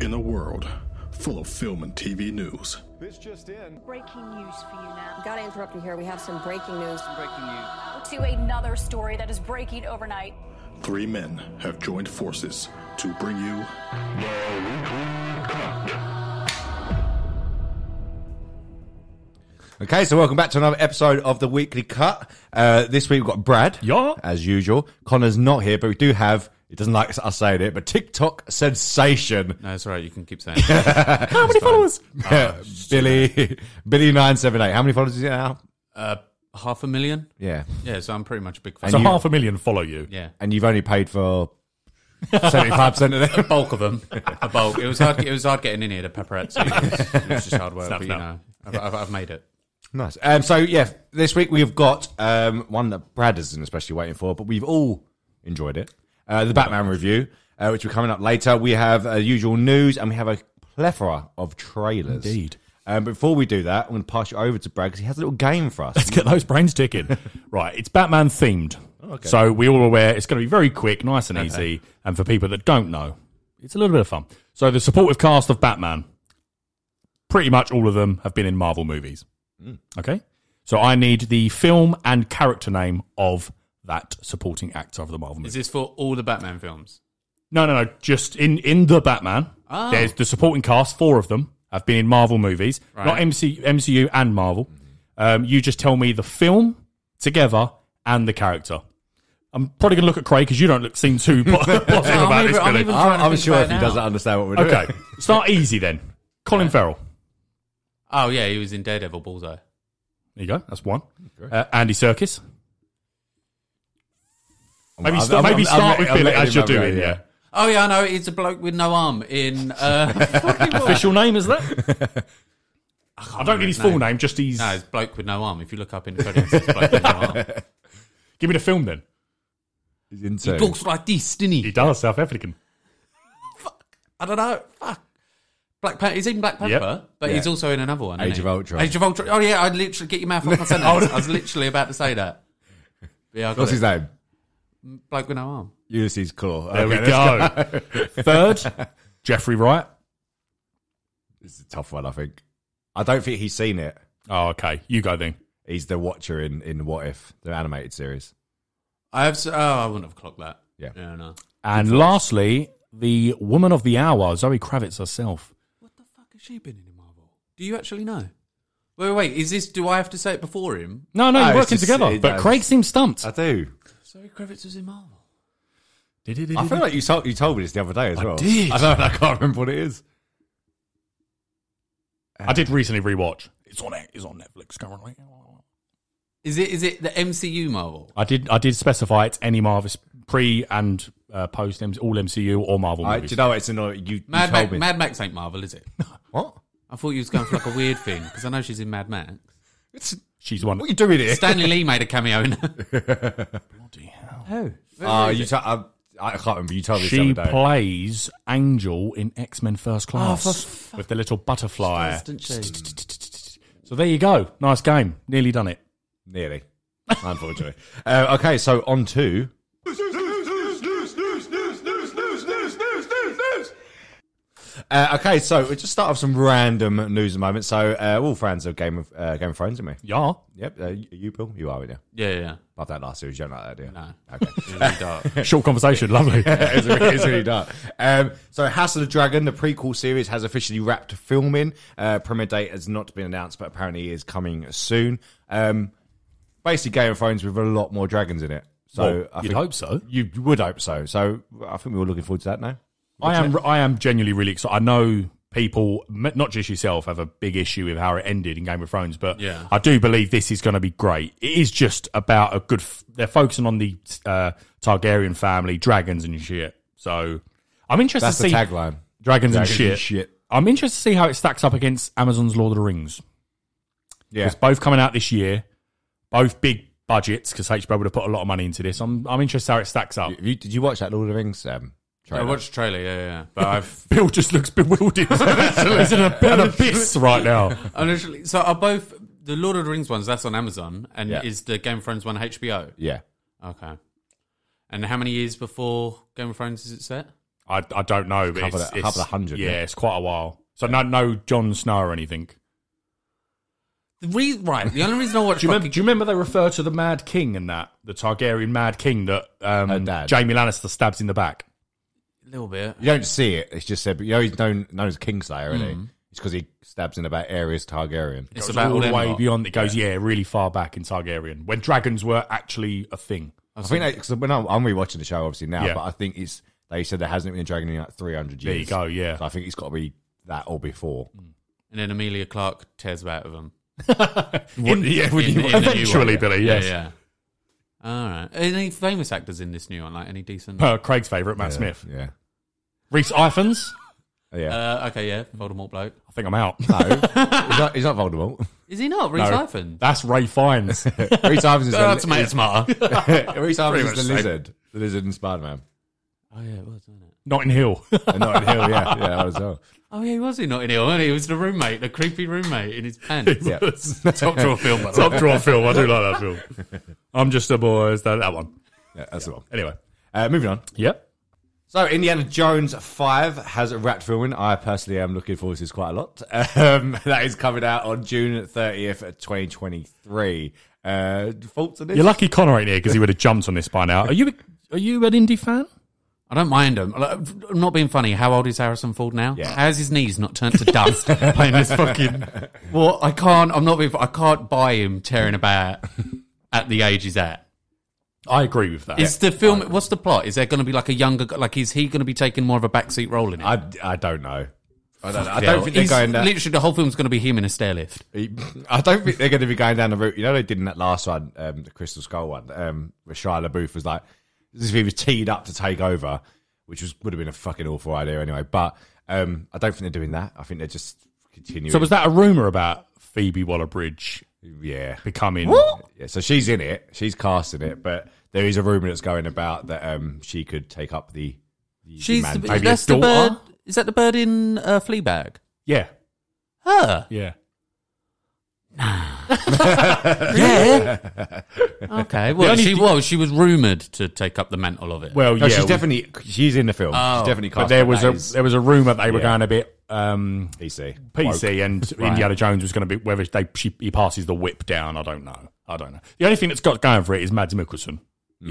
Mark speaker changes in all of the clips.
Speaker 1: In a world full of film and TV news,
Speaker 2: This just in.
Speaker 3: Breaking news for you now.
Speaker 4: Gotta interrupt you here. We have some breaking news.
Speaker 5: Breaking news.
Speaker 6: to another story that is breaking overnight.
Speaker 1: three men have joined forces to bring you
Speaker 7: Okay, so welcome back to another episode of the Weekly Cut. Uh, this week we've got Brad,
Speaker 8: Yeah.
Speaker 7: as usual. Connor's not here, but we do have. He doesn't like us saying it, but TikTok sensation
Speaker 5: No, it's all right. You can keep saying. it.
Speaker 7: how many followers? Billy, Billy nine seven eight. How many followers is he now?
Speaker 5: uh, half a million.
Speaker 7: Yeah,
Speaker 5: Yeah, so I'm pretty much a big fan.
Speaker 7: And
Speaker 8: So
Speaker 7: you-
Speaker 8: half a million follow you.
Speaker 5: yeah,
Speaker 7: and you've only paid for seventy five percent of them.
Speaker 5: bulk of them. a bulk. It was hard. It was hard getting in here. The paparazzi. It was, it was just hard work. but you know,
Speaker 8: snap.
Speaker 5: I've, I've, I've made it.
Speaker 7: Nice. Um, so yeah, this week we've got um, one that Brad isn't especially waiting for, but we've all enjoyed it. Uh, the Batman review, uh, which will be coming up later. We have uh, usual news, and we have a plethora of trailers.
Speaker 8: Indeed.
Speaker 7: Um, before we do that, I'm going to pass you over to Brad because he has a little game for us.
Speaker 8: Let's get those brains ticking. right, it's Batman themed. So we all aware it's going to be very quick, nice and easy. And for people that don't know, it's a little bit of fun. So the supportive cast of Batman, pretty much all of them have been in Marvel movies. Okay? So I need the film and character name of that supporting actor of the Marvel movie.
Speaker 5: Is this for all the Batman films?
Speaker 8: No, no, no. Just in in the Batman. There's the supporting cast. Four of them have been in Marvel movies,
Speaker 5: Right.
Speaker 8: not MC, MCU and Marvel. Um, you just tell me the film together and the character. I'm probably going to look at Craig because you don't look seem too po- positive about this,
Speaker 5: even- I'm
Speaker 8: Billy.
Speaker 5: even- trying
Speaker 7: I'm,
Speaker 5: to
Speaker 7: I'm
Speaker 5: think
Speaker 7: sure
Speaker 5: about
Speaker 7: if he
Speaker 5: it now.
Speaker 7: doesn't understand what we're doing.
Speaker 8: Okay, start easy then. Colin Farrell.
Speaker 5: Oh yeah, he was in Daredevil, Bullseye.
Speaker 8: There you go. That's one. Uh, Andy Serkis. Maybe,
Speaker 7: I'm-
Speaker 8: sta-
Speaker 7: I'm-
Speaker 8: maybe
Speaker 7: I'm-
Speaker 8: start
Speaker 7: I'm-
Speaker 8: with
Speaker 7: I'm
Speaker 8: Billy
Speaker 7: letting
Speaker 8: as you're
Speaker 7: him have a
Speaker 8: doing.
Speaker 7: go,
Speaker 8: Yeah.
Speaker 5: Oh yeah, I know. It's a bloke with no arm in. Uh,
Speaker 8: Official name is that? I don't need his full
Speaker 5: name.
Speaker 8: name. Just his.
Speaker 5: no, it's bloke with no arm. If you look up in the credits, it's bloke with no arm.
Speaker 8: Give me the film then.
Speaker 7: He's
Speaker 5: He
Speaker 7: into.
Speaker 5: talks like this, didn't
Speaker 8: He does South African.
Speaker 5: I don't know. Fuck. Black Panther. He's in Black Panther, but he's
Speaker 7: Yeah.
Speaker 5: also in another one. isn't
Speaker 7: Age
Speaker 5: he?
Speaker 7: of Ultron.
Speaker 5: Age of Ultron. Oh yeah, I literally get your mouth off my sentence. I was literally about to say that. Yeah, I got
Speaker 7: What's
Speaker 5: it.
Speaker 7: his name?
Speaker 5: Bloke with no arm.
Speaker 7: Ulysses Claw.
Speaker 8: There we go. Third, Jeffrey Wright.
Speaker 7: This is a tough one, I think. I don't think he's seen it.
Speaker 8: Oh, okay. You go then.
Speaker 7: He's the Watcher in, in What If, the animated series.
Speaker 5: I have. s- Oh, I wouldn't have clocked that.
Speaker 7: Yeah.
Speaker 5: Yeah, no.
Speaker 8: And lastly, the woman of the hour, Zoe Kravitz herself.
Speaker 5: What the fuck has she been in in Marvel? Do you actually know? Wait, wait, wait. Is this? Do I have to say it before him?
Speaker 8: No,
Speaker 7: No,
Speaker 8: no, you're
Speaker 7: it's
Speaker 8: working
Speaker 7: just-
Speaker 8: together.
Speaker 7: it-
Speaker 8: but
Speaker 7: no,
Speaker 8: Craig
Speaker 7: it's-
Speaker 8: seems stumped.
Speaker 7: I do.
Speaker 5: Zoe Kravitz was in Marvel.
Speaker 7: I feel like you told you told me this the other day as
Speaker 8: I
Speaker 7: well.
Speaker 8: did.
Speaker 7: I know, and I can't remember what it is.
Speaker 8: I did recently rewatch. It's on it's on Netflix currently.
Speaker 5: Is it? Is it the MCU Marvel?
Speaker 8: I did I did specify it's any Marvel pre and uh, post MC, all MCU or Marvel
Speaker 7: I, do
Speaker 8: movies.
Speaker 7: you know what? It's annoying. You, you
Speaker 5: Mad
Speaker 7: told
Speaker 5: Max.
Speaker 7: me.
Speaker 5: Mad Max ain't Marvel, is it?
Speaker 7: what?
Speaker 5: I thought you was going for like a weird thing because I know she's in Mad Max.
Speaker 8: She's the one.
Speaker 7: What are you doing here?
Speaker 5: Stanley Lee made a cameo in.
Speaker 8: Oh.
Speaker 7: Ah, you to- I, I can't remember. You told me
Speaker 8: She
Speaker 7: this the other day.
Speaker 8: plays Angel in X Men First
Speaker 7: Oh,
Speaker 8: Class
Speaker 5: for fuck's
Speaker 8: with the little butterfly.
Speaker 5: doesn't
Speaker 8: So there you go. Nice game. Nearly done it.
Speaker 7: Nearly. Unfortunately. uh, okay, so on to. Uh, okay, so we'll just start off some random news at the moment. So uh, we're all fans of Game of uh, Game of Thrones, aren't we?
Speaker 8: Yeah.
Speaker 7: Yep. Uh, you, you, Bill, you are, aren't you?
Speaker 5: Yeah, yeah, yeah.
Speaker 7: Love that last series. You don't like that, do you?
Speaker 5: No.
Speaker 7: Okay.
Speaker 5: It was really dark.
Speaker 8: Short conversation. Lovely.
Speaker 7: it's, really, it's really dark. Um, so, House of the Dragon, the prequel series, has officially wrapped filming. Uh, premiere date has not been announced, but apparently is coming soon. Um, basically, Game of Thrones with a lot more dragons in it. So,
Speaker 8: Well,
Speaker 7: I
Speaker 8: you'd
Speaker 7: think-
Speaker 8: hope so.
Speaker 7: You you would hope so. So, I think we were looking forward to that now.
Speaker 8: I am. I am genuinely really excited. I know people, m- not just yourself, have a big issue with how it ended in Game of Thrones, but
Speaker 5: Yeah.
Speaker 8: I do believe this is going to be great. It is just about a good. F- they're focusing on the uh, Targaryen family, dragons and shit. So I'm interested
Speaker 7: That's
Speaker 8: to
Speaker 7: the
Speaker 8: see
Speaker 7: tagline.
Speaker 8: dragons, and,
Speaker 7: Dragons
Speaker 8: shit.
Speaker 7: and shit.
Speaker 8: I'm interested to see how it stacks up against Amazon's Lord of the Rings.
Speaker 7: Yeah.
Speaker 8: It's both coming out this year, both big budgets because HBO would have put a lot of money into this. I'm I'm interested how it stacks up.
Speaker 7: You- did you watch that Lord of the Rings? Um,
Speaker 5: I
Speaker 7: trailer?
Speaker 5: watched the trailer, yeah, yeah, yeah. But I've
Speaker 8: Bill just looks bewildered. He's in a, an abyss right now.
Speaker 5: I'm literally so are both the Lord of the Rings ones. That's on Amazon, and
Speaker 7: Yeah.
Speaker 5: is the Game of Thrones one HBO?
Speaker 7: Yeah.
Speaker 5: Okay. And how many years before Game of Thrones is it set?
Speaker 8: I, I don't know. But
Speaker 7: Couple
Speaker 8: it's,
Speaker 7: of-
Speaker 8: it's-
Speaker 7: couple of hundred,
Speaker 8: Yeah,
Speaker 7: yeah.
Speaker 8: it's quite a while. So no, no John Snow or anything.
Speaker 5: The re- right, the only reason I watch
Speaker 8: Do you, remember, do you remember they refer to the Mad King and that the Targaryen Mad King that
Speaker 7: Her
Speaker 8: um,
Speaker 7: dad.
Speaker 8: Jamie Lannister stabs in the back?
Speaker 5: a little bit.
Speaker 7: You don't see it. It's just said, but you know he's known, known as Kingslayer, isn't
Speaker 8: Mm.
Speaker 7: he? It's because he stabs in about Ares Targaryen.
Speaker 5: It's
Speaker 8: goes
Speaker 5: about
Speaker 8: all the
Speaker 5: them
Speaker 8: way
Speaker 5: lot.
Speaker 8: beyond. It goes yeah. really far back in Targaryen when dragons were actually a thing.
Speaker 5: Uh,
Speaker 7: I think they, cause when I'm, I'm rewatching the show, obviously now,
Speaker 8: Yeah.
Speaker 7: but I think it's they said there hasn't been a dragon in like 300 years.
Speaker 8: There you go, yeah.
Speaker 7: So I think it's got to be that or before.
Speaker 5: And then Amelia Clark tears about with them.
Speaker 8: In- yeah, when
Speaker 5: In-
Speaker 8: you-
Speaker 5: in the new one,
Speaker 8: eventually,
Speaker 5: yeah.
Speaker 8: Billy. Yes.
Speaker 5: Yeah, yeah. All right. Any famous actors in this new one? Like any decent?
Speaker 8: Uh, Craig's favorite, Matt Smith,
Speaker 7: Yeah. Oh,
Speaker 8: Reese Ifans.
Speaker 7: Yeah.
Speaker 5: Uh, okay, yeah, Voldemort bloke.
Speaker 8: I think I'm out.
Speaker 7: no. he's, not, he's not Voldemort.
Speaker 5: Is he not? Reese
Speaker 8: No.
Speaker 5: Ifan?
Speaker 8: That's Ray Fiennes.
Speaker 7: Reese Ivans is
Speaker 5: That's
Speaker 7: the,
Speaker 5: made it smarter.
Speaker 7: Reese Ivans
Speaker 8: much
Speaker 7: is the
Speaker 8: same.
Speaker 7: lizard. The lizard in Spider Man.
Speaker 5: oh yeah, it was, wasn't it?
Speaker 8: Notting Hill.
Speaker 7: And Notting Hill, yeah. Yeah, that as well.
Speaker 5: Oh yeah, he was in Notting Hill, wasn't he? He was the roommate, the creepy roommate in his pants.
Speaker 7: Yeah.
Speaker 8: Top drawer film. Top drawer film. I do like that film. I'm just a boy. Is that that one?
Speaker 7: yeah that's the one.
Speaker 8: Anyway.
Speaker 7: Uh, moving on.
Speaker 8: Yep.
Speaker 7: So, Indiana Jones 5 has a rat filming. I personally am looking forward to this quite a lot. Um, that is coming out on June 30th, 2023. Uh, thoughts on this?
Speaker 8: You're lucky Connor ain't here because he would have jumped on this by now. Are you? Are you an indie fan?
Speaker 5: I don't mind him. Like, I'm not being funny. How old is Harrison Ford now?
Speaker 7: Yeah.
Speaker 5: How's his knees not turned to dust playing this fucking? Well, I can't. I'm not being. I can't buy him tearing about at the age he's at.
Speaker 8: I agree with that.
Speaker 5: Is the film? What's the plot? Is there going to be like a younger? gu- Like, is he going to be taking more of a backseat role in it?
Speaker 7: I, I don't know. I don't, know. I
Speaker 5: Yeah,
Speaker 7: don't think they're
Speaker 5: he's-
Speaker 7: going down.
Speaker 5: Literally, the whole film's going to be him in a stairlift.
Speaker 7: I don't think they're going to be going down the route. You know, they did in that last one, um, the Crystal Skull one, um, where Shia LaBeouf was like, this is if he was teed up to take over, which was would have been a fucking awful idea anyway. But um, I don't think they're doing that. I think they're just continuing.
Speaker 8: so was that a rumor about Phoebe Waller-Bridge
Speaker 7: Yeah.
Speaker 8: becoming?
Speaker 7: Yeah, so she's in it. She's casting it, but there is a rumor that's going about that um, she could take up the. the
Speaker 5: She's
Speaker 7: man-
Speaker 5: the,
Speaker 8: maybe
Speaker 5: that's
Speaker 8: a
Speaker 5: the
Speaker 8: daughter?
Speaker 5: bird. Is that the bird in uh, Fleabag?
Speaker 8: Yeah.
Speaker 5: Her.
Speaker 8: Yeah.
Speaker 5: Yeah. okay. Well,
Speaker 8: only
Speaker 5: she
Speaker 8: thi-
Speaker 5: was. She was rumored to take up the mantle of it.
Speaker 8: Well,
Speaker 7: no,
Speaker 8: Oh, yeah.
Speaker 7: she's definitely she's in the film.
Speaker 5: Oh.
Speaker 7: she's definitely
Speaker 8: but
Speaker 7: casting.
Speaker 8: there was a there was a rumor they were
Speaker 7: Yeah.
Speaker 8: going a bit um,
Speaker 7: PC.
Speaker 8: PC and Indiana Jones was going to be whether they she, he passes the whip down. I don't know. I don't know. The only thing that's got going for it is Mads Mikkelsen.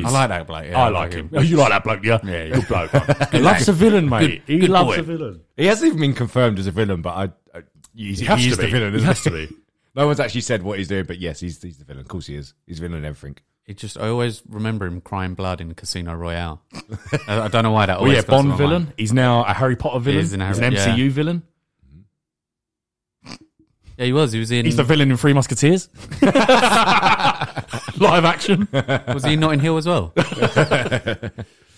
Speaker 5: I like that bloke. yeah.
Speaker 8: I like him. Oh, you like that bloke, yeah? Yeah, good bloke. he loves a villain, mate. he
Speaker 5: good
Speaker 8: loves
Speaker 5: boy.
Speaker 8: a villain.
Speaker 7: He hasn't even been confirmed as a villain, but I. I he's
Speaker 8: He has
Speaker 7: he's
Speaker 8: to
Speaker 7: the
Speaker 8: be.
Speaker 7: villain.
Speaker 8: he
Speaker 7: Isn't
Speaker 8: has to be.
Speaker 7: No one's actually said what he's doing, but yes, he's he's the villain. Of course, he is. He's the villain in everything.
Speaker 5: It just I always remember him crying blood in Casino Royale. I, I don't know why that.
Speaker 8: Well,
Speaker 5: Always
Speaker 8: Oh, yeah,
Speaker 5: comes to
Speaker 8: Bond
Speaker 5: my
Speaker 8: villain.
Speaker 5: mind.
Speaker 8: He's now a Harry Potter villain.
Speaker 5: is in
Speaker 8: he's an
Speaker 5: Harry-
Speaker 8: MCU villain.
Speaker 5: Yeah, he was. He was in.
Speaker 8: He's the villain in Three Musketeers. Live action.
Speaker 5: was he in Notting Hill as well?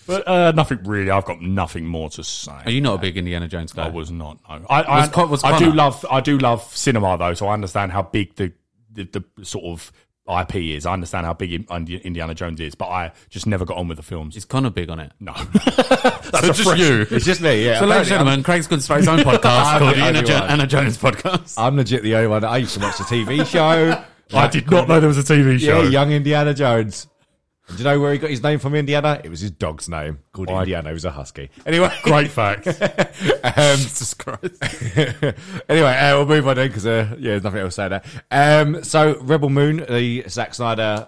Speaker 8: But uh, nothing really. I've got nothing more to say.
Speaker 5: Are you not a big Indiana Jones guy?
Speaker 8: I was not. No, I, I,
Speaker 5: Was Con- was
Speaker 8: I do
Speaker 5: Connor?
Speaker 8: love. I do love cinema though, so I understand how big the the, the sort of IP is. I understand how big Indi- Indiana Jones is, but I just never got on with the films.
Speaker 5: Is Connor big on it?
Speaker 8: no, that's
Speaker 5: just you.
Speaker 7: It's just me. Yeah.
Speaker 5: So, ladies and
Speaker 7: Apparently, I'm-
Speaker 5: gentlemen, Craig's going to start his own podcast
Speaker 7: I'm
Speaker 5: called
Speaker 7: the
Speaker 5: the Indiana
Speaker 7: only
Speaker 5: Jo-
Speaker 7: one.
Speaker 5: Anna Jones Podcast.
Speaker 7: I'm legit the only one. I used to watch the TV show.
Speaker 8: I did not know there was a TV show.
Speaker 7: Yeah, young Indiana Jones. And do you know where he got his name from, Indiana? It was his dog's name called Indiana. He was a husky. Anyway,
Speaker 8: Great fact.
Speaker 7: um, Jesus Christ. anyway, uh, we'll move on then because uh, yeah, there's nothing else to say there. Um, so, Rebel Moon, the Zack Snyder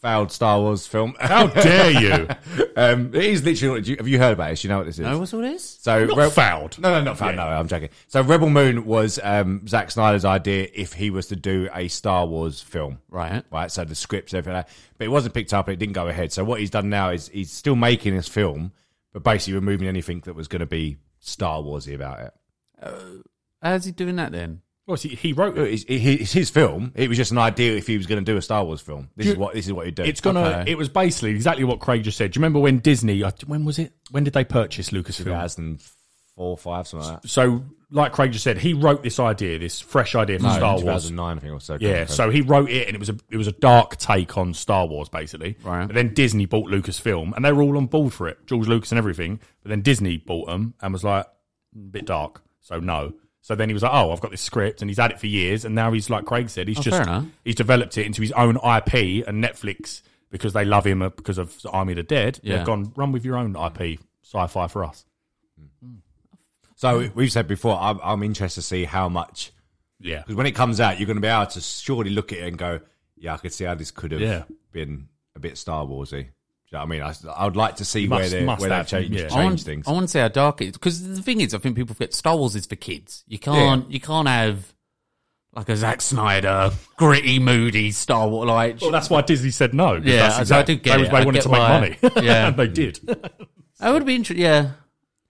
Speaker 7: failed Star Wars film.
Speaker 8: How dare you?
Speaker 7: um, it is literally. do you- Have you heard about it? Do you know what this is?
Speaker 5: No, what's all this?
Speaker 7: So
Speaker 8: Not
Speaker 7: Re-
Speaker 8: fouled.
Speaker 7: No, no, not fouled.
Speaker 8: Yeah.
Speaker 7: No, I'm joking. So Rebel Moon was um, Zack Snyder's idea if he was to do a Star Wars film,
Speaker 5: Right.
Speaker 7: Right. So the scripts, everything, like that. but it wasn't picked up. and It didn't go ahead. So what he's done now is he's still making his film, but basically removing anything that was going to be Star Warsy about it.
Speaker 5: How's he doing that then?
Speaker 8: Well, see, he wrote it.
Speaker 7: It's, it- it's his film. It was just an idea if he was going to do a Star Wars film. This
Speaker 8: Do-
Speaker 7: is what this is what he'd do.
Speaker 8: It's gonna.
Speaker 5: Okay.
Speaker 8: It was basically exactly what Craig just said. Do you remember when Disney? I- When was it? When did they purchase Lucasfilm?
Speaker 7: 2004, five, something like that.
Speaker 8: So, like Craig just said, he wrote this idea, this fresh idea for Star Wars.
Speaker 7: 2009, I think or so.
Speaker 8: Yeah, so he wrote it, and it was a it was a dark take on Star Wars, basically.
Speaker 5: Right.
Speaker 8: But then Disney bought Lucasfilm, and they were all on board for it, George Lucas and everything. But then Disney bought them and was like, a bit dark, so no. So then he was like, oh, I've got this script, and he's had it for years, and now he's like Craig said, he's
Speaker 5: Oh, fair
Speaker 8: just
Speaker 5: enough.
Speaker 8: he's developed it into his own IP and Netflix because they love him uh, because of Army of the Dead.
Speaker 5: Yeah.
Speaker 8: They've gone run with your own IP, sci-fi for us.
Speaker 7: So we've said before, I'm, I'm interested to see how much
Speaker 8: Yeah.
Speaker 7: because when it comes out, you're going to be able to surely look at it and go, "Yeah, I could see how this could have
Speaker 8: Yeah.
Speaker 7: been a bit Star Warsy." Do you know what I mean? I, I would like to see
Speaker 8: You
Speaker 7: where
Speaker 8: must-
Speaker 7: they
Speaker 8: must
Speaker 7: where they
Speaker 8: have,
Speaker 7: change
Speaker 8: yeah. I
Speaker 5: I want,
Speaker 7: change things.
Speaker 5: I want to see how dark it is because the thing is, I think people forget Star Wars is for kids. You can't, you can't have like a Zack Snyder gritty, moody Star Wars. Like,
Speaker 8: Well, that's why Disney said no. 'cause
Speaker 5: Yeah,
Speaker 8: that's
Speaker 5: so I
Speaker 8: exact-
Speaker 5: do get
Speaker 8: they,
Speaker 5: it.
Speaker 8: They
Speaker 5: I
Speaker 8: wanted
Speaker 5: get
Speaker 8: to make
Speaker 5: why-
Speaker 8: money.
Speaker 5: Yeah.
Speaker 8: and they did.
Speaker 5: I would be interested. Yeah,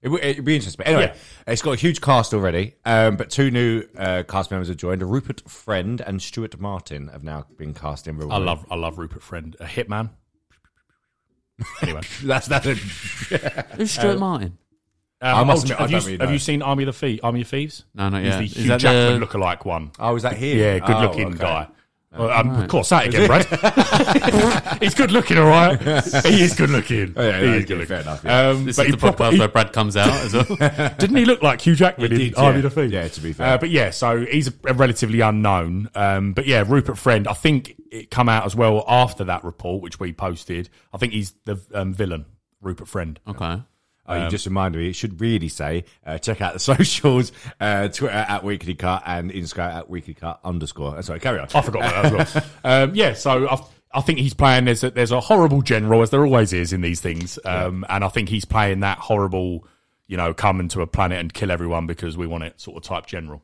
Speaker 7: It would it'd be interesting. But anyway, it's got a huge cast already. Um, but two new uh, cast members have joined. Rupert Friend and Stuart Martin have now been cast in.
Speaker 8: I love, I love Rupert Friend, a hitman. Anyway,
Speaker 7: that's that's a,
Speaker 5: who's Stuart
Speaker 8: Uh,
Speaker 5: Martin?
Speaker 8: Um,
Speaker 7: I must
Speaker 8: oh,
Speaker 7: admit, I
Speaker 8: have, you,
Speaker 7: don't really
Speaker 8: have
Speaker 7: know.
Speaker 8: you seen Army of the Thie- Army of Thieves?
Speaker 5: No, not
Speaker 8: He's
Speaker 5: yet.
Speaker 8: the
Speaker 5: Is
Speaker 8: Hugh
Speaker 5: that
Speaker 8: Jackman
Speaker 5: the-
Speaker 8: lookalike one.
Speaker 7: oh is that him?
Speaker 8: Yeah, good
Speaker 7: Oh,
Speaker 8: looking
Speaker 7: okay. Oh,
Speaker 8: guy. Well, um, Of course, that again, Brad. He's good looking, all right. He is good looking.
Speaker 7: Oh, yeah,
Speaker 8: he
Speaker 7: no,
Speaker 8: is good
Speaker 7: yeah,
Speaker 8: looking.
Speaker 7: fair enough, yeah.
Speaker 8: Um,
Speaker 5: This
Speaker 8: but
Speaker 5: is
Speaker 8: he
Speaker 5: the podcast
Speaker 8: proper- he-
Speaker 5: where Brad comes out as well.
Speaker 8: didn't he look like Hugh Jackman in
Speaker 7: did,
Speaker 8: Army
Speaker 7: yeah.
Speaker 8: of the Thieves?
Speaker 7: Yeah, to be fair.
Speaker 8: Uh, but yeah, so he's a, a relatively unknown. Um, but yeah, Rupert Friend, I think it come out as well after that report, which we posted. I think he's the um, villain, Rupert Friend.
Speaker 5: okay.
Speaker 7: Oh,
Speaker 5: Um,
Speaker 7: you just reminded me. It should really say uh, check out the socials: uh, Twitter at Weekly Cut and Instagram at Weekly Cut underscore. Uh, Sorry, carry
Speaker 5: Oh.
Speaker 7: on.
Speaker 8: I forgot about that as well. Um, yeah, so I, I think he's playing. There's a, there's a horrible general, as there always is in these things, um, and I think he's playing that horrible, you know, come into a planet and kill everyone because we want it sort of type general.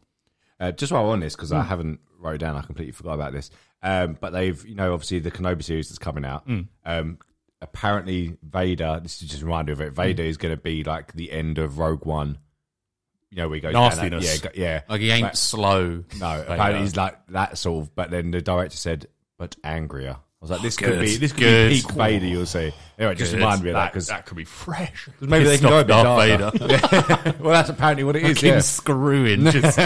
Speaker 7: Uh, just while we're on this, because
Speaker 5: Hmm.
Speaker 7: I haven't wrote it down, I completely forgot about this. Um, but they've, you know, obviously the Kenobi series that's coming out.
Speaker 5: Hmm.
Speaker 7: Um, apparently, Vader. This is just a reminder of it. Vader
Speaker 5: Hmm.
Speaker 7: is going to be like the end of Rogue One. You know, we go down that-
Speaker 8: Nastiness.
Speaker 7: Yeah, go, yeah.
Speaker 5: Like he ain't
Speaker 7: But-
Speaker 5: slow. uh,
Speaker 7: no,
Speaker 5: Vader.
Speaker 7: apparently he's like that sort of. But then the director said, but angrier. I was like, this could
Speaker 5: Oh, good,
Speaker 7: be this could
Speaker 5: good.
Speaker 7: be peak Vader. You'll see. Anyway, just
Speaker 5: Good.
Speaker 7: remind me of that because
Speaker 8: that could be fresh.
Speaker 7: maybe they
Speaker 5: Pissed
Speaker 7: can go a
Speaker 5: off
Speaker 7: bit
Speaker 5: Darth
Speaker 7: darker. Yeah. well, that's apparently what it is.
Speaker 5: Him
Speaker 7: yeah.
Speaker 5: screwing. Just,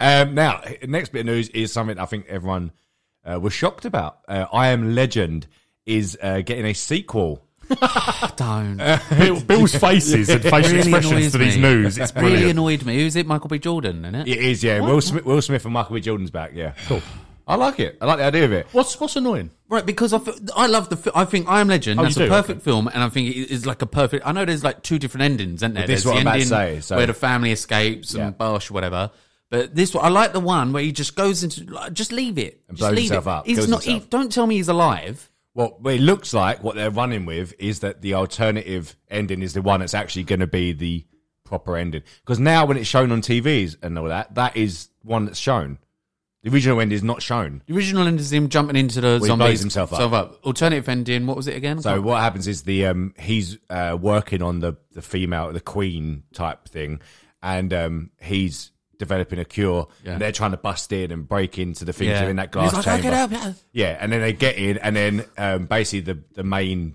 Speaker 7: Um, now, h- next bit of news is something I think everyone uh, was shocked about. Uh, I Am Legend is uh, getting a sequel.
Speaker 5: don't.
Speaker 8: Bill, Bill's faces and facial
Speaker 5: Really
Speaker 8: expressions
Speaker 5: annoys
Speaker 8: to these
Speaker 5: me.
Speaker 8: news. It's brilliant.
Speaker 5: Really annoyed me. Who's it? Michael B. Jordan in it?
Speaker 7: It is, yeah. Will Smith, Will Smith and Michael B. Jordan's back, yeah. Cool. I like it. I like the idea of it.
Speaker 8: What's what's annoying?
Speaker 5: Right, because I, f- I love the. Fi- I think I Am Legend.
Speaker 8: Oh,
Speaker 5: that's
Speaker 8: you
Speaker 5: a
Speaker 8: do?
Speaker 5: perfect film, and I think it is like a perfect. I know there's like two different endings, isn't there?
Speaker 7: this is
Speaker 5: there's
Speaker 7: what
Speaker 5: the
Speaker 7: I'm about to
Speaker 5: ending
Speaker 7: say, so-
Speaker 5: where the family escapes and
Speaker 7: Yeah.
Speaker 5: Barsh, whatever. But this one, I like the one where he just goes into. Like, just leave it.
Speaker 7: And
Speaker 5: just
Speaker 7: blows
Speaker 5: leave
Speaker 7: himself
Speaker 5: it.
Speaker 7: up,
Speaker 5: He's
Speaker 7: kills
Speaker 5: not. He,
Speaker 7: himself.
Speaker 5: don't tell me he's alive.
Speaker 7: Well, what it looks like what they're running with is that the alternative ending is the one that's actually going to be the proper ending. Because now, when it's shown on TVs and all that, that is one that's shown. The original end is not shown.
Speaker 5: The original end is him jumping into the
Speaker 7: he
Speaker 5: zombies.
Speaker 7: blows himself up.
Speaker 5: Alternative ending. What was it again?
Speaker 7: So what happens is the um he's uh, working on the the female the queen type thing, and um he's developing a cure.
Speaker 5: Yeah.
Speaker 7: And they're trying to bust in and break into the things
Speaker 5: Yeah.
Speaker 7: that are in that
Speaker 5: And he's
Speaker 7: glass
Speaker 5: like, "I
Speaker 7: chamber.
Speaker 5: can help you."
Speaker 7: Yeah, and then they get in, and then um basically the the main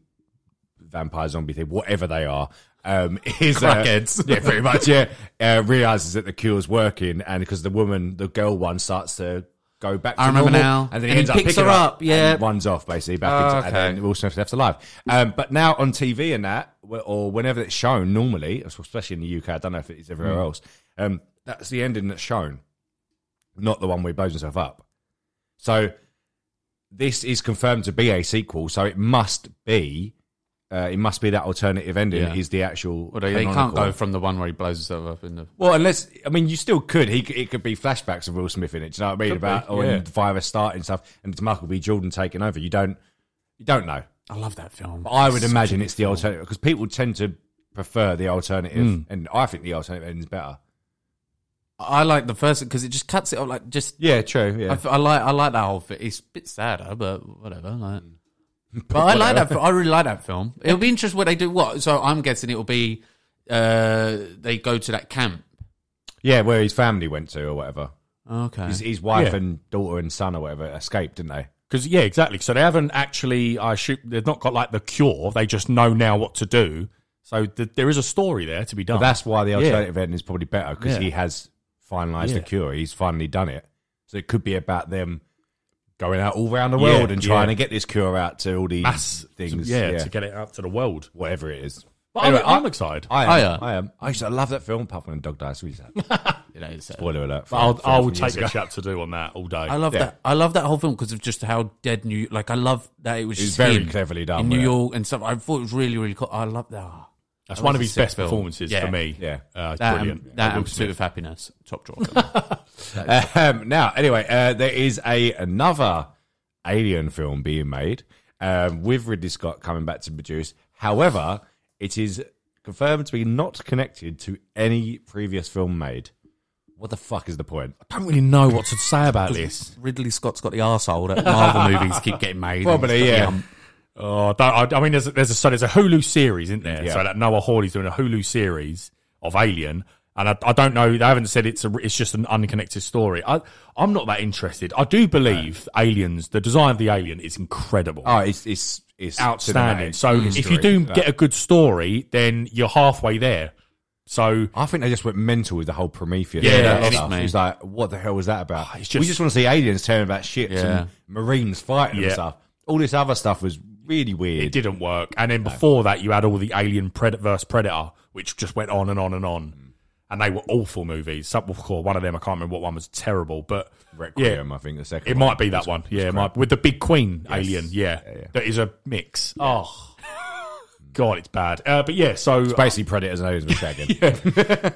Speaker 7: vampire zombie thing, whatever they are. Um, is uh,
Speaker 5: Crackheads.
Speaker 7: yeah, pretty much. Yeah, uh, realizes that the cure's working, and because the woman, the girl one, starts to go back. To
Speaker 5: I remember
Speaker 7: normal,
Speaker 5: now.
Speaker 7: and then
Speaker 5: And he
Speaker 7: ends up
Speaker 5: picks
Speaker 7: picking
Speaker 5: her up,
Speaker 7: and
Speaker 5: yeah.
Speaker 7: one's off basically back
Speaker 5: Oh,
Speaker 7: into,
Speaker 5: okay.
Speaker 7: and then Will Smith's left alive. Um, but now on TV and that, wh- or whenever it's shown, normally, especially in the UK, I don't know if it's
Speaker 5: Hmm.
Speaker 7: everywhere else, um, that's the ending that's shown, not the one where he blows himself up. So this is confirmed to be a sequel, so it must be. Uh, it must be that alternative ending
Speaker 5: Yeah.
Speaker 7: is the actual.
Speaker 5: Although they can't
Speaker 7: canonical
Speaker 5: go
Speaker 7: one.
Speaker 5: from the one where he blows himself up in the.
Speaker 7: Well, unless I mean, you still could. He c- it could be flashbacks of Will Smith in it. Do you know what I mean? About or
Speaker 8: yeah.
Speaker 7: when the virus starting and stuff, and it's Michael B. Jordan taking over. You don't, you don't know.
Speaker 5: I love that film.
Speaker 7: But I would imagine it's the alternative because people tend to prefer the alternative, and I think the alternative ending's better.
Speaker 5: I like the first because it just cuts it off like just
Speaker 7: Yeah, true. Yeah,
Speaker 5: I, f- I like I like that whole thing. It's a bit sadder, but whatever. Like,
Speaker 7: Mm.
Speaker 5: but I like that. fi- I really like that film. It'll be interesting what they do. What? So I'm guessing it will be uh, they go to that camp.
Speaker 7: yeah, where his family went to or whatever.
Speaker 5: Okay.
Speaker 7: His, his wife
Speaker 8: Yeah.
Speaker 7: and daughter and son or whatever escaped, didn't they?
Speaker 8: Because yeah, exactly. So they haven't actually. I shoot. They've not got like the cure. They just know now what to do. So th- there is a story there to be done.
Speaker 7: That's why the
Speaker 8: Yeah.
Speaker 7: alternative ending is probably better because
Speaker 8: Yeah.
Speaker 7: he has finalized
Speaker 8: Yeah.
Speaker 7: the cure. He's finally done it. So it could be about them going out all around the world
Speaker 8: Yeah,
Speaker 7: and trying
Speaker 8: yeah.
Speaker 7: to get this cure out to all these
Speaker 8: mass
Speaker 7: things.
Speaker 8: yeah, to get it out to the world.
Speaker 7: whatever it is.
Speaker 8: But
Speaker 7: Anyway,
Speaker 8: I'm, I'm
Speaker 7: I-
Speaker 8: excited.
Speaker 7: I am. I
Speaker 5: I
Speaker 7: am.
Speaker 5: am.
Speaker 7: I used to love that film, Puff and Dog Dice. What is that?
Speaker 5: you know, it's, uh,
Speaker 7: Spoiler alert.
Speaker 8: but I'll,
Speaker 7: from-
Speaker 8: I
Speaker 7: from
Speaker 8: will
Speaker 7: years
Speaker 8: take
Speaker 7: ago.
Speaker 8: a chapter do on that all day.
Speaker 5: I love that. I love that whole film because of just how dead New. Like I love that it was
Speaker 7: It's
Speaker 5: just
Speaker 7: very
Speaker 5: him
Speaker 7: cleverly done,
Speaker 5: in New
Speaker 7: wasn't it?
Speaker 5: York and stuff. I thought it was really really cool. I love that.
Speaker 8: That's
Speaker 5: That
Speaker 8: one
Speaker 5: was
Speaker 8: of
Speaker 5: a
Speaker 8: his
Speaker 5: sick
Speaker 8: best
Speaker 5: film.
Speaker 8: performances
Speaker 5: Yeah.
Speaker 8: for me.
Speaker 7: Yeah.
Speaker 8: Uh, it's
Speaker 5: That,
Speaker 8: brilliant.
Speaker 5: and, that
Speaker 8: Will Smith.
Speaker 5: and Pursuit of Happiness, top drawer.
Speaker 7: Um, now, anyway, uh, there is a another Alien film being made um, with Ridley Scott coming back to produce. However, it is confirmed to be not connected to any previous film made. What the fuck is the point?
Speaker 8: I don't really know what to say about this.
Speaker 5: Ridley Scott's got the arsehole that Marvel movies keep getting made.
Speaker 7: Probably, yeah.
Speaker 8: Oh, I don't, I, I mean, there's a, there's a so there's a Hulu series, isn't there?
Speaker 7: Yeah.
Speaker 8: So that Noah Hawley's doing a Hulu series of Alien, and I, I don't know. They haven't said it's a, it's just an unconnected story. I I'm not that interested. I do believe Aliens, the design of the alien is incredible.
Speaker 7: Oh, it's it's it's
Speaker 8: outstanding.
Speaker 7: cinematic.
Speaker 8: So if you
Speaker 7: History.
Speaker 8: do
Speaker 7: Yeah.
Speaker 8: get a good story, then you're halfway there. So
Speaker 7: I think they just went mental with the whole Prometheus.
Speaker 8: Yeah,
Speaker 7: Yeah,
Speaker 8: it's-
Speaker 7: stuff.
Speaker 5: mate.
Speaker 7: It's like, what the hell was that about?
Speaker 8: it's
Speaker 7: we
Speaker 8: just-
Speaker 7: just want to see aliens tearing about ships
Speaker 5: Yeah.
Speaker 7: and marines fighting and
Speaker 8: Yeah.
Speaker 7: stuff. All this other stuff was really weird.
Speaker 8: it didn't work. And then before that, you had all the Alien Pred- versus Predator, which just went on and on and
Speaker 7: Mm.
Speaker 8: on. And they were awful movies. Some, of course, one of them, I can't remember what one was terrible, but
Speaker 7: Requiem,
Speaker 8: yeah,
Speaker 7: I think the second.
Speaker 8: it might be that one. Yeah, it might, with the big queen alien. Yeah,
Speaker 7: Yeah, yeah.
Speaker 8: that is a mix. Oh, God, it's bad. Uh, but yeah, so
Speaker 7: Basically, predators and aliens were shagging.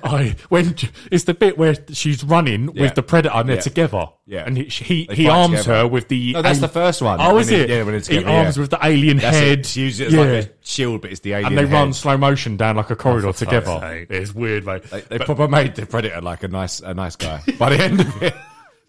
Speaker 8: I when it's the bit where she's running
Speaker 7: Yeah.
Speaker 8: with the predator and they're
Speaker 7: Yeah.
Speaker 8: together.
Speaker 7: Yeah.
Speaker 8: and he he,
Speaker 7: They
Speaker 8: he
Speaker 7: fight
Speaker 8: arms
Speaker 7: together.
Speaker 8: her with the.
Speaker 7: No, that's
Speaker 8: al-
Speaker 7: the first one.
Speaker 8: Oh,
Speaker 7: When
Speaker 8: is
Speaker 7: they-
Speaker 8: it?
Speaker 7: yeah, when they're
Speaker 8: he
Speaker 7: together,
Speaker 8: arms
Speaker 7: yeah.
Speaker 8: with the alien
Speaker 7: That's
Speaker 8: head.
Speaker 7: it. She uses it as like a shield, but it's the alien.
Speaker 8: and they
Speaker 7: head. Oh,
Speaker 8: run slow motion down like a corridor
Speaker 5: fuck's
Speaker 8: together.
Speaker 5: sake.
Speaker 8: It's weird, mate.
Speaker 7: They, they
Speaker 8: But-
Speaker 7: probably made the predator like a nice, a nice guy. By the end of it,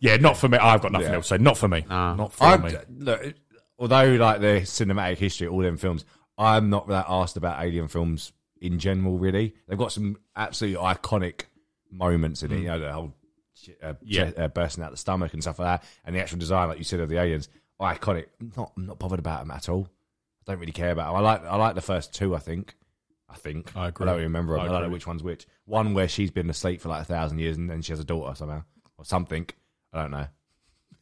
Speaker 8: yeah, not for me. I've got nothing
Speaker 7: Yeah.
Speaker 8: else to say. Not for me. Not for
Speaker 7: I'm,
Speaker 8: me.
Speaker 7: look, it- although like the cinematic history, all them films, I'm not that asked about alien films in general. Really, they've got some absolutely iconic moments in it. You know, the whole ch- uh,
Speaker 8: Mm. Yeah.
Speaker 7: ch- uh, bursting out the stomach and stuff like that, and the actual design, like you said, of the aliens, iconic. I'm not, I'm not bothered about them at all. I don't really care about them. I like, I like the first two. I think. I think
Speaker 8: I agree.
Speaker 7: I don't remember.
Speaker 8: I
Speaker 7: them. I, don't know
Speaker 8: agree.
Speaker 7: which one's which. One where she's been asleep for like a thousand years, and then she has a daughter somehow or something. I don't know.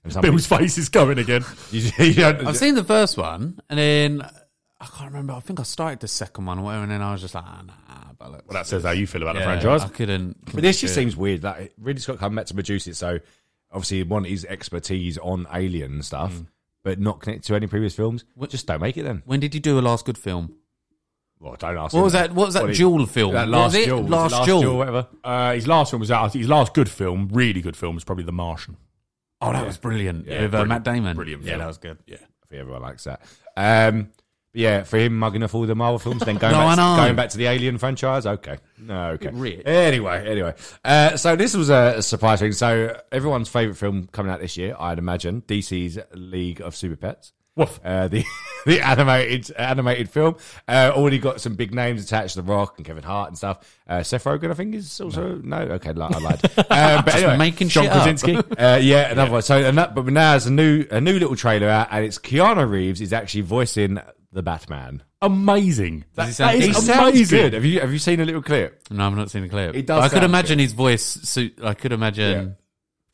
Speaker 7: And something-
Speaker 8: Bill's face is going again.
Speaker 7: you, you don't,
Speaker 5: I've seen the first one, and then I can't remember. I think I started the second one, or whatever, and then I was just like, ah, nah, but look,
Speaker 8: That says how you feel about
Speaker 5: yeah,
Speaker 8: the franchise.
Speaker 5: I couldn't.
Speaker 7: but this just seems weird. Like Ridley Scott come back to produce it, so obviously he wanted his expertise on alien and stuff, but not connected to any previous films. just don't make it then.
Speaker 5: When did you do a last good film?
Speaker 7: Well, don't ask.
Speaker 5: What
Speaker 7: him
Speaker 5: was that? What was that
Speaker 7: is-
Speaker 5: Jewel film?
Speaker 7: That
Speaker 5: What was
Speaker 7: last
Speaker 5: it?
Speaker 7: Jewel.
Speaker 5: Last
Speaker 7: Jewel,
Speaker 5: Jewel.
Speaker 7: whatever.
Speaker 8: Uh, his last film was out. His last good film, really good film, was probably The Martian.
Speaker 5: Oh, that was brilliant with uh,
Speaker 8: brilliant-
Speaker 5: Matt Damon.
Speaker 8: brilliant
Speaker 5: Yeah,
Speaker 8: film.
Speaker 5: that was good.
Speaker 8: Yeah.
Speaker 7: I think everyone likes that. Um, but yeah, for him mugging off all the Marvel films, then going,
Speaker 5: No,
Speaker 7: back,
Speaker 5: I know.
Speaker 7: going back to the Alien franchise. Okay, no, okay.
Speaker 5: Rich.
Speaker 7: Anyway, anyway. Uh, so this was a surprise thing. So everyone's favorite film coming out this year, I'd imagine, DC's League of Super Pets.
Speaker 8: Woof.
Speaker 7: Uh, the the animated animated film uh, already got some big names attached: The Rock and Kevin Hart and stuff. Uh, Seth Rogen, I think, is also no. Okay, li- I lied. Uh, but anyway,
Speaker 5: making John shit up. Krasinski?
Speaker 7: uh, yeah, another one. So, and that, but now there's a new a new little trailer out, and it's Keanu Reeves is actually voicing the Batman.
Speaker 8: Amazing.
Speaker 5: Does he
Speaker 8: That-
Speaker 5: sound-
Speaker 8: that
Speaker 5: he
Speaker 8: is
Speaker 5: sounds
Speaker 8: amazing.
Speaker 7: Have you have you seen a little clip?
Speaker 5: No, I've not seen the clip.
Speaker 7: It does
Speaker 5: But I could
Speaker 7: sound
Speaker 5: imagine his voice suit. I could imagine.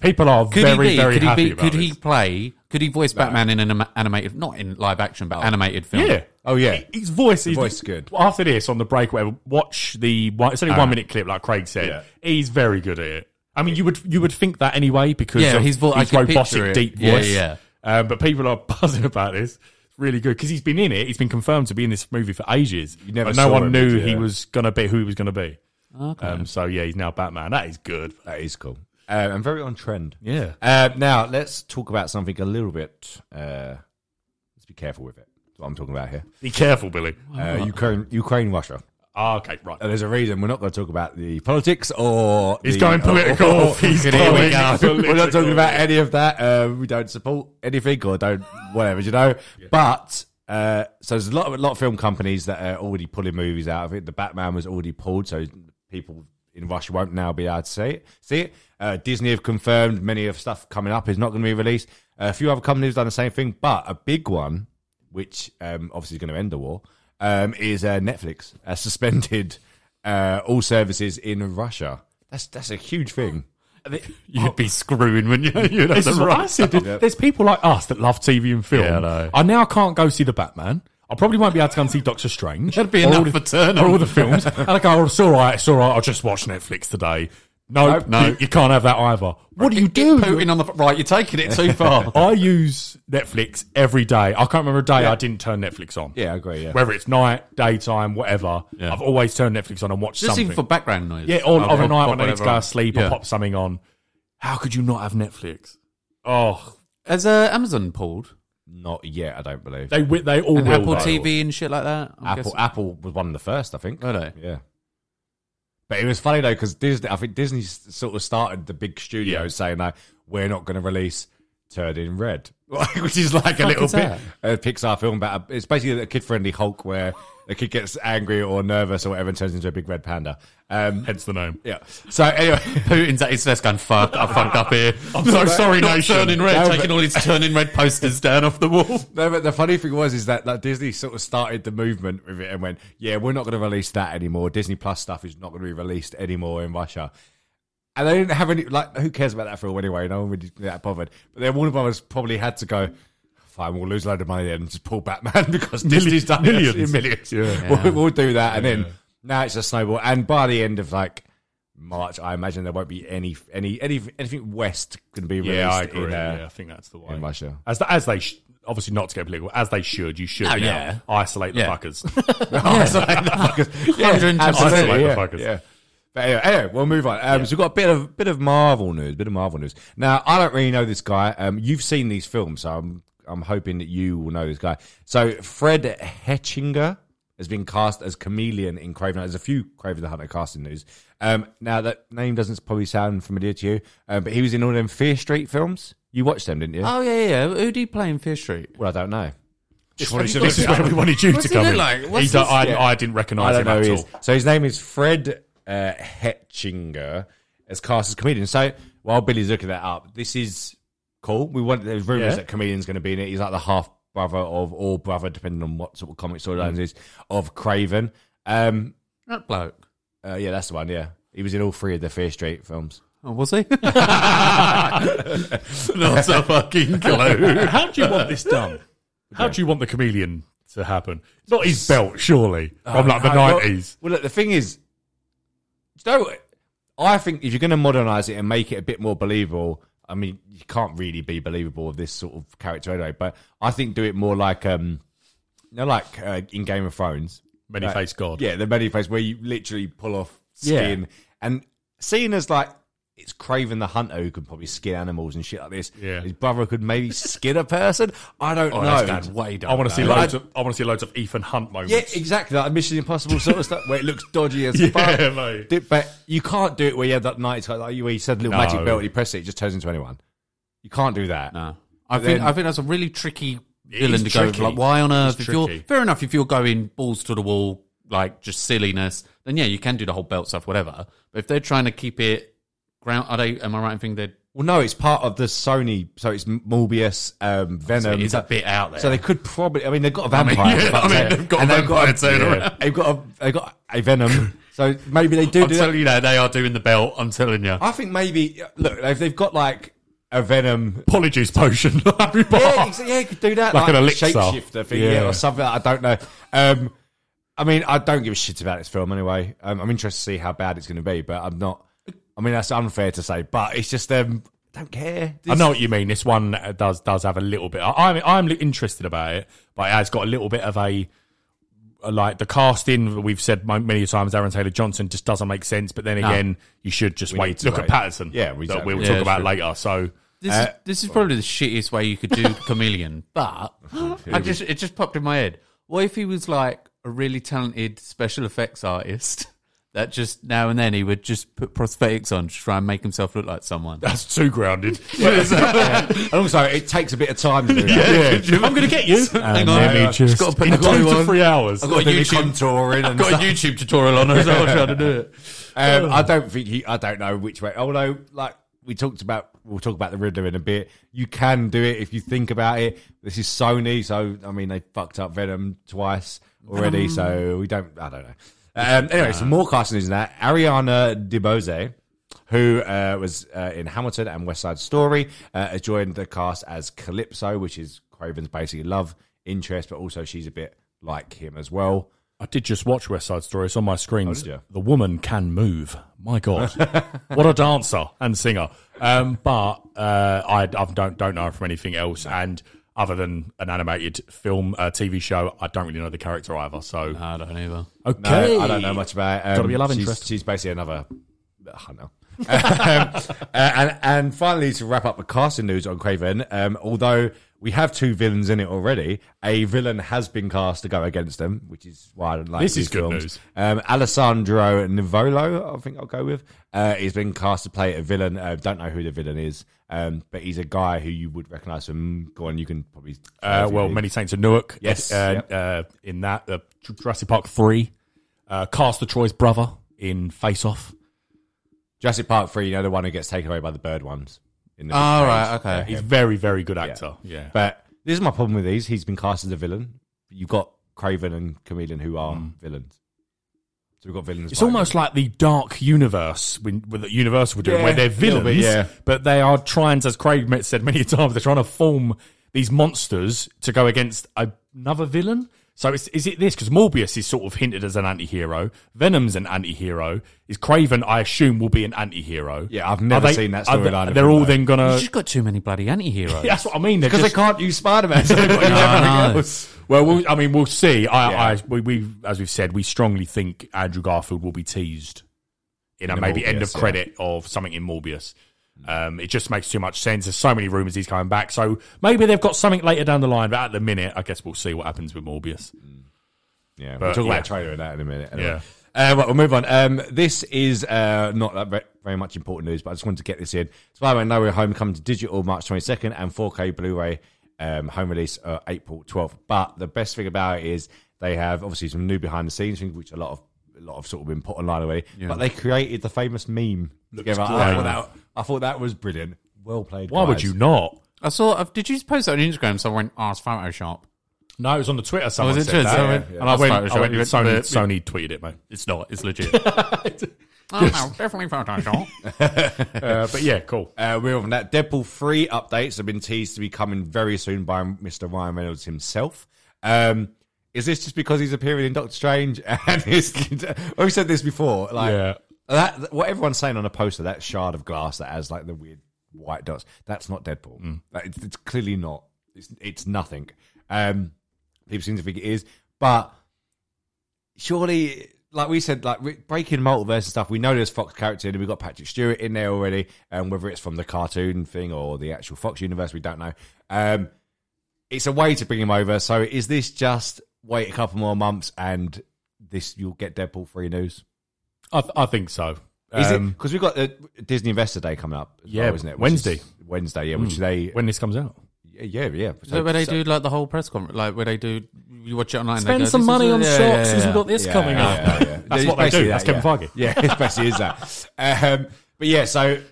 Speaker 8: People are
Speaker 5: Could
Speaker 8: very,
Speaker 5: he be?
Speaker 8: very
Speaker 5: could
Speaker 8: happy
Speaker 5: he be?
Speaker 8: about
Speaker 5: Could he
Speaker 8: this.
Speaker 5: play? Could he voice Batman in an anim- animated, not in live action, but animated film?
Speaker 8: Yeah.
Speaker 7: Oh, yeah.
Speaker 8: He- His voice is
Speaker 7: voice is good.
Speaker 8: After this, on the break, whatever, watch the one. It's only one minute clip, like Craig said.
Speaker 7: Yeah.
Speaker 8: He's very good at it. I mean, you would you would think that anyway because
Speaker 5: Yeah,
Speaker 8: of his,
Speaker 5: his vo- I could
Speaker 8: robotic
Speaker 5: picture it.
Speaker 8: deep
Speaker 5: Yeah,
Speaker 8: voice.
Speaker 5: yeah.
Speaker 8: Um, but people are buzzing about this. It's really good because he's been in it. He's been confirmed to be in this movie for ages. You
Speaker 7: never
Speaker 8: but no
Speaker 7: saw
Speaker 8: one
Speaker 7: him,
Speaker 8: knew
Speaker 7: did you?
Speaker 8: he was gonna be who he was gonna be. Okay. Um, so yeah, he's now Batman. That is good.
Speaker 7: That is cool. Um, and very on trend.
Speaker 5: Oh.
Speaker 8: Yeah.
Speaker 7: Uh, now let's talk about something a little bit. Uh, let's be careful with it. That's what I'm talking about here.
Speaker 8: Be careful, Billy.
Speaker 7: Uh, Ukraine, Ukraine, Russia.
Speaker 8: Ah, okay, right.
Speaker 7: And there's a reason we're not going to talk about the politics or.
Speaker 8: He's
Speaker 7: the-
Speaker 8: going political.
Speaker 7: or- or-
Speaker 8: He's
Speaker 7: Here we
Speaker 8: going
Speaker 7: go. We're not
Speaker 8: political.
Speaker 7: talking about any of that. Uh, we don't support anything or don't whatever, you know. But uh, so there's a lot of a lot of film companies that are already pulling movies out of it. The Batman was already pulled, so people in Russia won't now be able to see it. See it. Uh, Disney have confirmed many of stuff coming up is not going to be released. a few other companies have done the same thing, but a big one which um, obviously is going to end the war, um, is uh, Netflix has suspended uh, all services in Russia. That's that's a huge thing.
Speaker 5: You'd be screwing, wouldn't you? You'd have
Speaker 8: This
Speaker 5: the
Speaker 8: is what I
Speaker 5: right.
Speaker 8: said. There's people like us that love TV and film.
Speaker 5: Yeah, I know.
Speaker 8: I now can't go see the Batman. I probably won't be able to go and see Doctor Strange.
Speaker 5: That'd be
Speaker 8: Or
Speaker 5: enough
Speaker 8: all the-
Speaker 5: for turn
Speaker 8: or all
Speaker 5: on.
Speaker 8: the films. and I go, oh, it's all right, it's all right. I'll just watch Netflix today. No,
Speaker 5: Nope, no.
Speaker 8: you, you can't have that either. What do you
Speaker 5: Get
Speaker 8: do?
Speaker 5: Putin on the right. You're taking it too far.
Speaker 8: I use Netflix every day. I can't remember a day
Speaker 7: Yeah.
Speaker 8: I didn't turn Netflix on.
Speaker 7: Yeah, I agree, yeah.
Speaker 8: Whether it's night, daytime, whatever,
Speaker 5: Yeah.
Speaker 8: I've always turned Netflix on and watched
Speaker 5: Just
Speaker 8: something.
Speaker 5: even for background noise.
Speaker 8: yeah, all
Speaker 5: I'll-
Speaker 8: of a night
Speaker 5: I'll pop
Speaker 8: when I need to
Speaker 5: whatever
Speaker 8: go
Speaker 5: on.
Speaker 8: to sleep, I
Speaker 5: Yeah.
Speaker 8: pop something on. How could you not have Netflix? Oh,
Speaker 5: Has uh, Amazon pulled?
Speaker 7: Not yet, I don't believe.
Speaker 8: they wi- they all
Speaker 5: And
Speaker 8: will,
Speaker 5: Apple
Speaker 8: though.
Speaker 5: TV and shit like that? I'm
Speaker 7: Apple
Speaker 5: guessing.
Speaker 7: Apple was one of the first, I think.
Speaker 5: Were they?
Speaker 7: Yeah. But it was funny though because Disney, I think Disney s- sort of started the big studios
Speaker 8: Yeah.
Speaker 7: saying like, "We're not going to release Turd in Red," Like, which is like a little
Speaker 5: is
Speaker 7: bit
Speaker 5: that?
Speaker 7: a Pixar film about a, it's basically a kid-friendly Hulk where the kid gets angry or nervous or whatever and turns into a big red panda. Um,
Speaker 8: Hence the name. Uh,
Speaker 7: yeah. So anyway,
Speaker 5: Putin's at his desk going, fuck, I fucked up here. I'm
Speaker 8: so sorry,
Speaker 5: not
Speaker 8: nation.
Speaker 5: Turning red,
Speaker 7: No,
Speaker 5: taking all his turning red posters down off the wall.
Speaker 7: No, but the funny thing was is that like, Disney sort of started the movement with it and went, "Yeah, we're not going to release that anymore. Disney Plus stuff is not going to be released anymore in Russia." And they didn't have any like, who cares about that film anyway? No one really that bothered. But then Warner Brothers probably had to go. Fine, we'll lose a load of money then and just pull Batman because Disney's done millions,
Speaker 8: millions.
Speaker 7: millions. We'll, we'll do that, and then now it's a snowball. And by the end of like March, I imagine there won't be any any any anything West going to be released.
Speaker 8: Yeah, I agree.
Speaker 7: In, uh,
Speaker 8: yeah, I think that's the way.
Speaker 7: in Russia.
Speaker 8: as the, as they sh- obviously not to get political, as they should. You should
Speaker 5: Oh,
Speaker 8: now
Speaker 5: yeah.
Speaker 8: isolate the
Speaker 5: Yeah.
Speaker 8: fuckers.
Speaker 7: Yeah,
Speaker 5: 110%.
Speaker 7: absolutely, yeah,
Speaker 8: Motherfuckers.
Speaker 7: yeah. But anyway, anyway, we'll move on. Um, So we've got a bit of bit of Marvel news, bit of Marvel news. Now I don't really know this guy. Um, you've seen these films, so I'm I'm hoping that you will know this guy. So Fred Hetchinger has been cast as Chameleon in Craven. the Hunter. There's a few Craven the Hunter casting news. Um, now that name doesn't probably sound familiar to you, um, but he was in all them Fear Street films. You watched them, didn't you?
Speaker 5: Oh, yeah, yeah. Who do you play in Fear Street?
Speaker 7: well, I don't know.
Speaker 8: this is where we wanted you
Speaker 5: What's
Speaker 8: to
Speaker 5: he
Speaker 8: come
Speaker 5: look
Speaker 8: in.
Speaker 5: like? What's
Speaker 8: He don't-
Speaker 5: his-
Speaker 8: I,
Speaker 7: yeah.
Speaker 8: I didn't recognise him
Speaker 7: who
Speaker 8: at
Speaker 7: he
Speaker 8: all.
Speaker 7: is. So his name is Fred uh, Hetchinger, as cast as comedian. So while Billy's looking that up, this is cool. We want there's rumors
Speaker 8: Yeah.
Speaker 7: that comedian's going to be in it. He's like the half brother of or brother, depending on what sort of comic storylines is of Craven. Um,
Speaker 5: That bloke.
Speaker 7: uh, yeah, that's the one. Yeah, he was in all three of the Fear Street films.
Speaker 5: Oh, was he? Not a fucking clue.
Speaker 8: How do you want this done? How do you want the chameleon to happen? Not his belt, surely. from like the
Speaker 7: No, well-
Speaker 8: nineties.
Speaker 7: Well, look, the thing is, you know, I think if you're going to modernise it and make it a bit more believable, I mean, you can't really be believable with this sort of character anyway. But I think do it more like, um, you know, like uh, in Game of Thrones,
Speaker 8: Many faced God.
Speaker 7: yeah, the many face where you literally pull off
Speaker 8: Yeah.
Speaker 7: skin and seeing as like. It's Craven the Hunter who can probably skin animals and shit like this.
Speaker 8: Yeah.
Speaker 7: His brother could maybe skin a person. I don't know.
Speaker 5: that's way down.
Speaker 8: Oh, I want to see
Speaker 5: there.
Speaker 8: loads of I want to see loads of Ethan Hunt moments.
Speaker 7: Yeah, exactly. Like Mission Impossible sort of stuff where it looks dodgy as
Speaker 8: Yeah,
Speaker 7: fuck.
Speaker 8: mate.
Speaker 7: Di- But you can't do it where you have that night like you- where you said little
Speaker 8: No.
Speaker 7: magic belt, you press it, it just turns into anyone. You can't do that.
Speaker 5: No. I
Speaker 7: But
Speaker 5: think
Speaker 7: then-
Speaker 5: I think that's a really tricky
Speaker 8: It is
Speaker 5: villain to go with.
Speaker 8: tricky.
Speaker 5: Like, why on
Speaker 8: It's
Speaker 5: earth? If you're
Speaker 8: tricky.
Speaker 5: fair enough, if you're going balls to the wall, like just silliness, then yeah, you can do the whole belt stuff, whatever. But if they're trying to keep it ground, are they? Am I right in thinking they're?
Speaker 7: Well, no, it's part of the Sony, so it's Morbius, um, Venom.
Speaker 5: it's a bit out there.
Speaker 7: So they could probably. I mean, they've got a vampire. but- and
Speaker 5: turning
Speaker 7: yeah, They've got a, they've got a Venom. So maybe they do
Speaker 5: I'm
Speaker 7: do that.
Speaker 5: telling you, that they are doing the belt. I'm telling you.
Speaker 7: I think maybe look if they've got like a Venom
Speaker 8: Apologies potion. Harry
Speaker 7: Yeah,
Speaker 8: Potter.
Speaker 7: exa- yeah, you could do that.
Speaker 8: Like an
Speaker 7: a
Speaker 8: elixir.
Speaker 7: Shapeshifter thing, yeah.
Speaker 8: Yeah.
Speaker 7: or something. I don't know. Um, I mean, I don't give a shit about this film anyway. Um, I'm interested to see how bad it's going to be, but I'm not. I mean, that's unfair to say, but it's just, um, I don't care.
Speaker 8: I know what you mean. This one uh, does does have a little bit. I, I'm I'm li- interested about it, but it has got a little bit of a, a like the casting that we've said mo- many times. Aaron Taylor Johnson just doesn't make sense. But then again, you should just
Speaker 7: We need
Speaker 8: wait.
Speaker 7: to
Speaker 8: Look at
Speaker 7: wait.
Speaker 8: Patterson.
Speaker 7: Yeah, we-
Speaker 8: that we'll
Speaker 7: Yeah,
Speaker 8: talk
Speaker 5: it's
Speaker 8: about
Speaker 5: true.
Speaker 8: later. So
Speaker 5: This,
Speaker 8: Uh,
Speaker 5: is, this is probably the shittiest way you could do chameleon, but I just it just popped in my head. What if he was like a really talented special effects artist that just now and then he would just put prosthetics on to try and make himself look like someone?
Speaker 8: that's too grounded.
Speaker 7: And also, it takes a bit of time to do that.
Speaker 8: Yeah. I'm gonna get you.
Speaker 5: Hang on,
Speaker 8: let me
Speaker 5: I've
Speaker 8: just-
Speaker 5: gotta put
Speaker 8: in
Speaker 5: the
Speaker 8: two
Speaker 5: glue
Speaker 8: to
Speaker 5: on.
Speaker 8: three hours.
Speaker 5: I've got a
Speaker 7: Bit of
Speaker 5: YouTube,
Speaker 7: contouring and
Speaker 5: got a
Speaker 7: stuff.
Speaker 5: YouTube tutorial on as well trying to do it.
Speaker 7: Um, I don't think he. I don't know which way. Although, like we talked about, we'll talk about the Riddler in a bit. You can do it if you think about it. This is Sony, so I mean they fucked up Venom twice already. So we don't. I don't know. Um, anyway, so more casting news than that. Ariana DeBose, who uh, was uh, in Hamilton and West Side Story, uh, has joined the cast as Calypso, which is Craven's basically love interest, but also she's a bit like him as well.
Speaker 8: I did just watch West Side Story. It's on my screen.
Speaker 7: Oh, did you?
Speaker 8: the woman can move. My God, what a dancer and singer. Um, but uh, I, I don't don't know her from anything else. And other than an animated film, uh, TV show, I don't really know the character either. So uh,
Speaker 5: I don't either.
Speaker 7: No,
Speaker 8: okay,
Speaker 7: I don't know much about. Um,
Speaker 8: Gotta be a love
Speaker 7: she's,
Speaker 8: interest.
Speaker 7: She's basically another hunter. um, uh, and and finally, to wrap up the casting news on Craven, um, although we have two villains in it already, a villain has been cast to go against them, which is why I don't like
Speaker 8: This
Speaker 7: these
Speaker 8: is good
Speaker 7: films.
Speaker 8: news.
Speaker 7: Um, Alessandro Nivolo, I think I'll go with. Uh, he's been cast to play a villain. Uh, don't know who the villain is, um, but he's a guy who you would recognise from. Go on, you can probably.
Speaker 8: Uh, well, many saints of Newark.
Speaker 7: Yes,
Speaker 8: uh, uh, in that uh, Jurassic Park three, uh, Castor Troy's brother in Face Off.
Speaker 7: Jurassic Park three, you know the one who gets taken away by the bird ones. In the
Speaker 8: Ah,
Speaker 5: Oh, right, okay.
Speaker 8: He's very very good actor.
Speaker 7: Yeah.
Speaker 8: Yeah,
Speaker 7: But this is my problem with these. He's been cast as a villain. You've got Craven and Chameleon who are villains. So we've got villains.
Speaker 8: Mm. It's
Speaker 7: fighting.
Speaker 8: almost like the dark universe when, when that Universal were doing,
Speaker 7: Yeah,
Speaker 8: where they're
Speaker 7: a little
Speaker 8: villains,
Speaker 7: bit, yeah.
Speaker 8: but they are trying, to- as Craig met- said many times, they're trying to form these monsters to go against another villain. So is, is it this? Because Morbius is sort of hinted as an anti-hero. Venom's an anti-hero. Is Craven, I assume, will be an anti-hero.
Speaker 7: Yeah, I've
Speaker 8: Are
Speaker 7: never
Speaker 8: they-
Speaker 7: seen that
Speaker 8: are they-
Speaker 7: storyline of
Speaker 8: They're
Speaker 7: him,
Speaker 8: all
Speaker 7: though.
Speaker 8: then
Speaker 5: You've
Speaker 8: gonna...
Speaker 5: just got too many bloody anti-heroes.
Speaker 8: That's what I mean. They're
Speaker 7: because
Speaker 8: just-
Speaker 7: they can't use Spider Man. So they've got to use
Speaker 5: No,
Speaker 7: everything
Speaker 5: no.
Speaker 7: else.
Speaker 8: Well, we'll I mean, we'll see. I,
Speaker 7: Yeah.
Speaker 8: I, we, we, as we've said, we strongly think Andrew Garfield will be teased in a
Speaker 7: In a
Speaker 8: maybe end
Speaker 7: Morbius,
Speaker 8: of
Speaker 7: yeah.
Speaker 8: credit of something in Morbius. Um, it just makes too much sense. There's so many rumors he's coming back, so maybe they've got something later down the line. But at the minute, I guess we'll see what happens with Morbius.
Speaker 7: Yeah,
Speaker 8: But,
Speaker 7: we'll talk
Speaker 8: yeah.
Speaker 7: about trailer in that in a minute. Anyway.
Speaker 8: Yeah.
Speaker 7: Uh, right, we'll move on. Um, this is uh, not that ve- very much important news, but I just wanted to get this in. Spider-Man: No Way Home coming to digital March 22nd and 4K Blu-ray um, home release uh, April 12th. But the best thing about it is they have obviously some new behind the scenes things, which a lot of a lot of sort of been put online already. But they created the famous meme together. I thought,
Speaker 8: great.
Speaker 7: that, I thought that was brilliant. Well played.
Speaker 8: Why would
Speaker 7: guys.
Speaker 8: you not?
Speaker 5: I saw. I've- Did you post that on Instagram? Someone went, "Oh, it's Photoshop."
Speaker 8: No, it was on the Twitter. Someone
Speaker 5: it
Speaker 8: said
Speaker 5: Twitter?
Speaker 8: that.
Speaker 5: Someone- Yeah, yeah.
Speaker 8: And I
Speaker 5: That's
Speaker 8: went,
Speaker 5: Photoshop.
Speaker 8: I went
Speaker 5: You went-
Speaker 8: Sony,
Speaker 5: but-
Speaker 8: Sony tweeted it, mate.
Speaker 5: It's not. It's legit. oh, no, definitely Photoshop.
Speaker 8: Uh, but yeah, cool.
Speaker 7: Uh, we're on that. Deadpool 3 updates have been teased to be coming very soon by Mr. Ryan Reynolds himself. Um, is this just because he's appearing in Doctor Strange? And his, we've said this before. Like
Speaker 8: Yeah.
Speaker 7: that, what everyone's saying on a poster, that shard of glass that has like the weird white dots, that's not Deadpool. Like, it's, it's clearly not. It's, it's nothing. Um, people seem to think it is, but surely, like we said, like re- breaking multiverse and stuff, we know there's Fox character in there. We've got Patrick Stewart in there already, and whether it's from the cartoon thing or the actual Fox universe, we don't know. Um, it's a way to bring him over. So is this just wait a couple more months and this you'll get Deadpool free news?
Speaker 8: I, th- I think so.
Speaker 7: Is it
Speaker 8: Um,
Speaker 7: because we've got the Disney Investor Day coming up? as
Speaker 8: Yeah,
Speaker 7: well, isn't it? Which is
Speaker 8: Wednesday. Hmm.
Speaker 7: Wednesday, yeah. Which they,
Speaker 8: when this comes out?
Speaker 7: yeah, yeah.
Speaker 5: Is that where they do like the whole press conference? Like where they do you watch it online? and they
Speaker 8: Spend
Speaker 5: go,
Speaker 8: some
Speaker 5: "This is
Speaker 8: money
Speaker 5: a-
Speaker 8: on
Speaker 5: yeah,
Speaker 8: shots
Speaker 5: yeah,
Speaker 8: since
Speaker 5: yeah."
Speaker 8: we've got this
Speaker 7: Yeah,
Speaker 8: coming
Speaker 7: yeah,
Speaker 8: up.
Speaker 7: yeah, yeah.
Speaker 8: That's
Speaker 7: It's
Speaker 8: what they
Speaker 7: basically
Speaker 8: do. That's
Speaker 7: that,
Speaker 8: Kevin Feige.
Speaker 7: yeah. Yeah, it basically is that. Um, but yeah, so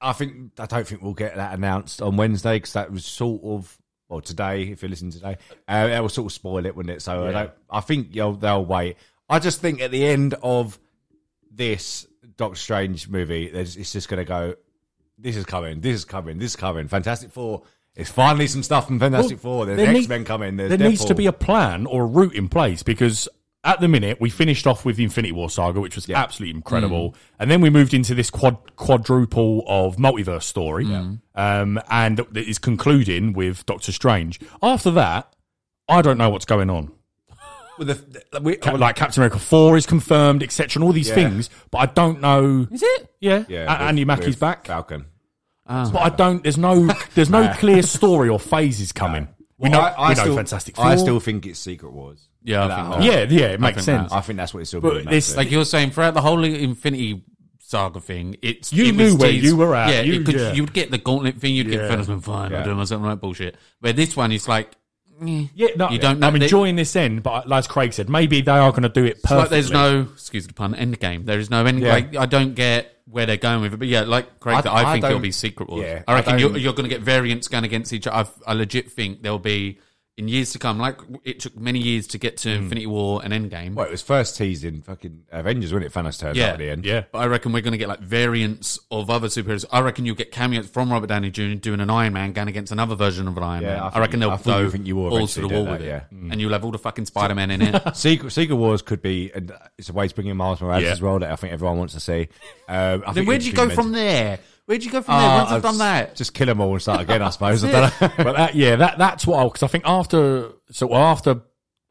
Speaker 7: I think I don't think we'll get that announced on Wednesday because that was sort of well today. If you're listening today, uh, that will sort of spoil it, wouldn't it? So I don't. I think you they'll wait. I just think at the end of this Doctor Strange movie, there's, it's just going to go. This is coming. This is coming. This is coming. Fantastic Four. It's finally some stuff from Fantastic
Speaker 8: Well,
Speaker 7: Four. There's
Speaker 8: there need-
Speaker 7: X Men coming. There's
Speaker 8: there needs to
Speaker 7: Deadpool.
Speaker 8: be a plan or a route in place because at the minute we finished off with the Infinity War saga, which was absolutely
Speaker 7: Mm.
Speaker 8: incredible, and then we moved into this quad quadruple of multiverse story, um, and it is concluding with Doctor Strange. After that, I don't know what's going on.
Speaker 7: With the- the- we-
Speaker 8: Cap- like Captain America Four is confirmed, etc., and all these
Speaker 7: Yeah.
Speaker 8: things, but I don't know. Is it? Yeah,
Speaker 7: yeah,
Speaker 8: A-
Speaker 7: with-
Speaker 8: Andy Mackie's
Speaker 7: with
Speaker 8: back.
Speaker 7: Falcon.
Speaker 8: But I don't. There's no. There's no clear story or phases coming. We know.
Speaker 7: I, I
Speaker 8: we know.
Speaker 7: still,
Speaker 8: Fantastic Four.
Speaker 7: I still think it's Secret Wars.
Speaker 5: Yeah, I
Speaker 7: That
Speaker 5: think
Speaker 7: whole-
Speaker 8: yeah, yeah. It makes
Speaker 5: think
Speaker 8: sense.
Speaker 7: I think that's what it's still.
Speaker 8: But
Speaker 7: building up
Speaker 8: this-
Speaker 7: to.
Speaker 5: Like you're saying, throughout the whole Infinity Saga thing, it's
Speaker 8: You
Speaker 5: it was
Speaker 8: knew where
Speaker 5: teased-
Speaker 8: you were at.
Speaker 5: Yeah,
Speaker 8: You-
Speaker 5: you, could,
Speaker 8: yeah.
Speaker 5: you would get the gauntlet thing. You'd
Speaker 8: Yeah.
Speaker 5: get Thanos fine.
Speaker 7: Yeah.
Speaker 5: I'm doing myself right bullshit. Where this one is like, eh,
Speaker 8: Yeah, no,
Speaker 5: you don't. Know.
Speaker 8: I'm
Speaker 5: They-
Speaker 8: enjoying this end, but like Craig said, maybe they are going to do it
Speaker 5: It's
Speaker 8: perfectly.
Speaker 5: like there's no, excuse the pun, end game. There is no end.
Speaker 7: Yeah.
Speaker 5: Like I don't get where they're going with it. But yeah, like Craig,
Speaker 7: I-
Speaker 5: that I,
Speaker 7: I
Speaker 5: think it'll
Speaker 7: don't-
Speaker 5: be Secret Wars.
Speaker 7: yeah,
Speaker 5: I
Speaker 7: I
Speaker 5: reckon you're,
Speaker 7: don't-
Speaker 5: you're going to get variants going against each other. I've, I legit think there'll be in years to come. Like it took many years to get to
Speaker 8: Mm.
Speaker 5: Infinity War and Endgame.
Speaker 7: Well, it was first teased in fucking Avengers, wasn't it? Thanos turned up
Speaker 5: yeah,
Speaker 7: at the end.
Speaker 5: But I reckon we're going to get like variants of other superheroes. I reckon you'll get cameos from Robert Downey Jr. doing an Iron Man going against another version of an Iron
Speaker 7: Yeah,
Speaker 5: Man.
Speaker 7: I
Speaker 5: I,
Speaker 7: think-
Speaker 5: reckon they'll
Speaker 7: I thought
Speaker 5: go
Speaker 7: you think you were
Speaker 5: all to the
Speaker 7: eventually
Speaker 5: wall
Speaker 7: did
Speaker 5: with
Speaker 7: that,
Speaker 5: it,
Speaker 7: yeah. Mm.
Speaker 5: and you'll have all the fucking Spider Man in it.
Speaker 7: Secret, Secret Wars could be and it's a way to bring in Miles Morales
Speaker 8: Yeah.
Speaker 7: as well that I think everyone wants to see. Um, I
Speaker 5: then
Speaker 7: think
Speaker 5: where'd you go
Speaker 7: Inhumans-
Speaker 5: from there? Where'd you go from
Speaker 7: Uh,
Speaker 5: there? Once I've
Speaker 7: I'll
Speaker 5: done that,
Speaker 7: just- Just kill them all and start again, I suppose. I don't know.
Speaker 8: but that, yeah, that that's what because I think after so well, after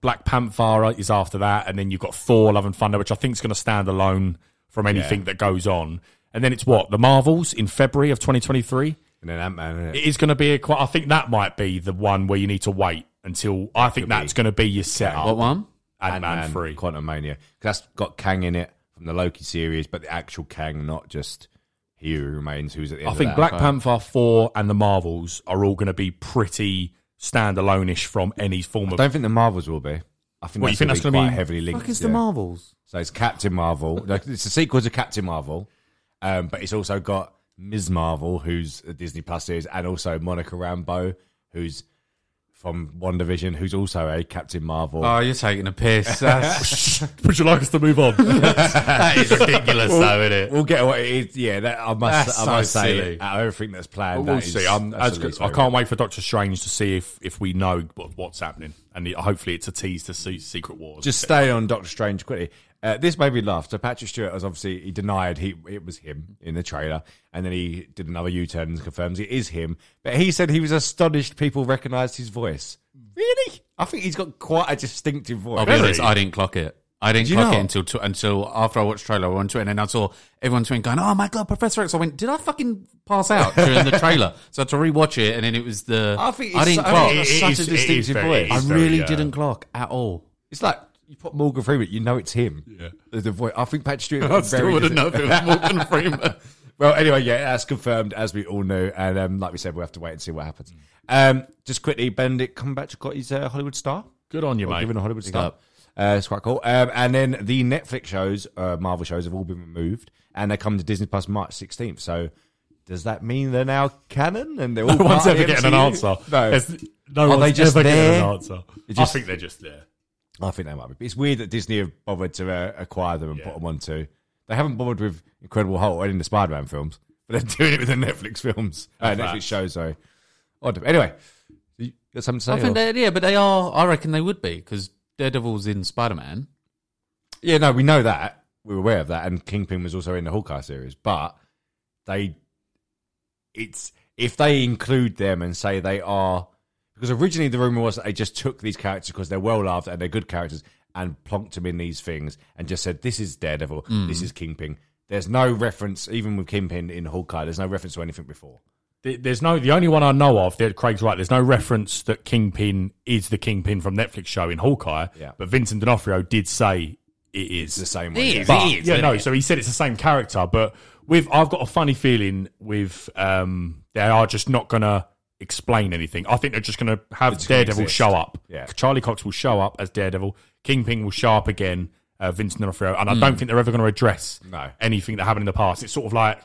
Speaker 8: Black Panther is after that, and then you've got Thor: Love and Thunder, which I think is going to stand alone from anything that goes on. And then it's what the Marvels in February of 2023.
Speaker 7: and then Ant Man.
Speaker 8: It is going to be a quite. I think that might be the one where you need to wait until. I think that's going to be your setup.
Speaker 5: what one?
Speaker 8: Ant Man three.
Speaker 7: Quantum Mania. That's got Kang in it from the Loki series, but the actual Kang, not just He Who Remains, who's at the end
Speaker 8: I think
Speaker 7: of that.
Speaker 8: Black Panther four and the Marvels are all going to be pretty standalone-ish from any form
Speaker 7: I
Speaker 8: of.
Speaker 7: don't think the Marvels will be. I think
Speaker 8: What,
Speaker 7: that's
Speaker 8: you think
Speaker 7: gonna
Speaker 8: that's
Speaker 7: be
Speaker 8: gonna
Speaker 7: quite
Speaker 8: be-
Speaker 7: heavily linked.
Speaker 5: Fuck is
Speaker 7: yeah.
Speaker 5: the Marvels?
Speaker 7: So it's Captain Marvel. Like, it's a sequel to Captain Marvel, um, but it's also got Ms. Marvel, who's a Disney Plus series, and also Monica Rambeau, who's from WandaVision, who's also a Captain Marvel.
Speaker 8: Uh,
Speaker 5: Oh, you're taking a piss. That's,
Speaker 8: Would you like us to move on?
Speaker 5: that is ridiculous, though, isn't it?
Speaker 7: We'll get what it is. Yeah, that, I must.
Speaker 5: That's
Speaker 7: I
Speaker 5: so
Speaker 7: must say,
Speaker 5: silly.
Speaker 7: out of everything that's planned,
Speaker 8: But we'll
Speaker 7: that is-
Speaker 8: see. I'm,
Speaker 7: that's
Speaker 8: as
Speaker 7: the
Speaker 8: good,
Speaker 7: least
Speaker 8: I
Speaker 7: favourite.
Speaker 8: can't wait for Doctor Strange to see if, if we know what, what's happening, and it, hopefully it's a tease to see Secret Wars.
Speaker 7: Just stay on Doctor Strange quickly. Uh, this made me laugh. So Patrick Stewart was obviously he denied he it was him in the trailer, and then he did another U turn and confirms it is him. But he said he was astonished people recognised his voice. Really? I think he's got quite a distinctive voice.
Speaker 5: I'll be honest, I didn't clock it. I didn't
Speaker 7: Did you
Speaker 5: clock
Speaker 7: not?
Speaker 5: it until tw- until after I watched the trailer I went to it and then I saw everyone tweeting going, "Oh my god, Professor X!" I went, "Did I fucking pass out during the trailer?" So I had to rewatch it and then it was the
Speaker 7: I think
Speaker 5: I
Speaker 7: it's
Speaker 5: didn't
Speaker 7: so-
Speaker 5: clock.
Speaker 7: I think it's
Speaker 8: It
Speaker 7: such
Speaker 8: is-
Speaker 7: a
Speaker 8: it is
Speaker 7: distinctive
Speaker 8: very- it
Speaker 7: voice.
Speaker 5: I
Speaker 8: is
Speaker 5: really
Speaker 8: very, uh,
Speaker 5: didn't clock at all.
Speaker 7: It's like you put Morgan Freeman, you know it's him. Yeah. The, the voice. I think Patrick Stewart. got
Speaker 5: I
Speaker 7: a
Speaker 5: still
Speaker 7: very
Speaker 5: wouldn't
Speaker 7: distinct-
Speaker 5: know if it was Morgan Freeman.
Speaker 7: Well, anyway, yeah, that's confirmed as we all know, and um, like we said, we'll have to wait and see what happens. Um, just quickly, Benedict Cumberbatch got his uh, Hollywood star,
Speaker 8: good on you,
Speaker 7: Or
Speaker 8: mate.
Speaker 7: given a Hollywood star. Uh, it's quite cool. Um, and then the Netflix shows, uh, Marvel shows, have all been removed, and they come to Disney Plus March sixteenth. So, does that mean they're now canon and they're all
Speaker 8: no one's
Speaker 7: part of
Speaker 8: ever
Speaker 7: the
Speaker 8: getting an
Speaker 7: MCU?
Speaker 8: answer.
Speaker 7: No,
Speaker 8: It's- no
Speaker 7: Are
Speaker 8: one's
Speaker 7: they just
Speaker 8: ever
Speaker 7: there?
Speaker 8: getting an answer.
Speaker 7: just-
Speaker 8: I think they're just there.
Speaker 7: I think they might be. But It's weird that Disney have bothered to uh, acquire them and put them onto. They haven't bothered with Incredible Hulk or any of the Spider-Man films, but they're doing it with the Netflix films, uh, Netflix shows. Sorry. Odd. Anyway, you got something to say?
Speaker 5: I think
Speaker 7: or-
Speaker 5: they yeah, but they are. I reckon they would be because Daredevil's in Spider Man.
Speaker 7: yeah, no, we know that. We're aware of that, and Kingpin was also in the Hawkeye series. But they, it's if they include them and say they are because originally the rumor was that they just took these characters because they're well loved and they're good characters and plonked them in these things and just said this is Daredevil,
Speaker 8: Mm.
Speaker 7: this is Kingpin. There's no reference, even with Kingpin in Hawkeye. There's no reference to anything before.
Speaker 8: There- There's no the only one I know of that Craig's right. There's no reference that Kingpin is the Kingpin from Netflix show in Hawkeye.
Speaker 7: Yeah.
Speaker 8: But Vincent D'Onofrio did say it is.
Speaker 7: It's the same way. yeah.
Speaker 8: But- yeah, no. So he said it's the same character, but with I've got a funny feeling with um, they are just not gonna explain anything. I think they're just gonna have
Speaker 7: It's gonna
Speaker 8: Daredevil
Speaker 7: exist.
Speaker 8: show up.
Speaker 7: Yeah.
Speaker 8: Charlie Cox will show up as Daredevil. Kingpin will show up again. Uh, Vincent D'Onofrio, and I don't think they're ever gonna address
Speaker 7: Hmm. No.
Speaker 8: anything that happened in the past. It's sort of like.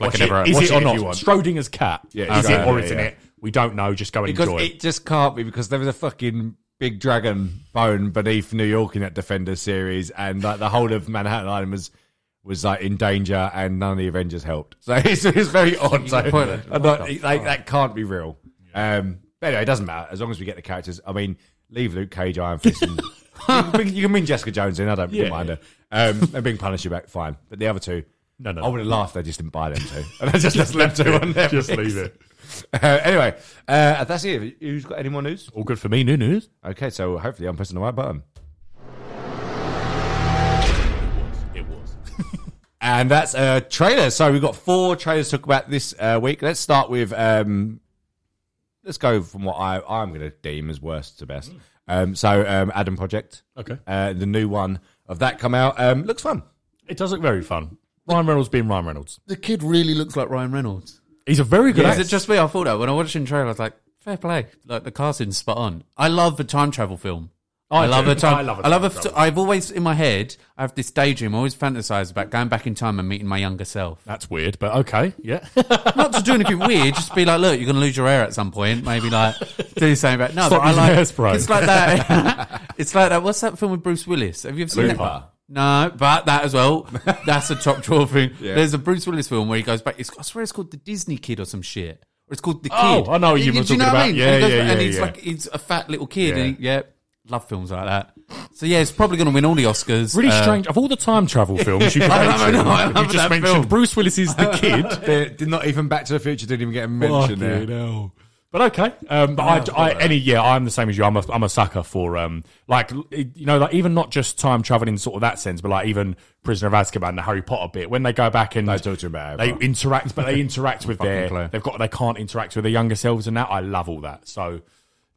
Speaker 5: like
Speaker 8: watch
Speaker 5: an ever-
Speaker 8: it, is
Speaker 7: watch
Speaker 8: it
Speaker 7: it
Speaker 8: or
Speaker 7: if
Speaker 8: not?
Speaker 7: you want.
Speaker 8: Schrodinger's cat.
Speaker 7: Yeah,
Speaker 8: is it
Speaker 7: exactly,
Speaker 8: or isn't
Speaker 7: yeah.
Speaker 8: it? We don't know. Just go and
Speaker 7: because
Speaker 8: enjoy
Speaker 7: it just can't be because there was a fucking big dragon bone beneath New York in that Defender series, and like the whole of Manhattan Island was was like in danger, and none of the Avengers helped. So it's, it's very odd. So,
Speaker 5: can put it.
Speaker 7: I'm not- like, that can't be real. Um, but anyway, it doesn't matter as long as we get the characters. I mean, leave Luke Cage, Iron Fist. And, you, can bring, you can bring Jessica Jones in. I don't
Speaker 8: Yeah.
Speaker 7: mind her. Um, and bring Punisher back, fine. But the other two,
Speaker 8: No, no,
Speaker 7: I
Speaker 8: no.
Speaker 7: would have laughed. if They just didn't buy them two, and I just, just left two on there.
Speaker 8: it. Just leave it.
Speaker 7: Uh, anyway, uh, that's it. Who's got any more news?
Speaker 8: All good for me. New news.
Speaker 7: Okay, so hopefully I'm pressing the right button.
Speaker 8: It was.
Speaker 7: And that's a trailer. So we've got four trailers to talk about this uh, week. Let's start with. Um, let's go from what I, I'm going to deem as worst to
Speaker 8: Mm.
Speaker 7: best. Um, so um, Adam Project.
Speaker 8: Okay.
Speaker 7: Uh, the new one of that come out. Um, looks fun.
Speaker 8: It does look very fun. Ryan Reynolds being Ryan Reynolds.
Speaker 5: The kid really looks like Ryan Reynolds.
Speaker 8: He's a very good
Speaker 5: Yeah,
Speaker 8: actor.
Speaker 5: Is it just me? I thought that when I watched in trailer, I was like, fair play. Like the casting's spot on. I love the time travel film. I, love
Speaker 8: do.
Speaker 5: a time.
Speaker 8: I love a
Speaker 5: I love
Speaker 8: time
Speaker 5: a-
Speaker 8: travel.
Speaker 5: I've always in my head. I have this daydream. I always fantasize about going back in time and meeting my younger self.
Speaker 8: That's weird, but okay, yeah.
Speaker 5: Not to do anything weird. Just be like, look, you're going to lose your hair at some point. Maybe like do something about no.
Speaker 8: Stop
Speaker 5: but I
Speaker 8: using
Speaker 5: like
Speaker 8: hairspray.
Speaker 5: it's like that. it's like that. What's that film with Bruce Willis? Have you ever seen that?
Speaker 7: Looper.
Speaker 5: one? No, but that as well. That's a top drawer thing. There's a Bruce Willis film where he goes back. It's, I swear it's called The Disney Kid or some shit. Or it's called The Kid.
Speaker 8: Oh, I know what
Speaker 5: Do
Speaker 8: you were
Speaker 5: do
Speaker 8: talking
Speaker 5: know what I
Speaker 8: about.
Speaker 5: mean?
Speaker 8: Yeah,
Speaker 5: and he goes
Speaker 8: yeah,
Speaker 5: back- And
Speaker 8: yeah,
Speaker 5: he's
Speaker 8: yeah.
Speaker 5: like, he's a fat little kid.
Speaker 8: Yeah.
Speaker 5: And he, yeah, love films like that. So yeah, it's probably going to win all the Oscars.
Speaker 8: Really
Speaker 5: Uh,
Speaker 8: strange. Of all the time travel films you've
Speaker 5: I know, I
Speaker 8: mentioned,
Speaker 5: know, I love
Speaker 8: you just
Speaker 5: that
Speaker 8: mentioned
Speaker 5: film.
Speaker 8: Bruce Willis is the kid.
Speaker 7: They- Did not even Back to the Future didn't even get a mention there.
Speaker 8: But okay, um, but I, I, any yeah, I'm the same as you. I'm a, I'm a sucker for um, like you know, like even not just time traveling in sort of that sense, but like even Prisoner of Azkaban, the Harry Potter bit, when they go back and
Speaker 7: They talk to him about
Speaker 8: they
Speaker 7: Harry Potter.
Speaker 8: interact, but they interact with their
Speaker 5: player.
Speaker 8: they've got they can't interact with their younger selves and that. I love all that. So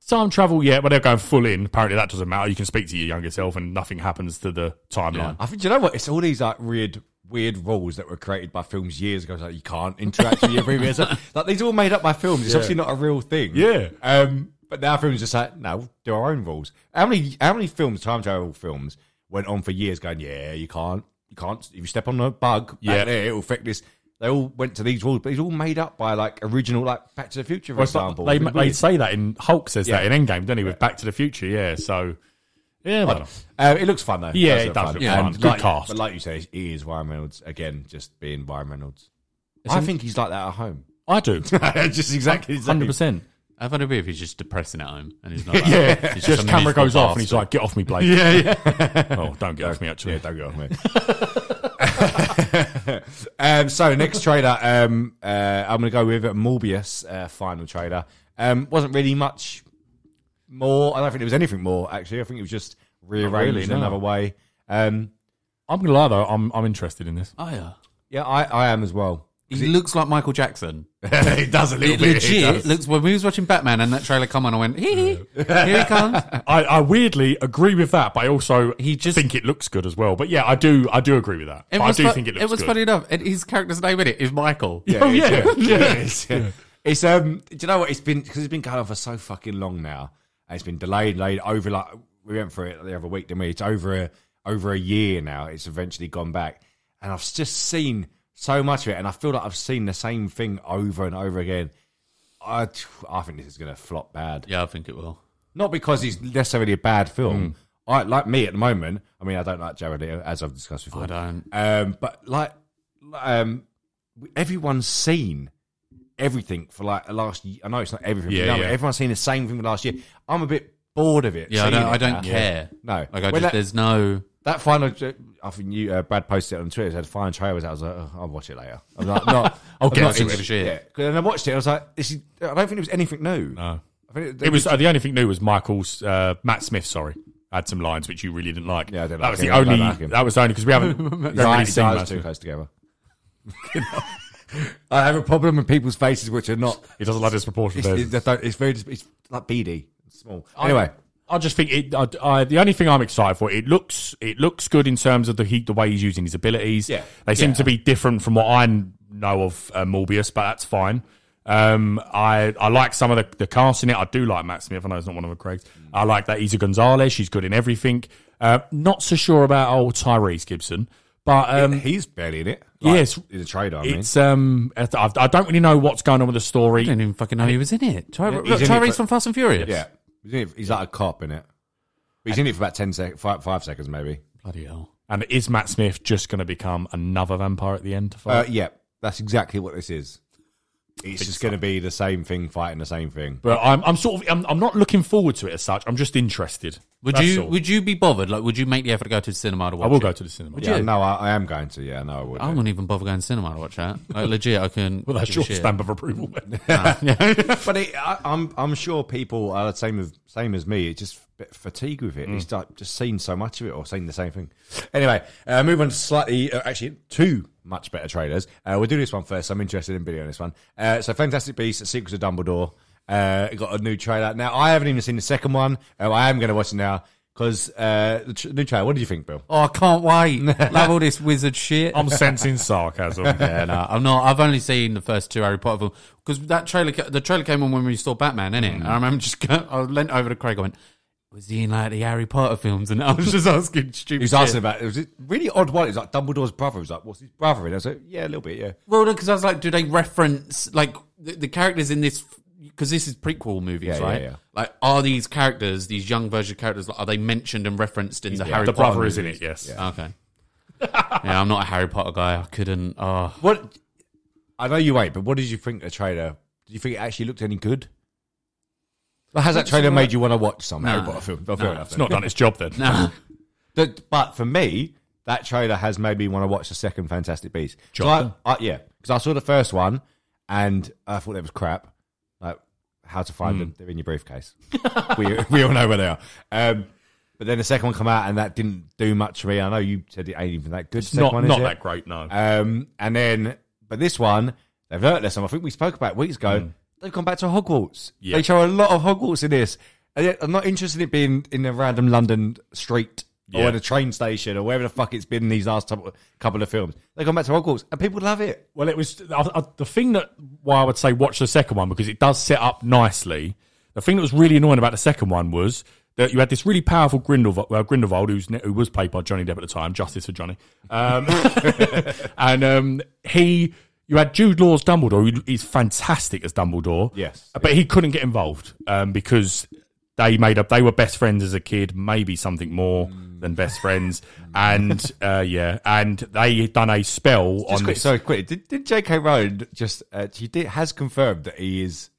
Speaker 8: time travel, yeah, but they're going full in. Apparently that doesn't matter. You can speak to your younger self and nothing happens to the timeline.
Speaker 7: I think do you know what? It's all these like weird, weird rules that were created by films years ago. It's like you can't interact with your previous. Like these are all made up by films. It's obviously not a real thing.
Speaker 8: Yeah.
Speaker 7: Um, but now films just like no, we'll do our own rules. How many how many films, time travel films, went on for years going? Yeah, you can't, you can't. If you step on a bug, back
Speaker 8: Yeah.
Speaker 7: there, it will affect this. They all went to these rules, but it's all made up by like original, like Back to the Future, for
Speaker 8: Well, it's like-
Speaker 7: example.
Speaker 8: they,
Speaker 7: It's
Speaker 8: they
Speaker 7: weird.
Speaker 8: say that in Hulk says that
Speaker 7: Yeah.
Speaker 8: in Endgame, don't he? With Back to the Future, yeah. So yeah, well,
Speaker 7: Uh, it looks fun though.
Speaker 8: Yeah, it
Speaker 7: look
Speaker 8: does look fun.
Speaker 7: And
Speaker 8: Good
Speaker 7: like,
Speaker 8: cast.
Speaker 7: But like you say, he is Ryan Reynolds again, just being Ryan Reynolds. I think he's like that at home.
Speaker 8: I do.
Speaker 7: just exactly the same.
Speaker 8: Hundred percent.
Speaker 5: I thought it'd be if he's just depressing at home and he's not. Like,
Speaker 8: Yeah,
Speaker 5: he's
Speaker 8: just
Speaker 5: a
Speaker 8: camera goes
Speaker 5: miserable
Speaker 8: off and he's
Speaker 5: bastard.
Speaker 8: like, "Get off me, Blake." yeah, yeah. oh, don't get off me. Actually,
Speaker 7: Yeah, don't get off me. um, so next trader, um, uh, I'm going to go with Morbius. Uh, final trader um, wasn't really much more. I don't think there was anything more. Actually, I think it was just rearranged
Speaker 8: really,
Speaker 7: in
Speaker 8: no.
Speaker 7: another way. Um,
Speaker 8: I'm gonna lie though. I'm I'm interested in this.
Speaker 5: oh yeah.
Speaker 7: yeah, I, I am as well.
Speaker 5: He looks like Michael Jackson.
Speaker 7: it does a little
Speaker 5: It
Speaker 7: bit.
Speaker 5: legit looks. When we was watching Batman and that trailer come on, I went, "Hee hee, here he comes."
Speaker 8: I, I weirdly agree with that, but I also
Speaker 5: He just-
Speaker 8: think it looks good as well. But yeah, I do I do agree with that. But I do
Speaker 5: fu-
Speaker 8: think it looks.
Speaker 5: was
Speaker 8: good.
Speaker 5: funny enough. And his character's name in it is Michael. Yeah.
Speaker 8: Oh yeah, yeah.
Speaker 7: It's, yeah. it's um. Do you know what? It's been because it's been going on for so fucking long now. And it's been delayed, delayed over like we went for it the other week, didn't we? It's over a over a year now. It's eventually gone back, and I've just seen so much of it, and I feel like I've seen the same thing over and over again. I I think this is gonna flop bad.
Speaker 5: I think it will.
Speaker 7: Not because it's necessarily a bad
Speaker 5: Mm.
Speaker 7: film. I like me at the moment. I mean, I don't like Jared Leto, as I've discussed before.
Speaker 5: I don't.
Speaker 7: Um, but like, um, everyone's seen everything for like the last. Year. I know it's not everything.
Speaker 8: Yeah,
Speaker 7: but no,
Speaker 8: yeah.
Speaker 7: Everyone's seen the same thing for the last year. I'm a bit bored of it.
Speaker 5: Yeah, I
Speaker 7: seeing
Speaker 5: don't.
Speaker 7: it
Speaker 5: I don't
Speaker 7: now.
Speaker 5: care.
Speaker 7: No.
Speaker 5: like
Speaker 7: Well,
Speaker 5: I just,
Speaker 7: that-
Speaker 5: there's no.
Speaker 7: That final, I think you uh, Brad posted it on Twitter. It said final trailer was out. I was like, oh, I'll watch it later. I was like, not. I'll
Speaker 5: get to it. Shit.
Speaker 7: And I watched it. I was like, this is, I don't think it was anything new. No. I think
Speaker 8: It was uh, the only thing new was Michael's uh, Matt Smith. Sorry, had some lines which you really didn't like.
Speaker 7: Yeah, I didn't
Speaker 8: that
Speaker 7: like
Speaker 8: was
Speaker 7: him.
Speaker 8: the
Speaker 7: I don't
Speaker 8: only.
Speaker 7: like him.
Speaker 8: that was the only because we haven't, we haven't really
Speaker 7: Right,
Speaker 8: seen
Speaker 7: eyes
Speaker 8: Matt
Speaker 7: too
Speaker 8: Smith.
Speaker 7: close together. I have a problem with people's faces which are not.
Speaker 8: He doesn't like disproportionate.
Speaker 7: It's,
Speaker 8: there.
Speaker 7: it's, don't- it's very. It's like beady, small. Anyway,
Speaker 8: I just think it. I, I, the only thing I'm excited for it looks it looks good in terms of the heat, the way he's using his abilities.
Speaker 7: Yeah.
Speaker 8: they seem
Speaker 7: Yeah.
Speaker 8: to be different from what I know of uh, Morbius, but that's fine. Um, I I like some of the, the cast in it. I do like Matt Smith. I know it's not one of the Craigs. I like that Isa Gonzalez. She's good in everything. Uh, not so sure about old Tyrese Gibson, but um,
Speaker 7: he's barely in it.
Speaker 8: yes.
Speaker 7: he's a trader. I mean,
Speaker 8: it's um I, I don't really know what's going on with the story.
Speaker 5: I didn't even fucking know he was in it. Ty-
Speaker 7: he's
Speaker 5: look,
Speaker 7: in it
Speaker 5: Tyrese
Speaker 7: for-
Speaker 5: from Fast and Furious.
Speaker 7: yeah, he's, in it, he's like a cop in it. But he's in it for about ten sec, five, five seconds maybe.
Speaker 5: Bloody hell.
Speaker 8: And is Matt Smith just going to become another vampire at the end? To fight?
Speaker 7: Uh, yeah, that's exactly what this is. It's just going to be the same thing fighting the same thing.
Speaker 8: But I'm, I'm sort of, I'm, I'm not looking forward to it as such. I'm just interested.
Speaker 5: Would
Speaker 8: That's
Speaker 5: you
Speaker 8: all.
Speaker 5: Would you be bothered? Like, would you make the effort to go to the cinema to watch?
Speaker 8: I will
Speaker 5: it?
Speaker 8: go to the cinema.
Speaker 7: Yeah, no, I, I am going to. Yeah, no, I would.
Speaker 5: I wouldn't even bother going to the cinema to watch that. Like, legit, I can.
Speaker 8: Well, that's
Speaker 5: give a
Speaker 8: your
Speaker 5: shit.
Speaker 8: stamp of approval. man.
Speaker 7: but it, I, I'm I'm sure people are the same as same as me. It's just a bit fatigued with it. It's like just seen so much of it or seen the same thing. Anyway, uh, move on to slightly uh, actually two much better trailers. Uh, we'll do this one first. I'm interested in bidding on this one. Uh, so, Fantastic Beasts: Secrets of Dumbledore uh, got a new trailer. Now, I haven't even seen the second one. Uh, I am going to watch it now because uh, the tr- new trailer. What do you think, Bill?
Speaker 5: Oh, I can't wait. Love all this wizard shit.
Speaker 8: I'm sensing sarcasm.
Speaker 5: Yeah, no, uh, I'm not. I've only seen the first two Harry Potter films because that trailer, ca- the trailer came on when we saw Batman, innit? And I remember just, go- I leant over to Craig. I went, was he in like the Harry Potter films? And I was just asking stupid.
Speaker 7: He was asking
Speaker 5: shit.
Speaker 7: about it. was a really odd one. It was like Dumbledore's brother. He was like, what's his brother? And I was like, yeah, a little bit, yeah.
Speaker 5: Well, because I was like, do they reference like the, the characters in this? Because this is prequel movies,
Speaker 7: Yeah, yeah,
Speaker 5: right?
Speaker 7: yeah.
Speaker 5: Like, are these characters, these young version characters, like, are they mentioned and referenced in the Harry
Speaker 8: the
Speaker 5: Potter?
Speaker 8: brother is in
Speaker 5: movies?
Speaker 8: it, yes.
Speaker 5: Okay. yeah, I'm not a Harry Potter guy. I couldn't. Oh,
Speaker 7: What? I know you ain't, but what did you think of the trailer? Do you think it actually looked any good? Well, has that trailer made you want to watch some Harry Potter film? Well, fair enough
Speaker 8: It's
Speaker 7: then.
Speaker 8: not done its job then.
Speaker 5: no.
Speaker 7: But, but for me, that trailer has made me want to watch the second Fantastic Beast. 'Cause
Speaker 8: Job.
Speaker 7: I, I, yeah, because I saw the first one and I thought it was crap. Like how to
Speaker 8: Hmm.
Speaker 7: find them? They're in your briefcase. we we all know where they are. Um, but then the second one come out and that didn't do much for me. I know you said it ain't even that good.
Speaker 8: It's
Speaker 7: second
Speaker 8: not
Speaker 7: one, is
Speaker 8: not
Speaker 7: it?
Speaker 8: that great, no.
Speaker 7: Um, and then, but this one, they've learnt lesson. I think we spoke about it weeks ago. They've gone back to Hogwarts.
Speaker 8: Hmm. Yeah.
Speaker 7: They show a lot of Hogwarts in this. And yet I'm not interested in it being in a random London street
Speaker 8: Yeah.
Speaker 7: or in a train station or wherever the fuck it's been in these last couple couple of films. They've gone back to Hogwarts and people love it.
Speaker 8: Well, it was I, I, the thing that why I would say watch the second one because it does set up nicely. The thing that was really annoying about the second one was that you had this really powerful Grindelwald, uh, Grindelwald who's, ne- who was played by Johnny Depp at the time. Justice for Johnny, um, and um, he. You had Jude Law's Dumbledore. who is fantastic as Dumbledore. Uh,
Speaker 7: Yes.
Speaker 8: but he couldn't get involved um, because they made up. They were best friends as a kid, maybe something more than best friends.
Speaker 7: Mm.
Speaker 8: and uh, yeah, and they done a spell
Speaker 7: Just
Speaker 8: on
Speaker 7: quick,
Speaker 8: this.
Speaker 7: so quick. Did, did J.K. Rowling just, uh, she did, has confirmed that he is,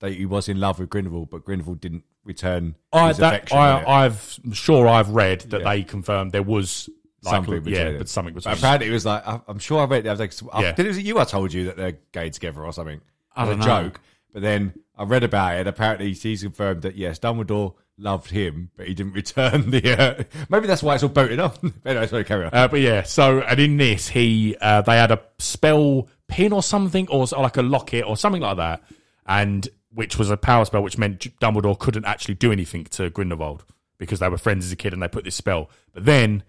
Speaker 7: that he was in love with Grindelwald, but Grindelwald didn't return
Speaker 8: I,
Speaker 7: his
Speaker 8: that,
Speaker 7: affection. with it.
Speaker 8: I, I've I'm sure I've read that
Speaker 7: Yeah.
Speaker 8: they confirmed there was like,
Speaker 7: something between
Speaker 8: yeah,
Speaker 7: them.
Speaker 8: but something
Speaker 7: But
Speaker 8: between. them.
Speaker 7: apparently it was like I, I'm sure I read the other day. 'cause I-
Speaker 8: Yeah.
Speaker 7: Did it was it you I told you that they're gay together or something?
Speaker 5: I
Speaker 7: As
Speaker 5: don't
Speaker 7: a
Speaker 5: know.
Speaker 7: joke. But then I read about it. and Apparently he's confirmed that yes, Dumbledore loved him, but he didn't return the. Uh, maybe that's why it's all boated off. anyway, sorry, carry on.
Speaker 8: Uh, but yeah, so and in this, he uh, they had a spell pin or something, or, s- or like a locket or something like that, and which was a power spell, which meant J- Dumbledore couldn't actually do anything to Grindelwald because they were friends as a kid, and they put this spell. But then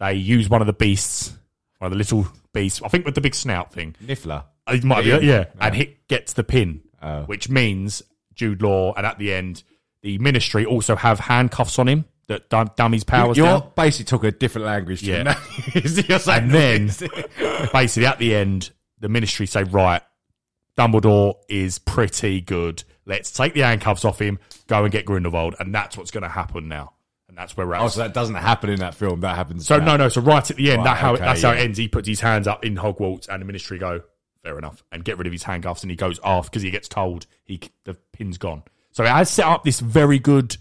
Speaker 8: they used one of the beasts, one of the little beasts, I think with the big snout thing,
Speaker 7: Niffler.
Speaker 8: Uh, It might be,
Speaker 7: Yeah.
Speaker 8: yeah. Oh. And he gets the pin, which means Jude Law, and at the end, the ministry also have handcuffs on him that dum- dummies powers
Speaker 7: You're
Speaker 8: down.
Speaker 7: basically talking a different language. To
Speaker 8: Yeah.
Speaker 7: yeah. you're saying
Speaker 8: And then, basically, at the end, the ministry say, right, Dumbledore is pretty good. Let's take the handcuffs off him, go and get Grindelwald, and that's what's going to happen now. And that's where we're at.
Speaker 7: Oh, so that doesn't happen in that film. That happens.
Speaker 8: So
Speaker 7: now.
Speaker 8: no, no. So right at the end,
Speaker 7: Right,
Speaker 8: that how
Speaker 7: okay,
Speaker 8: that's how
Speaker 7: yeah.
Speaker 8: it ends. He puts his hands up in Hogwarts, and the Ministry go fair enough and get rid of his handcuffs, and he goes off because he gets told he the pin's gone. So it has set up this very good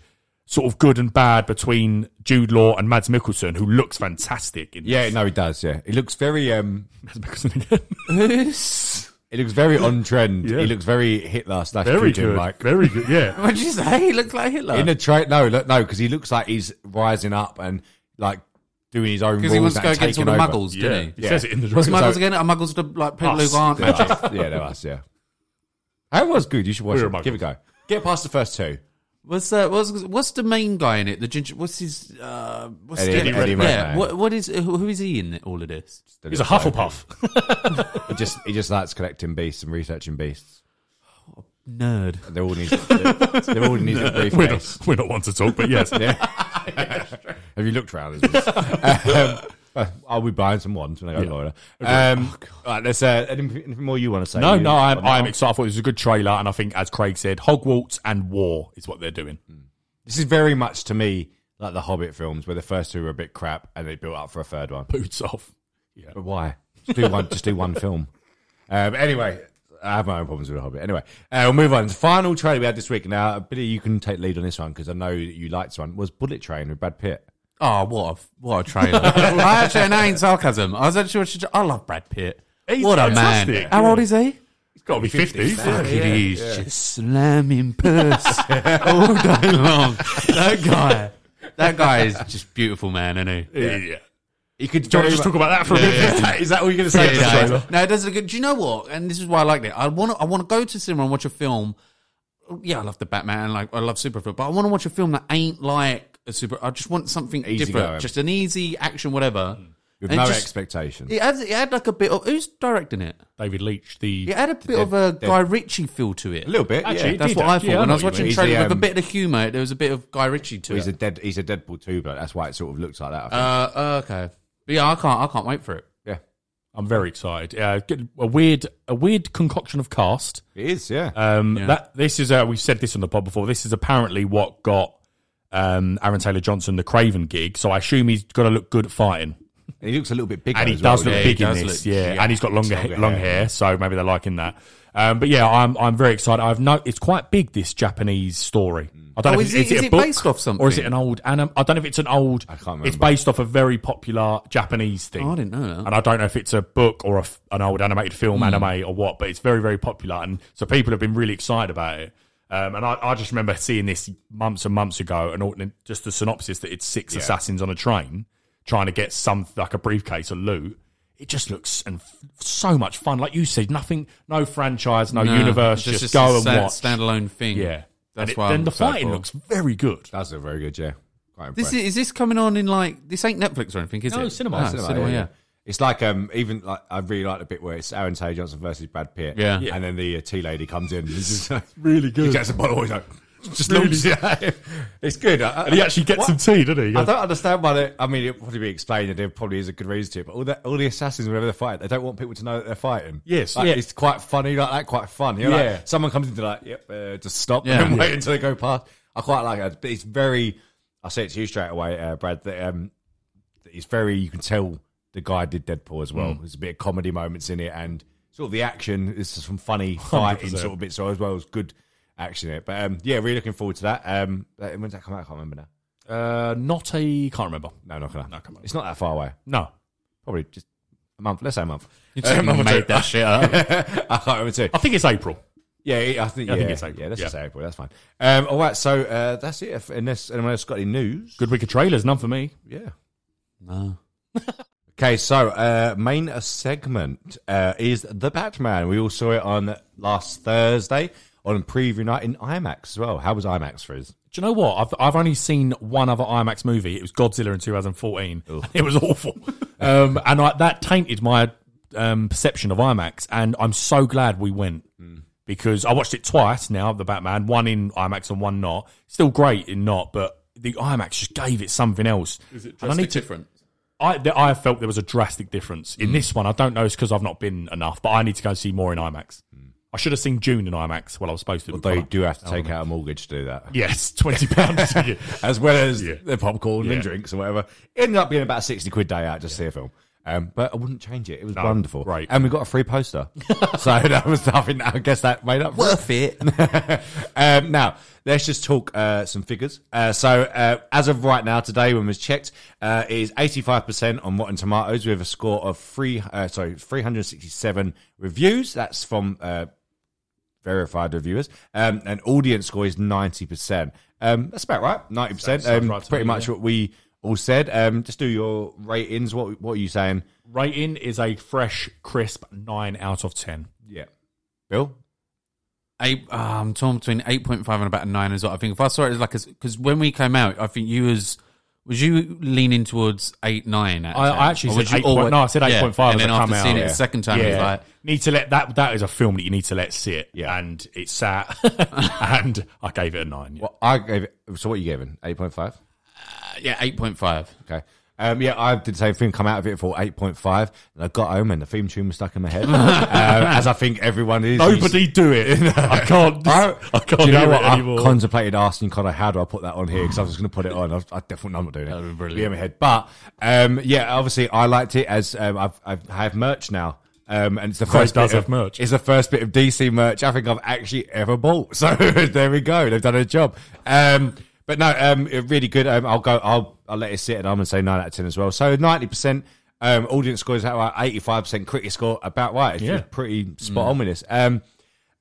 Speaker 8: sort of good and bad between Jude Law and Mads Mikkelsen, who looks fantastic. In
Speaker 7: Yeah,
Speaker 8: this.
Speaker 7: no, he does. Yeah, he looks very. um
Speaker 8: Mads Mikkelsen again.
Speaker 7: He looks very on trend.
Speaker 8: Yeah.
Speaker 7: He looks very Hitler slash
Speaker 8: very
Speaker 7: Putin,
Speaker 8: good,
Speaker 7: like.
Speaker 8: very good. Yeah,
Speaker 5: What'd you say? He looks like Hitler.
Speaker 7: In the trade, no, look, no, because he looks like he's rising up and like doing his own.
Speaker 5: because he
Speaker 7: rules
Speaker 5: wants to go
Speaker 7: and
Speaker 5: against all the
Speaker 7: taking over.
Speaker 5: muggles,
Speaker 8: yeah.
Speaker 5: didn't
Speaker 8: He
Speaker 5: he?
Speaker 8: says it in the
Speaker 5: What's
Speaker 8: trailer.
Speaker 5: muggles
Speaker 7: So-
Speaker 5: again? Are muggles the like people
Speaker 8: Us.
Speaker 5: who aren't
Speaker 7: They're
Speaker 5: magic?
Speaker 7: us, yeah, they're us. Yeah, that was good. You should watch
Speaker 8: We're
Speaker 7: it. Give it a go. Get past the first two.
Speaker 5: What's uh, what's what's the main guy in it? The ginger. What's his? Uh, what's
Speaker 7: Eddie-
Speaker 5: the,
Speaker 7: Eddie
Speaker 5: yeah,
Speaker 7: Redmayne.
Speaker 5: What, what is who who is he in all of this?
Speaker 8: he's a Hufflepuff.
Speaker 7: He just he just likes collecting beasts and researching beasts.
Speaker 5: Nerd.
Speaker 7: They all need. They they all need a
Speaker 8: we're,
Speaker 7: briefcase.
Speaker 8: not, we're not one to talk, but yes,
Speaker 7: Have you looked around? As well? um, I'll be buying some wands when I go to Florida. Um, all right, let's. Uh, anything, anything more you want to say?
Speaker 8: No,
Speaker 7: You-
Speaker 8: no,
Speaker 7: on
Speaker 8: I'm,
Speaker 7: that
Speaker 8: I'm
Speaker 7: one?
Speaker 8: excited. I thought it was a good trailer, and I think, as Craig said, Hogwarts and war is what they're doing.
Speaker 7: Mm. This is very much to me like the Hobbit films, where the first two were a bit crap and they built up for a third one.
Speaker 8: Boots off.
Speaker 7: But why? Just do one. just do one film. Um, anyway, I have my own problems with the Hobbit. Anyway, uh, we'll move on. The final trailer we had this week. Now, Billy, you can take lead on this one because I know that you liked this one. Was Bullet Train with Brad Pitt?
Speaker 5: Oh, what a what a trailer! I actually, and that ain't sarcasm. I was actually, watching- I love Brad Pitt.
Speaker 8: He's
Speaker 5: what a man!
Speaker 8: fantastic.
Speaker 5: How old is he?
Speaker 8: It's got to be 50s.
Speaker 5: Fuck it, he's just slamming purse all day long. That guy, that guy is just beautiful, man, isn't he?
Speaker 8: Yeah. yeah.
Speaker 7: You could
Speaker 8: Do you want to just talk about that for a bit? Is that- Is that all you're going to
Speaker 5: Yeah,
Speaker 8: say?
Speaker 5: it
Speaker 8: about the
Speaker 5: does.
Speaker 8: trailer?
Speaker 5: No, it does look good. Do you know what? And this is why I like it. I want to. I want to go to cinema and watch a film. Yeah, I love the Batman. Like I love Superfilm, but I want to watch a film that ain't like a super. I just want something
Speaker 7: Easy
Speaker 5: different,
Speaker 7: going. Mm.
Speaker 5: just an easy action, whatever.
Speaker 7: With
Speaker 5: And
Speaker 7: no
Speaker 5: just-
Speaker 7: expectation.
Speaker 5: It had, it had like a bit of who's directing it.
Speaker 8: David Leach, the
Speaker 5: It had a bit of a Guy Ritchie feel to it.
Speaker 7: A little bit,
Speaker 8: Actually,
Speaker 7: yeah.
Speaker 8: it
Speaker 5: That's
Speaker 8: did
Speaker 5: what I
Speaker 8: actually,
Speaker 5: thought
Speaker 8: yeah, I
Speaker 5: when
Speaker 8: know
Speaker 5: I was
Speaker 8: what you mean.
Speaker 5: watching the
Speaker 7: He's
Speaker 5: trailer
Speaker 7: the,
Speaker 5: with a
Speaker 7: um,
Speaker 5: bit of humour. There was a bit of Guy Ritchie to
Speaker 7: He's a
Speaker 5: it.
Speaker 7: dead. He's a Deadpool too, but that's why it sort of looks like that. I think.
Speaker 5: Uh, uh, okay, but yeah, I can't. I can't wait for it.
Speaker 7: yeah,
Speaker 8: I'm very excited. Uh, good- a weird, a weird concoction of cast.
Speaker 7: it is. Yeah,
Speaker 8: Um, That this is uh, we've said this on the pod before. This is apparently what got um, Aaron Taylor Johnson the Craven gig. So I assume he's got to look good at fighting,
Speaker 7: and he looks a little bit bigger.
Speaker 8: and he
Speaker 7: as well,
Speaker 8: does look
Speaker 7: doesn't
Speaker 5: yeah,
Speaker 8: big
Speaker 5: he
Speaker 8: in
Speaker 5: does
Speaker 8: this.
Speaker 5: look-
Speaker 8: yeah.
Speaker 5: yeah,
Speaker 8: and he's got longer,
Speaker 7: longer
Speaker 8: long
Speaker 7: hair,
Speaker 8: hair, so maybe they're liking that. Um, but yeah, I'm I'm very excited. I've no, it's quite big this Japanese story. I don't
Speaker 5: Oh,
Speaker 8: know
Speaker 5: is
Speaker 8: if,
Speaker 5: it-
Speaker 8: it's- is
Speaker 5: is
Speaker 8: it, a
Speaker 5: it
Speaker 8: book,
Speaker 5: based off something?
Speaker 8: or is it an old anime? I don't know if it's an old. I
Speaker 7: can't
Speaker 8: It's
Speaker 7: remember.
Speaker 8: based off a very popular Japanese thing.
Speaker 5: Oh, I didn't know that.
Speaker 8: And I don't know if it's a book or a f an old animated film,
Speaker 5: Hmm.
Speaker 8: anime, or what, but it's very, very popular. And so people have been really excited about it. Um, and I, I just remember seeing this months and months ago, and all, and just the synopsis that it's six assassins on a train trying to get some like a briefcase of loot. It just looks and f- so much fun, like you said. Nothing, no franchise, no,
Speaker 5: No,
Speaker 8: universe.
Speaker 5: it's
Speaker 8: Just, go
Speaker 5: a
Speaker 8: and
Speaker 5: sta-
Speaker 8: watch.
Speaker 5: standalone thing.
Speaker 8: Yeah, and
Speaker 5: that's
Speaker 8: it-
Speaker 5: why.
Speaker 8: Then
Speaker 5: I'm
Speaker 8: the
Speaker 5: excited
Speaker 8: fighting
Speaker 5: for.
Speaker 8: looks very good.
Speaker 7: That's a very good. Yeah, quite
Speaker 5: This
Speaker 7: impressed.
Speaker 5: is, is this coming on in like this ain't Netflix or anything, is
Speaker 8: No,
Speaker 5: it?
Speaker 8: cinema.
Speaker 5: Ah,
Speaker 8: Cinema,
Speaker 5: cinema, yeah.
Speaker 7: It's like um, even like I really like the bit where it's Aaron Taylor Johnson versus Brad Pitt,
Speaker 5: Yeah.
Speaker 7: and then the uh, tea lady comes in. It's just like,
Speaker 8: Really
Speaker 7: he
Speaker 8: good.
Speaker 7: gets a bottle. He's like, just launches it. at him. It's good. I,
Speaker 8: And he actually gets
Speaker 7: What?
Speaker 8: some tea, doesn't he? He
Speaker 7: I
Speaker 8: goes,
Speaker 7: don't understand why. They, I mean, it probably be explained, and there probably is a good reason to it. But all the all the assassins, whenever they fight, they don't want people to know that they're fighting.
Speaker 8: Yes,
Speaker 7: Like,
Speaker 8: yeah.
Speaker 7: it's quite funny like that. Quite fun. You know,
Speaker 8: Yeah.
Speaker 7: like, someone comes into like, yep, uh, just stop
Speaker 5: Yeah.
Speaker 7: and wait until they go past. I quite like it, but it's very. I say it to you straight away, uh, Brad. That um, that it's very. You can tell the guy did Deadpool as
Speaker 8: Mm.
Speaker 7: well. There's a bit of comedy moments in it, and sort of the action. There's some funny fighting
Speaker 8: 100%.
Speaker 7: sort of bits as well as good action in it. But um, yeah, really looking forward to that. Um, when does that come out? I can't remember now.
Speaker 8: uh, not a. Can't remember.
Speaker 7: No, not gonna.
Speaker 8: No, come on.
Speaker 7: It's not that far away.
Speaker 8: No.
Speaker 7: Probably just a month. Let's say a month. Um, Oh,
Speaker 5: You just made that shit up.
Speaker 7: I can't remember too.
Speaker 8: I think it's April.
Speaker 7: Yeah, I think. Yeah,
Speaker 8: I think it's April.
Speaker 7: Yeah, let's
Speaker 8: Yeah.
Speaker 7: just say April. That's fine. Um, all right. So uh, that's it. If- Unless anyone else got any news.
Speaker 8: Good week of trailers, none for me.
Speaker 7: Yeah.
Speaker 5: No.
Speaker 7: Okay. So uh, main segment uh, is the Batman. We all saw it on last Thursday on preview night in IMAX as well. How was IMAX, Frizz?
Speaker 8: Do you know what? I've I've only seen one other IMAX movie. It was Godzilla in 2014. It was awful, um, and I, that tainted my um, perception of IMAX. And I'm so glad we went because I watched it twice now. The Batman, one in IMAX and one not. Still great in not, but the IMAX just gave it something else. Is it I need to,
Speaker 5: different?
Speaker 8: I, th- I felt there was a drastic difference in this one. I don't know. It's because I've not been enough, but I need to go see more in IMAX. I should have seen June in IMAX. Well, I was supposed to.
Speaker 7: Although you do have to
Speaker 8: Oh,
Speaker 7: take out a mortgage to do that.
Speaker 8: Yes, twenty pounds.
Speaker 7: as well as
Speaker 8: Yeah.
Speaker 7: the popcorn
Speaker 8: Yeah.
Speaker 7: and drinks and whatever. It ended up being about a 60 quid day out just to see a film. Um, but I wouldn't change it. It was wonderful.
Speaker 8: right.
Speaker 7: And we got a free poster. so that was nothing. I guess that made up for it.
Speaker 5: Worth it.
Speaker 7: um, now, let's just talk uh, some figures. Uh, so, uh, as of right now, today, when it was checked, uh, it is 85% on Rotten Tomatoes with a score of three, uh, sorry, 367 reviews. That's from uh, verified reviewers. Um, and audience score is 90%. Um, that's about right, 90%. um,
Speaker 8: right to
Speaker 7: pretty
Speaker 8: me,
Speaker 7: much what we all said. Um, just do your ratings. What, what are you saying?
Speaker 8: Rating is a fresh, crisp nine out of ten.
Speaker 7: Yeah. Bill?
Speaker 5: Eight, uh, I'm torn between eight point five and about a nine as well. I think if I saw it as like because when we came out, I think you was was you leaning towards eight nine.
Speaker 8: I, I actually
Speaker 5: Or
Speaker 8: said
Speaker 5: was you
Speaker 8: eight point,
Speaker 5: always-
Speaker 8: no, I said
Speaker 5: Yeah,
Speaker 8: eight point five.
Speaker 5: And then after
Speaker 8: come
Speaker 5: seeing
Speaker 8: out.
Speaker 5: it the second time, it was like
Speaker 8: need to let that that is a film that you need to let sit.
Speaker 7: Yeah.
Speaker 8: and it sat, and I gave it a nine.
Speaker 7: Well, I gave it. So, what are you giving? 8.5?
Speaker 5: uh, yeah, eight point five.
Speaker 7: Okay. Um, yeah, I did the same thing. Come out of it for eight point five, and I got home, and the theme tune was stuck in my head, um, as I think everyone is.
Speaker 8: Nobody do it. I can't. I, can't
Speaker 7: do you know
Speaker 8: hear
Speaker 7: what?
Speaker 8: it anymore.
Speaker 7: I contemplated asking Connor, how do I put that on here? Because I was going to put it on. I, was- I definitely no, I'm not doing it. That
Speaker 5: would've been brilliant.
Speaker 7: in my head. But um, yeah, obviously, I liked it as um, I've, I've I have merch now. Um, and it's the first
Speaker 8: does
Speaker 7: bit
Speaker 8: have
Speaker 7: of,
Speaker 8: merch.
Speaker 7: It's the first bit of DC merch I think I've actually ever bought. So there we go. They've done a job. Um, but no, um, it- really good. Um, I'll go. I'll I'll let it sit, and I'm gonna say nine out of ten as well. So ninety percent. Um, audience score is about right. Eighty-five percent critic score about right. It's
Speaker 8: Yeah. Mm.
Speaker 7: pretty spot on with this. Um,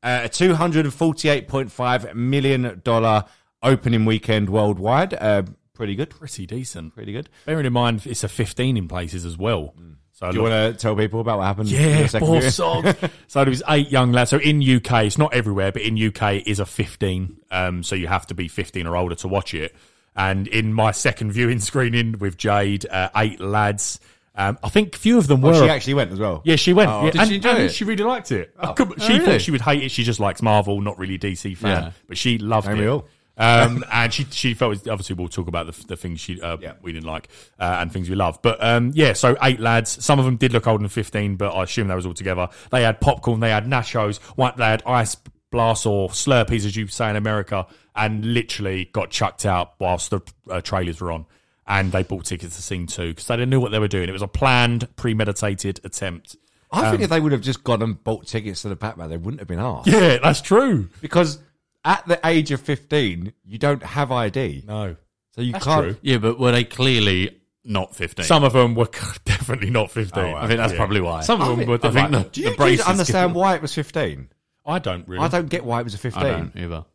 Speaker 7: a two hundred and forty-eight point five million dollar opening weekend worldwide. Uh, pretty good.
Speaker 8: pretty decent.
Speaker 7: Pretty good. Mm.
Speaker 8: Bearing in mind, it's a fifteen in places as well. So
Speaker 7: Do you want to tell people about what happened? in
Speaker 8: Yeah,
Speaker 7: the second
Speaker 8: four
Speaker 7: viewing?
Speaker 8: songs. so there was eight young lads. So in UK, it's not everywhere, but in UK it is a 15. Um, so you have to be 15 or older to watch it. And in my second viewing screening with Jade, uh, eight lads. Um, I think few of them were.
Speaker 7: Well, she actually went as well.
Speaker 8: yeah, she went.
Speaker 5: Oh,
Speaker 8: yeah,
Speaker 5: did
Speaker 8: and,
Speaker 5: she enjoy
Speaker 8: and
Speaker 5: it? Oh,
Speaker 8: She really liked it. I could- she
Speaker 5: really?
Speaker 8: thought she would hate it. She just likes Marvel, not really DC fan,
Speaker 5: Yeah.
Speaker 8: but she loved
Speaker 7: Ain't
Speaker 8: it.
Speaker 7: we all?
Speaker 8: um, and she she felt obviously we'll talk about the, the things she uh,
Speaker 7: Yeah.
Speaker 8: we didn't like uh, and things we love, but um, yeah. So eight lads, some of them did look older than fifteen, but I assume they was all together. They had popcorn, they had nachos, one they had ice blasts or slurpees, as you say in America, and literally got chucked out whilst the uh, trailers were on, and they bought tickets to scene two because they didn't know what they were doing. It was a planned, premeditated attempt.
Speaker 7: I
Speaker 8: um,
Speaker 7: think if they would have just gone and bought tickets to the Batman, they wouldn't have been asked.
Speaker 8: Yeah, that's true.
Speaker 7: Because at the age of 15, you don't have ID.
Speaker 8: No,
Speaker 7: So you
Speaker 8: That's
Speaker 7: can't.
Speaker 8: true.
Speaker 5: Yeah, but were they clearly not 15?
Speaker 8: some of them were definitely not fifteen.
Speaker 5: I think that's probably why.
Speaker 8: Some of
Speaker 5: I
Speaker 8: them
Speaker 5: think-
Speaker 8: were.
Speaker 5: I
Speaker 8: like-
Speaker 5: think the-
Speaker 7: Do you
Speaker 5: the
Speaker 7: kids
Speaker 5: braces
Speaker 7: understand
Speaker 5: give-
Speaker 7: why it was 15?
Speaker 8: I don't really.
Speaker 7: I don't get why it was a 15.
Speaker 5: I don't either.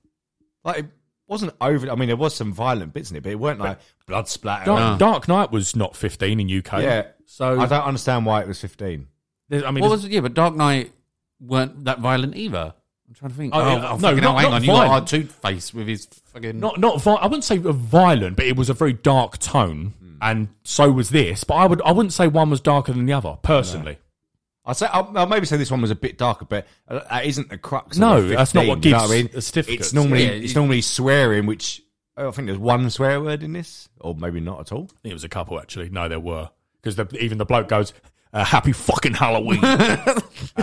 Speaker 7: Like, it wasn't over. I mean, there was some violent bits in it, but it weren't like blood splatter.
Speaker 8: Dark, Dark Knight was not 15 in UK.
Speaker 7: Yeah.
Speaker 8: So,
Speaker 7: I
Speaker 8: I,
Speaker 7: don't understand why it was 15.
Speaker 8: there's- I mean,
Speaker 5: What
Speaker 8: there's-
Speaker 5: was yeah, but Dark Knight weren't that violent either. I'm trying to think.
Speaker 8: Oh,
Speaker 5: Oh,
Speaker 8: yeah.
Speaker 5: oh,
Speaker 8: No,
Speaker 5: fucking
Speaker 8: not-
Speaker 5: hell, hang
Speaker 8: not
Speaker 5: on. You got
Speaker 8: violent.
Speaker 5: Two Face with his fucking.
Speaker 8: not, not vi- I wouldn't say violent, but it was a very dark tone.
Speaker 7: Hmm.
Speaker 8: And so was this. But I, would, I wouldn't say one was darker than the other, personally.
Speaker 7: I'll say I'll, I'll maybe say this one was a bit darker, but uh, that isn't the crux. of
Speaker 8: No,
Speaker 7: the 15,
Speaker 8: that's not what
Speaker 7: you know
Speaker 8: gives
Speaker 7: I mean?
Speaker 8: the certificates.
Speaker 7: It's normally
Speaker 5: Yeah,
Speaker 7: it's
Speaker 5: you-
Speaker 7: normally swearing, which oh, I think there's one swear word in this, or maybe not at all.
Speaker 8: I think it was a couple, actually. No, there were. Because the, even the bloke goes, uh, Happy fucking Halloween.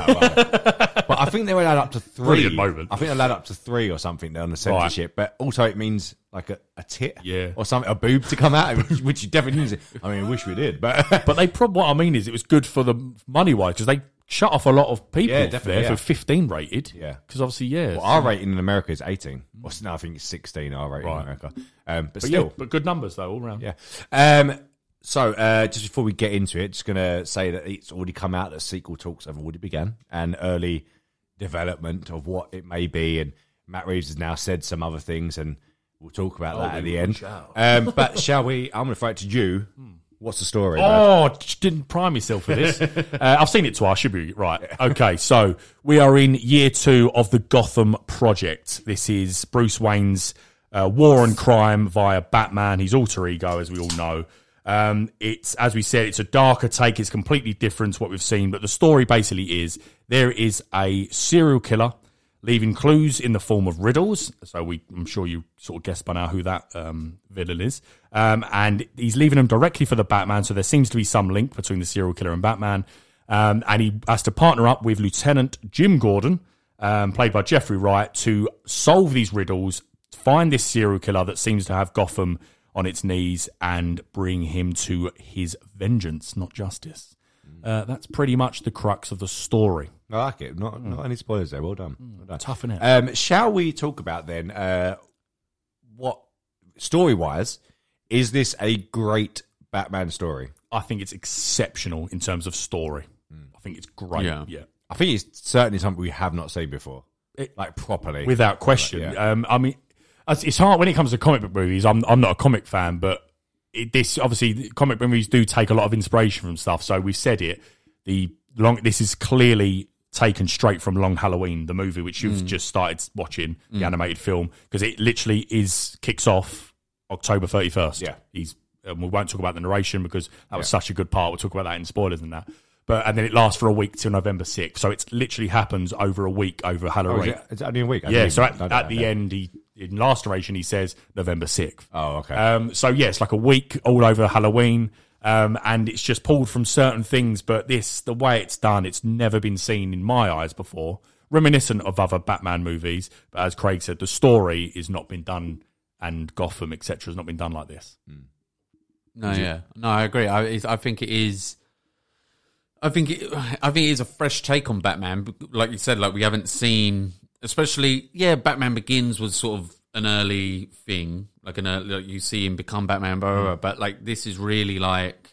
Speaker 7: But I think they were allowed up to three.
Speaker 8: Brilliant moment.
Speaker 7: I think they allowed up to three or something on the censorship, but also it means like a, a tit,
Speaker 8: Yeah.
Speaker 7: or something, a boob to come out, which, which you definitely didn't see. I mean, I wish we did, but
Speaker 8: but they probably, what I mean is, it was good for the money wise because they shut off a lot of people
Speaker 7: Yeah,
Speaker 8: there
Speaker 7: definitely, yeah.
Speaker 8: for 15 rated.
Speaker 7: Yeah.
Speaker 8: Because obviously, yeah.
Speaker 7: well, our rating in America is eighteen, or no, I think it's sixteen. Our rating
Speaker 8: Right.
Speaker 7: in America, um, but,
Speaker 8: but,
Speaker 7: still,
Speaker 8: yeah, but good numbers, though, all round.
Speaker 7: Yeah. Um, so uh, just before we get into it, just gonna say that it's already come out that sequel talks have already begun and early development of what it may be, and Matt Reeves has now said some other things, and we'll talk about that at the end. Um, but shall we? I'm gonna throw it to you. What's the story? lad?
Speaker 8: Oh, just didn't prime yourself for this. uh, I've seen it twice. Should be right. Okay, so we are in year two of the Gotham Project. This is Bruce Wayne's uh, war on crime via Batman, his alter ego, as we all know. Um, it's as we said, it's a darker take. It's completely different to what we've seen, but the story basically is there is a serial killer leaving clues in the form of riddles. So we, I'm sure you sort of guessed by now who that um, villain is. Um, and he's leaving them directly for the Batman. So there seems to be some link between the serial killer and Batman. Um, and he has to partner up with Lieutenant Jim Gordon, um, played by Jeffrey Wright, to solve these riddles, find this serial killer that seems to have Gotham on its knees, and bring him to his vengeance, not justice. Uh, that's pretty much the crux of the story.
Speaker 7: I like it. Not not any spoilers there. Well done. Well done.
Speaker 8: Toughen it.
Speaker 7: Um, shall we talk about then uh, what story wise is this a great Batman story?
Speaker 8: I think it's exceptional in terms of story. I think it's great. Yeah.
Speaker 5: Yeah.
Speaker 7: I think it's certainly something we have not seen before,
Speaker 8: It-
Speaker 7: like properly.
Speaker 8: Without question.
Speaker 7: Yeah.
Speaker 8: Um, I mean, it's it's hard when it comes to comic book movies. I'm, I'm not a comic fan, but it, this obviously the comic book movies do take a lot of inspiration from stuff. So we've said it. The long this is clearly taken straight from Long Halloween, the movie which you've
Speaker 7: Mm.
Speaker 8: just started watching, the animated film, because it literally is kicks off October 31st.
Speaker 7: Yeah.
Speaker 8: He's and we won't talk about the narration because that was such a good part. We'll talk about that in spoilers and that. But and then it lasts for a week till November 6th. So it literally happens over a week over
Speaker 7: oh,
Speaker 8: Halloween.
Speaker 7: is it, is it only a week? I
Speaker 8: Yeah,
Speaker 7: didn't
Speaker 8: so
Speaker 7: even-
Speaker 8: at,
Speaker 7: I don't
Speaker 8: at
Speaker 7: know.
Speaker 8: the end, he in last narration he says November sixth.
Speaker 7: Oh, okay.
Speaker 8: Um, so yeah, it's like a week all over Halloween, um, and it's just pulled from certain things. But this, the way it's done, it's never been seen in my eyes before. Reminiscent of other Batman movies, but as Craig said, the story is not been done, and Gotham etc. has not been done like this.
Speaker 7: Mm.
Speaker 5: No, yeah, no, I agree. I, it's- I think it is. I think it, I think it is a fresh take on Batman. B- Like you said, like we haven't seen, especially yeah, Batman Begins was sort of an early thing, like an early, like you see him become Batman, blah, blah, blah. but like this is really like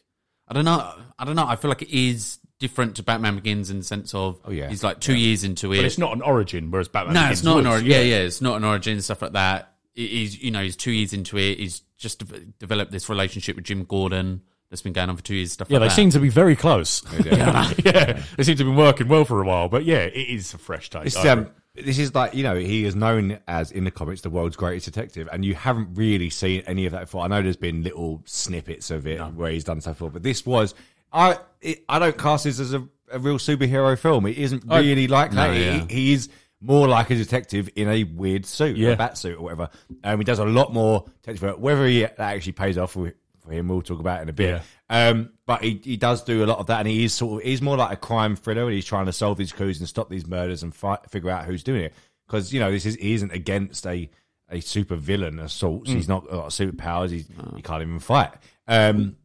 Speaker 5: I don't know, I don't know. I feel like it is different to Batman Begins in the sense of oh
Speaker 7: yeah.
Speaker 5: he's like two years into it,
Speaker 8: But it's not an origin, whereas Batman.
Speaker 5: no,
Speaker 8: Begins
Speaker 5: it's not an
Speaker 8: was.
Speaker 5: origin. Yeah, yeah, it's not an origin stuff like that. He- He's you know he's two years into it. He's just de- developed this relationship with Jim Gordon that's been going on for two years. Stuff
Speaker 8: Yeah, they
Speaker 5: like
Speaker 8: seem
Speaker 5: that.
Speaker 8: to be very close. Yeah, they seem to be working well for a while. But yeah, it is a fresh take.
Speaker 7: This,
Speaker 8: I agree.
Speaker 7: um, this is like, you know, he is known as in the comics the world's greatest detective, and you haven't really seen any of that before. I know there's been little snippets of it where he's done stuff for, but this was. I it, I don't cast this as a, a real superhero film. It isn't
Speaker 8: I-
Speaker 7: really like that.
Speaker 5: No,
Speaker 7: He-
Speaker 5: yeah.
Speaker 7: he, is more like a detective in a weird suit,
Speaker 8: Yeah.
Speaker 7: a bat suit or whatever. And he does a lot more detective work. Whether he, that actually pays off for, for him, we'll talk about in a bit. Um, but he, he does do a lot of that, and he is sort of he's more like a crime thriller. And he's trying to solve these clues and stop these murders and fight, figure out who's doing it. Because you know this is he isn't against a a super villain as sorts. He's not got superpowers. He's, He can't even fight. Um,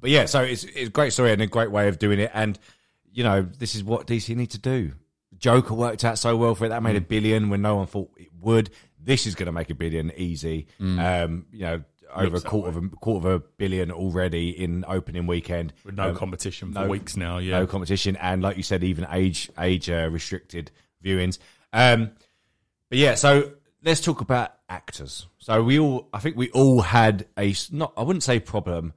Speaker 7: but yeah, so it's it's a great story and a great way of doing it. And you know, this is what DC need to do. Joker worked out so well for it. That made a billion when no one thought it would. This is going to make a billion easy. Um, you know, over a quarter of a quarter of a billion already in opening weekend
Speaker 8: With no
Speaker 7: Um,
Speaker 8: competition for
Speaker 7: no-
Speaker 8: weeks now, yeah.
Speaker 7: no competition, and like you said, even age age uh, restricted viewings. Um, but yeah, so let's talk about actors. So we all, I think we all had a s- not, I wouldn't say problem.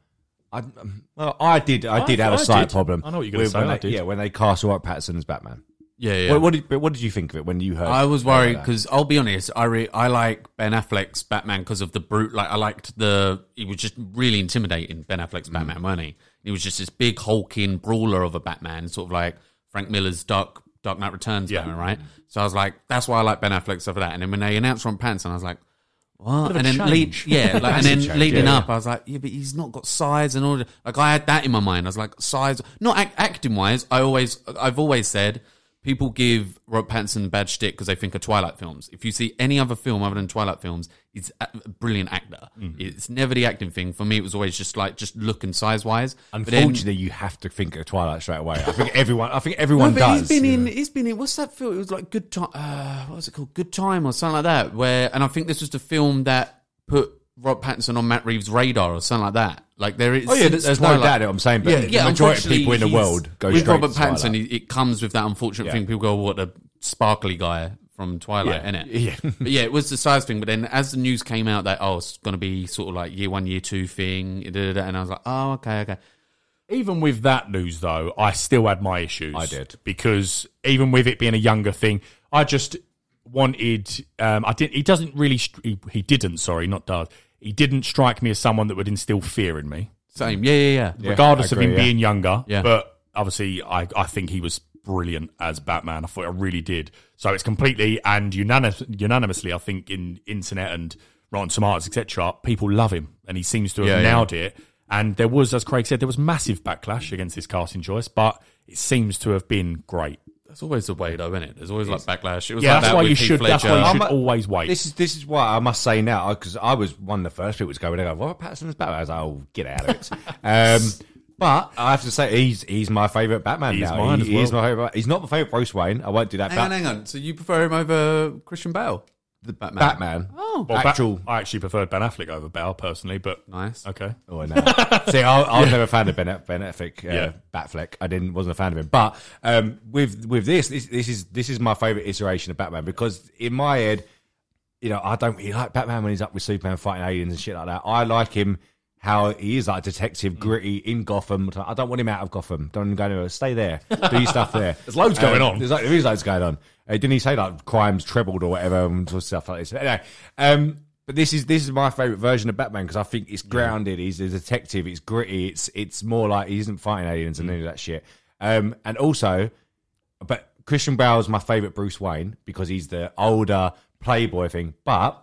Speaker 7: I, um, well, I did, I,
Speaker 8: I
Speaker 7: did have a
Speaker 8: thought I
Speaker 7: slight
Speaker 8: did.
Speaker 7: problem.
Speaker 8: I know what you're gonna
Speaker 7: with
Speaker 8: say,
Speaker 7: when
Speaker 8: I
Speaker 7: they-
Speaker 8: did.
Speaker 7: Yeah, when they cast Walt Patterson as Batman.
Speaker 5: Yeah, yeah.
Speaker 7: What, what, did, but what did you think of it when you heard?
Speaker 5: I was
Speaker 7: heard
Speaker 5: worried
Speaker 7: that?
Speaker 5: because I'll be honest, I re- I like Ben Affleck's Batman because of the brute. Like I liked the he was just really intimidating. Ben
Speaker 8: Mm.
Speaker 5: Affleck's Batman, weren't he? He was just this big hulking brawler of a Batman, sort of like Frank Miller's Dark Dark Knight Returns
Speaker 8: Yeah.
Speaker 5: Batman, right? So I was like, that's why I like Ben Affleck stuff like that. And then when they announced Ron Pattinson, I was like. What?
Speaker 8: Bit of
Speaker 5: And
Speaker 8: a
Speaker 5: then, lead,
Speaker 8: change.
Speaker 5: yeah, like, and
Speaker 7: Massive
Speaker 5: then
Speaker 7: change,
Speaker 5: leading
Speaker 7: yeah,
Speaker 5: up, I was like, yeah, but he's not got size and all. that. Like I had that in my mind. I was like, size, not act, acting wise. I always, I've always said, people give Rob Pattinson bad shtick because they think of Twilight films. If you see any other film other than Twilight films, he's a a brilliant actor.
Speaker 7: Mm-hmm.
Speaker 5: It's never the acting thing. For me, it was always just like just look and size wise. But then-
Speaker 7: Unfortunately, you have to think of Twilight straight away. I think everyone, I think everyone
Speaker 5: no, but
Speaker 7: does.
Speaker 5: he's been in. He's been in. What's that film? It was like Good Time. Uh, what was it called? Good Time or something like that. Where and I think this was the film that put Rob Pattinson on Matt Reeves' radar or something like that. Like there is.
Speaker 7: Oh yeah,
Speaker 5: since
Speaker 7: there's no
Speaker 5: Twilight-
Speaker 7: doubt that I'm saying, but the majority of
Speaker 5: unfortunately,
Speaker 7: people in the
Speaker 5: he's-
Speaker 7: world go
Speaker 5: with
Speaker 7: straight
Speaker 5: Robert
Speaker 7: to
Speaker 5: Pattinson.
Speaker 7: Twilight.
Speaker 5: It, it comes with that unfortunate
Speaker 7: Yeah.
Speaker 5: thing. People go, "Oh, "What a sparkly guy from Twilight,"
Speaker 7: Yeah.
Speaker 5: innit?
Speaker 7: Yeah.
Speaker 5: but yeah, it was the size thing. But then as the news came out that oh, it's going to be sort of like year one, year two thing, da, da, da, and I was like, oh, okay, okay.
Speaker 8: Even with that news, though, I still had my issues.
Speaker 7: I did.
Speaker 8: because even with it being a younger thing, I just wanted. Um, I didn't. He doesn't really. str- He, he didn't. Sorry, not does. He didn't strike me as someone that would instill fear in me,
Speaker 5: Same. Yeah, yeah, yeah.
Speaker 8: regardless
Speaker 7: I agree,
Speaker 8: of him
Speaker 7: yeah.
Speaker 8: being younger.
Speaker 5: Yeah.
Speaker 8: But obviously, I, I think he was brilliant as Batman. I thought I really did. So it's completely and unanimous, unanimously. I think in internet and Rotten Tomatoes, etc., people love him, and he seems to have
Speaker 5: Yeah, yeah.
Speaker 8: nailed it. And there was, as Craig said, there was massive backlash against this casting choice, but it seems to have been great.
Speaker 5: It's always the way, though, isn't it? There's always like backlash. It was
Speaker 8: Yeah,
Speaker 5: like
Speaker 8: that's
Speaker 5: that
Speaker 8: why
Speaker 5: with
Speaker 8: you
Speaker 5: Heath
Speaker 8: should- that's why
Speaker 5: Ledger.
Speaker 8: you should-
Speaker 7: I'm-
Speaker 8: always wait.
Speaker 7: This is this is why I must say now because I was one of the first people to go and go. Robert Pattinson's Batman. I was like, oh, get out of it. um, but I have to say he's he's my favorite Batman
Speaker 8: He's
Speaker 7: now.
Speaker 8: mine
Speaker 7: He-
Speaker 8: as
Speaker 7: He's
Speaker 8: well.
Speaker 7: my favorite. He's not my favorite Bruce Wayne. I won't do that.
Speaker 5: Hang
Speaker 7: but
Speaker 5: on, hang on. So you prefer him over Christian Bale? The Batman.
Speaker 7: Batman.
Speaker 5: Oh,
Speaker 8: Well, Ba-
Speaker 7: actual.
Speaker 8: I actually preferred Ben Affleck over Bale personally, but
Speaker 5: nice.
Speaker 8: okay.
Speaker 7: Oh, no. See, I, I was never a fan of Ben, ben Affleck, uh,
Speaker 8: Yeah.
Speaker 7: Batfleck. I didn't wasn't a fan of him. But um, with with this, this, this is this is my favorite iteration of Batman because in my head, you know, I don't really like Batman when he's up with Superman fighting aliens and shit like that. I like him how he is like a
Speaker 8: Mm.
Speaker 7: detective, gritty in Gotham. I don't want him out of Gotham. Don't want him going anywhere. Stay there. Do your stuff there. Um,
Speaker 8: There's loads going on.
Speaker 7: There's like, there is loads going on. Uh, didn't he say like crimes trebled or whatever and sort of stuff like this? Anyway, um, but this is this is my favorite version of Batman because I think it's grounded. He's a detective. It's gritty. It's it's more like he isn't fighting aliens
Speaker 8: Mm.
Speaker 7: and any of that shit. Um, and also but Christian Bale is my favorite Bruce Wayne because he's the older playboy thing. But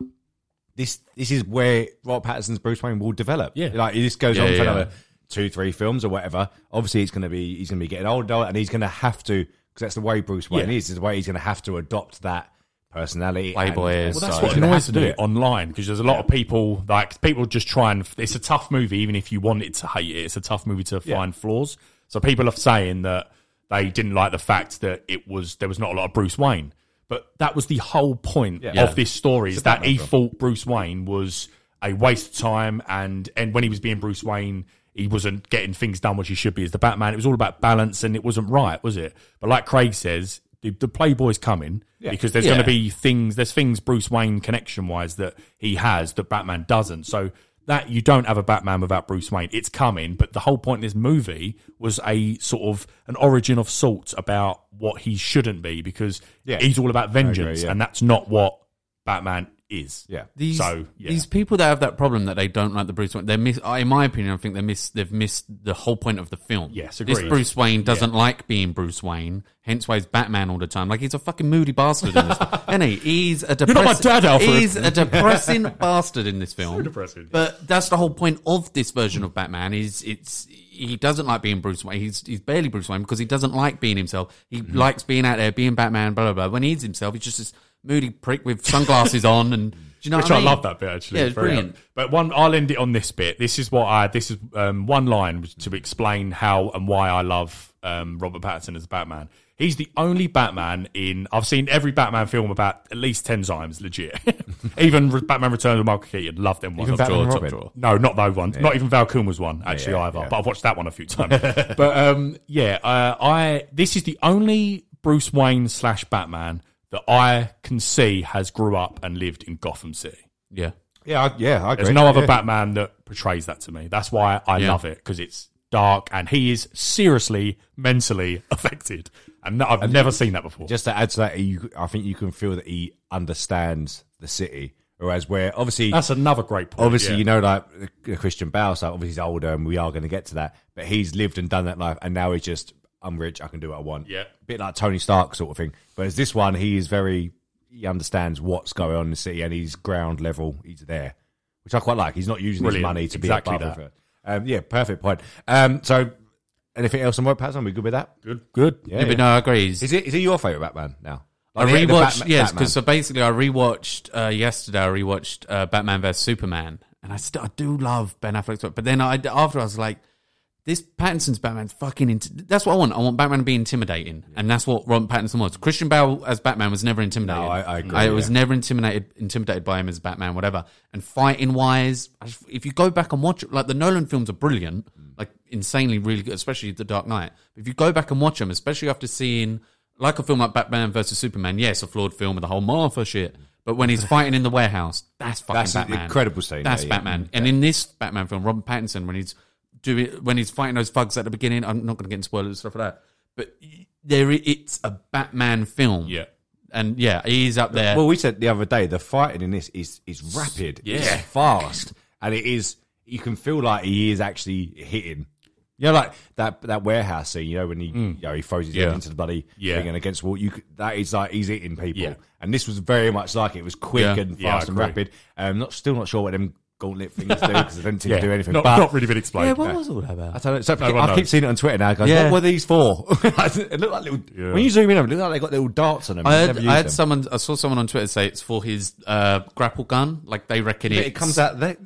Speaker 7: this this is where Rob Patterson's Bruce Wayne will develop.
Speaker 8: Yeah.
Speaker 7: like this goes
Speaker 5: Yeah,
Speaker 7: on for
Speaker 5: yeah.
Speaker 7: another two, three films or whatever. Obviously, he's gonna be he's gonna be getting older, and he's gonna have to because that's the way Bruce Wayne
Speaker 8: Yeah.
Speaker 7: is. Is the way he's gonna have to adopt that personality.
Speaker 5: Playboy
Speaker 7: and-
Speaker 5: is
Speaker 8: Well, that's
Speaker 5: So-
Speaker 8: what
Speaker 7: He's gonna have
Speaker 8: annoys
Speaker 7: to
Speaker 8: me
Speaker 7: do
Speaker 8: it. online because there's a lot of people like people just try and it's a tough movie even if you wanted to hate it. It's a tough movie to find flaws. So people are saying that they didn't like the fact that it was there was not a lot of Bruce Wayne, but that was the whole point
Speaker 7: Yeah.
Speaker 8: of this story is that he thought Bruce Wayne was a waste of time and and when he was being Bruce Wayne. He wasn't getting things done which he should be as the Batman. It was all about balance, and it wasn't right, was it? But like Craig says, the, the Playboy's coming because there's going
Speaker 5: Yeah.
Speaker 8: to be things there's things Bruce Wayne connection wise that he has that Batman doesn't. So that you don't have a Batman without Bruce Wayne. It's coming, but the whole point of this movie was a sort of an origin of sorts about what he shouldn't be because
Speaker 7: Yeah.
Speaker 8: he's all about vengeance
Speaker 7: yeah.
Speaker 8: and that's not what Batman is.
Speaker 7: Yeah.
Speaker 5: These,
Speaker 8: so yeah.
Speaker 5: these people that have that problem that they don't like the Bruce Wayne, they miss. I- In my opinion, I think they miss. They've missed the whole point of the film.
Speaker 8: Yes,
Speaker 5: This
Speaker 8: agreed.
Speaker 5: Bruce Wayne doesn't like being Bruce Wayne, hence why he's Batman all the time. Like he's a fucking moody bastard in this, and he? He's a
Speaker 8: not my
Speaker 5: depressing.
Speaker 8: dad, Alfred.
Speaker 5: He's a depressing bastard in this film.
Speaker 8: depressing.
Speaker 5: But that's the whole point of this version of Batman. Is it's he doesn't like being Bruce Wayne. He's he's barely Bruce Wayne because he doesn't like being himself. He
Speaker 8: Mm-hmm.
Speaker 5: likes being out there, being Batman, blah blah blah. When he's himself, he's just this moody prick with sunglasses on and. Do you know
Speaker 8: Which
Speaker 5: what
Speaker 8: I,
Speaker 5: I, mean?
Speaker 8: love that bit actually.
Speaker 5: Yeah, it's
Speaker 8: Very- uh,
Speaker 5: brilliant.
Speaker 8: But one, I'll end it on this bit. This is what I. This is um, one line to explain how and why I love um, Robert Pattinson as Batman. He's the only Batman in. I've seen every Batman film about at least ten times, legit. even Re- Batman Returns with Michael Keaton, loved them ones.
Speaker 7: Even
Speaker 8: Top
Speaker 7: Batman
Speaker 8: drawer,
Speaker 7: and
Speaker 8: top
Speaker 7: Robin?
Speaker 8: drawer. No, not those ones. Not even Val Kilmer's one actually
Speaker 7: yeah,
Speaker 8: either.
Speaker 7: yeah.
Speaker 8: But I've watched that one a few times. but um, yeah, uh, I this is the only Bruce Wayne slash Batman that I can see has grew up and lived in Gotham City.
Speaker 5: Yeah.
Speaker 7: Yeah, I, yeah, I agree.
Speaker 8: There's no other
Speaker 7: yeah.
Speaker 8: Batman that portrays that to me. That's why I
Speaker 5: Yeah.
Speaker 8: love it because it's dark and he is seriously mentally affected. And no, I've never seen that before.
Speaker 7: Just to add to that, you, I think you can feel that he understands the city, whereas where obviously
Speaker 8: That's another great point.
Speaker 7: obviously
Speaker 8: yeah.
Speaker 7: you know like the Christian Bale, so obviously he's older, and we are going to get to that. But he's lived and done that life, and now he's just I'm rich, I can do what I want.
Speaker 8: Yeah.
Speaker 7: bit like Tony Stark sort of thing. Whereas this one, he is very he understands what's going on in the city, and he's ground level. He's there, which I quite like. He's not using
Speaker 8: Brilliant.
Speaker 7: his money to
Speaker 8: Exactly
Speaker 7: be above
Speaker 8: that.
Speaker 7: it. Um, yeah, perfect point. Um, so anything else on Robert Pattinson? We good with that?
Speaker 8: good, good.
Speaker 7: Yeah,
Speaker 5: Yeah,
Speaker 7: yeah.
Speaker 5: but no, I agree. He's-
Speaker 7: Is it is he your favorite Batman now?
Speaker 5: I
Speaker 7: Like the- the
Speaker 5: rewatched,
Speaker 7: Batman-
Speaker 5: yes,
Speaker 7: Batman.
Speaker 5: because so basically I rewatched uh, yesterday. I rewatched uh, Batman vs Superman, and I still I do love Ben Affleck's work. But then I after I was like, this Pattinson's Batman's fucking. Int- that's what I want. I want Batman to be intimidating, and that's what Ron Pattinson was. Christian Bale as Batman was never intimidated.
Speaker 7: No, I- I agree,
Speaker 5: was
Speaker 7: yeah.
Speaker 5: never intimidated intimidated by him as Batman, whatever. And fighting wise, I just- if you go back and watch, like the Nolan films are brilliant,
Speaker 7: Mm.
Speaker 5: like insanely really good, especially The Dark Knight. If you go back and watch them, especially after seeing like a film like Batman versus Superman, yes, a flawed film with the whole Martha shit. But when he's fighting in the warehouse, that's fucking
Speaker 7: Mm. That's an
Speaker 5: Batman.
Speaker 7: incredible scene,
Speaker 5: That's
Speaker 7: yeah, yeah.
Speaker 5: Batman. And in this Batman film, Robert Pattinson, when he's doing when he's fighting those thugs at the beginning, I'm not going to get into spoilers and stuff like that. But there, i- it's a Batman film.
Speaker 8: Yeah.
Speaker 5: and yeah, he's up there.
Speaker 7: Well, we said the other day the fighting in this is is rapid,
Speaker 5: Yeah.
Speaker 7: it's fast, and it is. You can feel like he is actually hitting. You know, like that that warehouse scene. You know, when he you know he throws his
Speaker 5: Yeah.
Speaker 7: head into the bloody
Speaker 8: Hmm. Yeah.
Speaker 7: thing and against the wall. You could, that is like he's hitting people,
Speaker 8: Yeah.
Speaker 7: and this was very much like it. It was quick
Speaker 5: Yeah.
Speaker 7: and fast
Speaker 8: Yeah, I
Speaker 7: and
Speaker 8: agree.
Speaker 7: rapid. Um, not still not sure what them gauntlet things do because they didn't seem
Speaker 8: Yeah.
Speaker 7: to do anything.
Speaker 8: Not,
Speaker 7: but
Speaker 8: not really been explained.
Speaker 5: yeah, what was all that
Speaker 7: I
Speaker 5: about?
Speaker 7: don't know. So
Speaker 8: No one
Speaker 7: I keep
Speaker 8: knows.
Speaker 7: seeing it on Twitter now. Going,
Speaker 5: Yeah.
Speaker 7: what were these for? it looked like little.
Speaker 8: Yeah.
Speaker 7: When you zoom in, on it it looked like they got little darts on them.
Speaker 5: I
Speaker 7: You've
Speaker 5: had,
Speaker 7: never used
Speaker 5: I had
Speaker 7: them.
Speaker 5: someone, I saw someone on Twitter say it's for his uh, grapple gun. Like they reckon
Speaker 7: But
Speaker 5: it's-
Speaker 7: it comes out that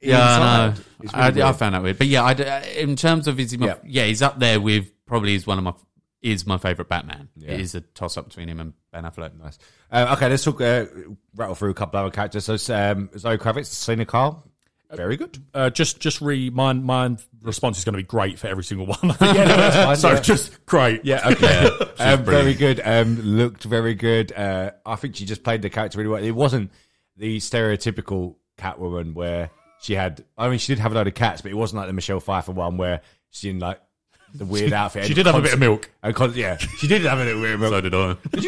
Speaker 5: Yeah, I know.
Speaker 7: inside. It's really
Speaker 5: I,
Speaker 7: weird.
Speaker 5: I found that weird, but yeah, I d in terms of is he my,
Speaker 7: Yeah.
Speaker 5: yeah. he's up there with probably is one of my is my favorite Batman. It is a toss up between him and Ben Affleck.
Speaker 7: Nice. Uh, okay, let's talk. Uh, rattle through a couple other characters. So um, Zoe Kravitz, Selena Kyle, very good.
Speaker 8: uh, just just re my my response is going to be great for every single one. yeah, that's fine, so
Speaker 7: yeah.
Speaker 8: just great.
Speaker 7: Yeah, okay. um, very good. Um, looked very good. Uh, I think she just played the character really well. It wasn't the stereotypical Catwoman where she had. I mean, she did have a load of cats, but it wasn't like the Michelle Pfeiffer one where she in like the weird outfit.
Speaker 8: she did have a bit of milk.
Speaker 7: And con- yeah, she did have a little bit of milk.
Speaker 8: So did I.
Speaker 7: Did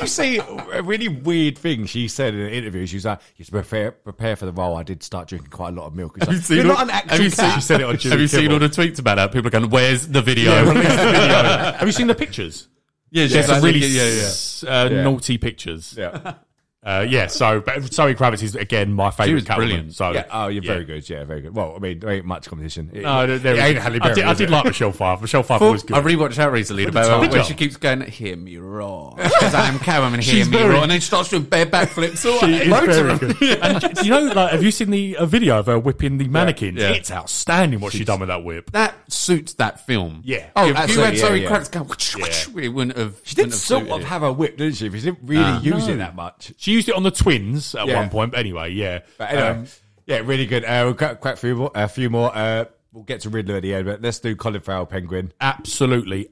Speaker 7: you see
Speaker 8: Oh.
Speaker 7: a really weird thing she said in an interview? She was like, "You should prepare prepare for the role. I did start drinking quite a lot of milk." It's like, You're not an actual cat.
Speaker 8: She said it on Jimmy
Speaker 5: Have you seen
Speaker 8: Kimmel.
Speaker 5: all the tweets about that? People are going, "Where's the video?"
Speaker 8: Have you seen the pictures?
Speaker 5: yeah, she's
Speaker 8: There's some
Speaker 5: like,
Speaker 8: really
Speaker 5: yeah, yeah, yeah.
Speaker 8: s- Uh, naughty pictures.
Speaker 7: Yeah.
Speaker 8: Uh, yeah, so but Zoe Kravitz is again my favorite.
Speaker 5: was brilliant.
Speaker 8: So
Speaker 7: Yeah. Oh, you're
Speaker 8: yeah.
Speaker 7: very good. Yeah, very good. Well, I mean, there ain't much competition. It,
Speaker 8: No, Oh, there, there
Speaker 7: it
Speaker 8: was-
Speaker 7: ain't Halle Berry.
Speaker 8: I did, I
Speaker 7: is
Speaker 8: did
Speaker 7: it?
Speaker 8: like Michelle Pfeiffer. Michelle Pfeiffer was good.
Speaker 5: I rewatched that recently
Speaker 8: time.
Speaker 5: about
Speaker 8: Good
Speaker 5: where
Speaker 8: job.
Speaker 5: she keeps going, "Hear me roar," because I am Catwoman. Hear me
Speaker 8: very-
Speaker 5: roar, and then she starts doing bare backflips. all
Speaker 8: She
Speaker 5: right.
Speaker 8: is
Speaker 5: Loads of
Speaker 8: very
Speaker 5: them.
Speaker 8: good. And do you know, like, have you seen the a video of her whipping the mannequins?
Speaker 5: Yeah.
Speaker 8: It's outstanding what she done with that whip.
Speaker 5: That suits that film.
Speaker 8: Yeah.
Speaker 5: Oh,
Speaker 8: Yeah,
Speaker 5: if you
Speaker 7: absolutely,
Speaker 5: had Zoe
Speaker 7: yeah, yeah.
Speaker 5: Kravitz going, it wouldn't have.
Speaker 7: She did sort of have a whip, didn't she? But she didn't really use it
Speaker 8: Ah. No.
Speaker 7: that much.
Speaker 8: She used it on the twins at
Speaker 7: Yeah.
Speaker 8: one point. But anyway, yeah.
Speaker 7: But anyway,
Speaker 8: Um,
Speaker 7: yeah, really good. Uh, we've got quite a few more. A few more. Uh, we'll get to Riddler at the end, but let's do Colin Farrell Penguin.
Speaker 8: absolutely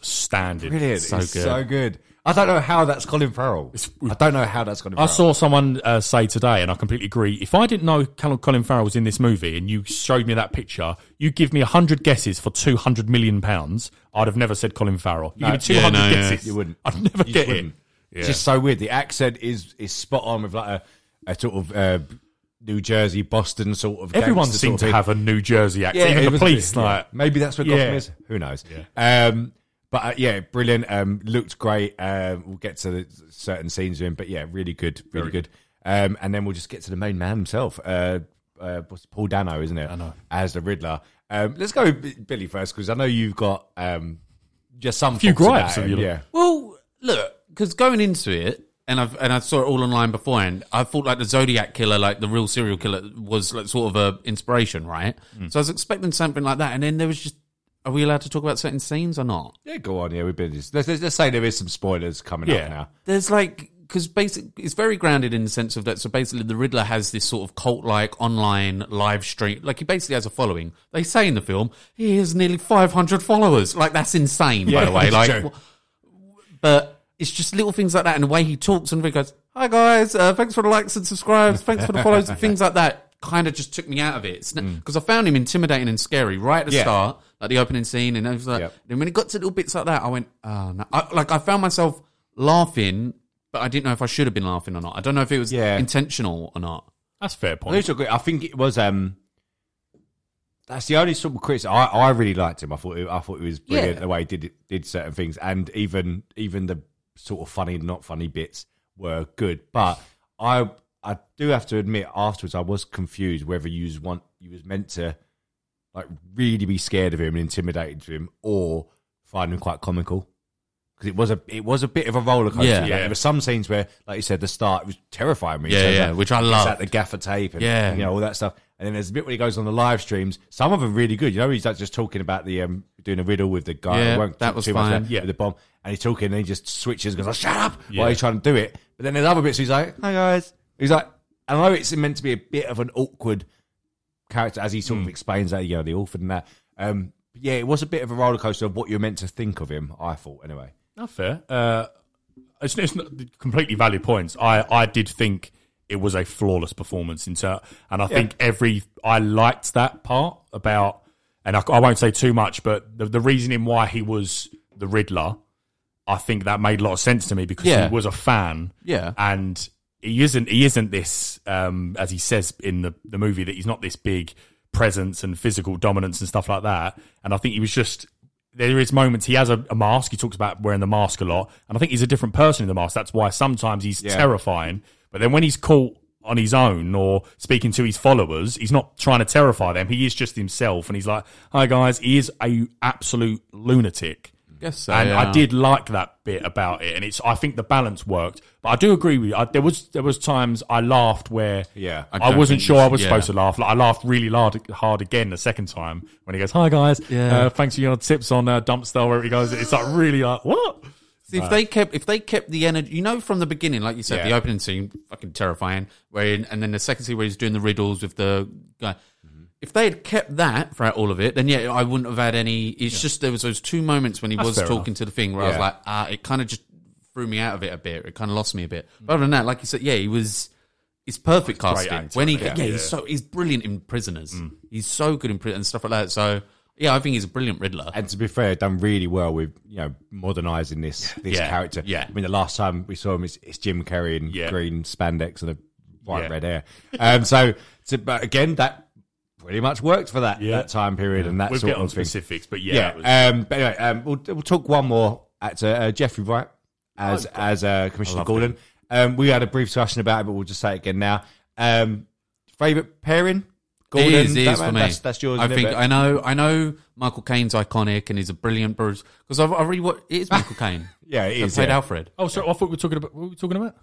Speaker 8: outstanding.
Speaker 7: Brilliant.
Speaker 8: So
Speaker 7: It's
Speaker 8: good.
Speaker 7: So good. I don't know how that's Colin Farrell. I don't know how that's Colin
Speaker 8: I
Speaker 7: Farrell.
Speaker 8: saw someone uh, say today, and I completely agree. If I didn't know Col- Colin Farrell was in this movie, and you showed me that picture, you give me hundred guesses for two hundred million pounds, I'd have never said Colin Farrell. You give me two
Speaker 5: Yeah,
Speaker 8: hundred
Speaker 5: no, yeah.
Speaker 8: guesses,
Speaker 7: You wouldn't.
Speaker 8: I'd never
Speaker 7: You just
Speaker 8: get
Speaker 7: wouldn't.
Speaker 8: it. Yeah.
Speaker 7: It's just so weird. The accent is is spot on with like a, a sort of uh, New Jersey, Boston sort of.
Speaker 8: Everyone
Speaker 7: gangster
Speaker 8: seemed
Speaker 7: sort of
Speaker 8: to
Speaker 7: thing.
Speaker 8: have a New Jersey accent. Even the
Speaker 7: it was a
Speaker 8: police,
Speaker 7: bit-
Speaker 8: like
Speaker 7: yeah. maybe that's where
Speaker 8: Yeah.
Speaker 7: Gotham is. Who knows? Um, but uh, yeah, brilliant. Um, looked great. Um, we'll get to the certain scenes of him, but yeah, really good, really good. Um, and then we'll just get to the main man himself. Uh, uh, what's Paul Dano, isn't it? I know. As the Riddler. Um, let's go with B- Billy first because I know you've got um, just some
Speaker 8: Few
Speaker 7: thoughts about
Speaker 8: gripes of
Speaker 7: him,
Speaker 8: you.
Speaker 7: Yeah,
Speaker 5: Well, look, because going into it, and I've and I saw it all online beforehand. I thought like the Zodiac killer, like the real serial killer, was like sort of a inspiration, right? So I was expecting something like that, and then there was just. Are we allowed to talk about certain scenes or not?
Speaker 7: yeah. Go on. Yeah, we've been. Just, let's, let's just say there is some spoilers coming
Speaker 8: Yeah.
Speaker 7: up now.
Speaker 5: There's like because basic it's very grounded in the sense of that. So basically, the Riddler has this sort of cult-like online live stream. Like he basically has a following. They say in the film he has nearly 500 followers. Like that's insane, by the way.
Speaker 7: it's
Speaker 5: Like
Speaker 7: true.
Speaker 5: but it's just little things like that and the way he talks and goes hi guys uh, thanks for the likes and subscribes thanks for the follows and things like that kind of just took me out of it because i found him intimidating and scary right at the
Speaker 7: Mm. Yeah.
Speaker 5: start like the opening scene and I was like
Speaker 7: Yep.
Speaker 5: then when it got to little bits like that i went oh no I, like i found myself laughing but i didn't know if i should have been laughing or not i don't know if it was
Speaker 7: Yeah.
Speaker 5: intentional or not
Speaker 8: that's a fair point.
Speaker 7: Well, he's all good. I think it was. Um, that's the only sort of criticism I, I really liked him. I thought it, I thought it was brilliant
Speaker 5: Yeah.
Speaker 7: the way he did it- did certain things, and even even the sort of funny and not funny bits were good. But I I do have to admit afterwards I was confused whether you was want you was meant to like really be scared of him and intimidated to him, or find him quite comical. Because it was a it was a bit of a roller coaster.
Speaker 5: Yeah.
Speaker 7: Like, There were some scenes where, like you said, the start it was terrifying. when he
Speaker 5: Yeah,
Speaker 7: turns
Speaker 5: yeah,
Speaker 7: up,
Speaker 5: which I
Speaker 7: gets
Speaker 5: loved.
Speaker 7: out the gaffer tape and
Speaker 5: Yeah.
Speaker 7: you know all that stuff. And then there's a bit where he goes on the live streams. Some of them really good. You know, he's like just talking about the um, doing a riddle with the guy. I
Speaker 5: Yeah,
Speaker 7: won't
Speaker 5: that
Speaker 7: talk
Speaker 5: was
Speaker 7: too much
Speaker 5: fine.
Speaker 7: about-
Speaker 8: Yeah.
Speaker 7: with the bomb, and he's talking, and he just switches, goes, oh, "Shut up!"
Speaker 8: Yeah.
Speaker 7: while he's trying to do it. But then there's other bits. He's like, "Hi guys." He's like, I know it's meant to be a bit of an awkward character as he sort of
Speaker 8: Hmm.
Speaker 7: explains that you know the orphan and that. Um, but yeah, it was a bit of a roller coaster of what you're meant to think of him. I thought anyway.
Speaker 8: Not fair. Uh, it's, it's not completely valid points. I, I did think it was a flawless performance in ter- and I think every I liked that part about, and I, I won't say too much, but the, the reasoning why he was the Riddler, I think that made a lot of sense to me because
Speaker 5: Yeah.
Speaker 8: he was a fan,
Speaker 5: Yeah.
Speaker 8: and he isn't he isn't this um, as he says in the the movie that he's not this big presence and physical dominance and stuff like that, and I think he was just there is moments he has a, a mask. He talks about wearing the mask a lot, and I think he's a different person in the mask. That's why sometimes he's terrifying, but then when he's caught on his own or speaking to his followers, he's not trying to terrify them. He is just himself, and he's like, "Hi guys," he is a absolute lunatic.
Speaker 5: guess so
Speaker 8: and I
Speaker 5: yeah.
Speaker 8: did like that bit about it, and it's. I think the balance worked, but I do agree with you. I, there was there was times I laughed where
Speaker 7: Yeah. I
Speaker 8: I,
Speaker 5: don't
Speaker 8: wasn't
Speaker 5: think
Speaker 8: sure
Speaker 5: you
Speaker 8: I
Speaker 5: should-
Speaker 8: was
Speaker 5: yeah.
Speaker 8: supposed to laugh. Like, I laughed really hard, hard again the second time when he goes, "Hi guys,
Speaker 5: Yeah.
Speaker 8: uh, thanks for your tips on uh, dumpster." Where he goes, it's like really like what?
Speaker 5: See, if they kept if they kept the energy, you know, from the beginning, like you said,
Speaker 7: Yeah.
Speaker 5: the opening scene fucking terrifying, where in, and then the second scene where he's doing the riddles with the guy. If they had kept that throughout all of it, then yeah, I wouldn't have had any. It's just there was those two moments when he was
Speaker 8: fair
Speaker 5: talking to the thing where I was
Speaker 7: Yeah.
Speaker 5: like, ah, it kind of just threw me out of it a bit. It kind of lost me a bit. But other than that, like you said, yeah, he was. It's perfect casting
Speaker 8: actor,
Speaker 5: when he
Speaker 8: yeah.
Speaker 5: yeah, he's so he's brilliant in Prisoners. He's so good in prison and stuff like that. So yeah, I think he's a brilliant Riddler.
Speaker 7: and to be fair, done really well with you know modernising this this
Speaker 5: Yeah,
Speaker 7: character.
Speaker 5: yeah.
Speaker 7: I mean, the last time we saw him, it's, it's Jim Carrey in
Speaker 8: Yeah.
Speaker 7: green spandex and a bright
Speaker 8: Yeah.
Speaker 7: red hair. Um, so, so, but again, that pretty much worked for that
Speaker 8: Yeah.
Speaker 7: that time period and that
Speaker 8: We'll
Speaker 7: sort
Speaker 8: get on
Speaker 7: of thing.
Speaker 8: specifics, but yeah,
Speaker 7: Yeah.
Speaker 8: it was-
Speaker 5: uh,
Speaker 7: um, but anyway, um, we'll, we'll talk one more at uh, uh, Jeffrey Wright as as uh, Commissioner Gordon. Um, we had a brief discussion about it, but we'll just say it again now. Um, Favorite pairing. Gordon,
Speaker 5: It is, it is
Speaker 7: Batman?
Speaker 5: for me.
Speaker 7: That's, that's yours.
Speaker 5: I
Speaker 7: isn't it?
Speaker 5: think
Speaker 7: But-
Speaker 5: I know. I know Michael Caine's iconic, and he's a brilliant Bruce. Because I've, I rewatched. It is Michael Caine.
Speaker 7: Yeah, it
Speaker 5: that
Speaker 7: is,
Speaker 5: Played
Speaker 7: yeah.
Speaker 5: Alfred.
Speaker 8: Oh, sorry, I thought we were talking about what were we talking about?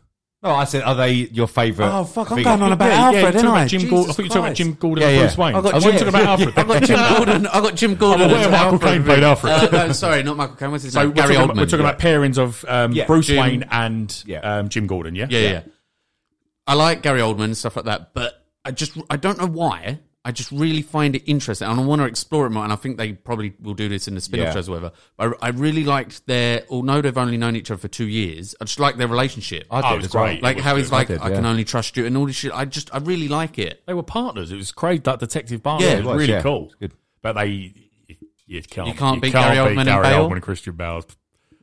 Speaker 7: No, I said, are they your favourite?
Speaker 5: Oh, fuck, I'm
Speaker 7: figure?
Speaker 5: going on about
Speaker 8: yeah, yeah,
Speaker 5: Alfred,
Speaker 8: you're talking
Speaker 5: didn't
Speaker 8: about
Speaker 5: I?
Speaker 8: Jim
Speaker 5: Jesus
Speaker 8: Gordon. I thought you were talking about
Speaker 5: Christ.
Speaker 8: Jim Gordon
Speaker 7: Yeah,
Speaker 8: and
Speaker 7: yeah.
Speaker 8: Bruce Wayne.
Speaker 5: I
Speaker 8: I,
Speaker 5: got
Speaker 8: was
Speaker 5: Jim-
Speaker 8: talking about Alfred.
Speaker 5: I got Jim Gordon. I got Jim
Speaker 8: I'm
Speaker 5: Gordon.
Speaker 8: aware
Speaker 5: as
Speaker 8: Michael
Speaker 5: Alfred.
Speaker 8: Caine played Alfred.
Speaker 5: Uh, no, sorry, not Michael Caine. What's his
Speaker 8: So
Speaker 5: name?
Speaker 8: we're
Speaker 5: Gary
Speaker 8: talking,
Speaker 5: Oldman.
Speaker 8: about, we're talking about pairings of um,
Speaker 7: Yeah.
Speaker 8: Bruce
Speaker 5: Jim-
Speaker 8: Wayne and
Speaker 7: Yeah.
Speaker 8: um, Jim Gordon. Yeah,
Speaker 5: Yeah, yeah, yeah. I like Gary Oldman and stuff like that, but I just I don't know why. I just really find it interesting, and I want to explore it more. And I think they probably will do this in the spin-off
Speaker 7: Yeah.
Speaker 5: shows or whatever. But I, I really liked their, although they've only known each other for two years, I just like their relationship.
Speaker 8: Oh,
Speaker 7: did
Speaker 8: it was
Speaker 7: as well.
Speaker 8: great.
Speaker 5: like
Speaker 8: It
Speaker 5: how
Speaker 8: was
Speaker 5: he's
Speaker 8: good.
Speaker 5: like, I,
Speaker 7: did,
Speaker 5: can
Speaker 7: yeah.
Speaker 5: only trust you, and all this shit. I just I really like it.
Speaker 8: They were partners. It was Craig, that detective partner.
Speaker 5: Yeah,
Speaker 8: Yeah,
Speaker 5: it
Speaker 7: was,
Speaker 8: really
Speaker 7: yeah.
Speaker 8: cool.
Speaker 7: It's good.
Speaker 8: But they, you can't,
Speaker 5: You can't beat Gary Oldman and
Speaker 8: Gary
Speaker 5: Bale.
Speaker 8: Oldman and Christian Bale.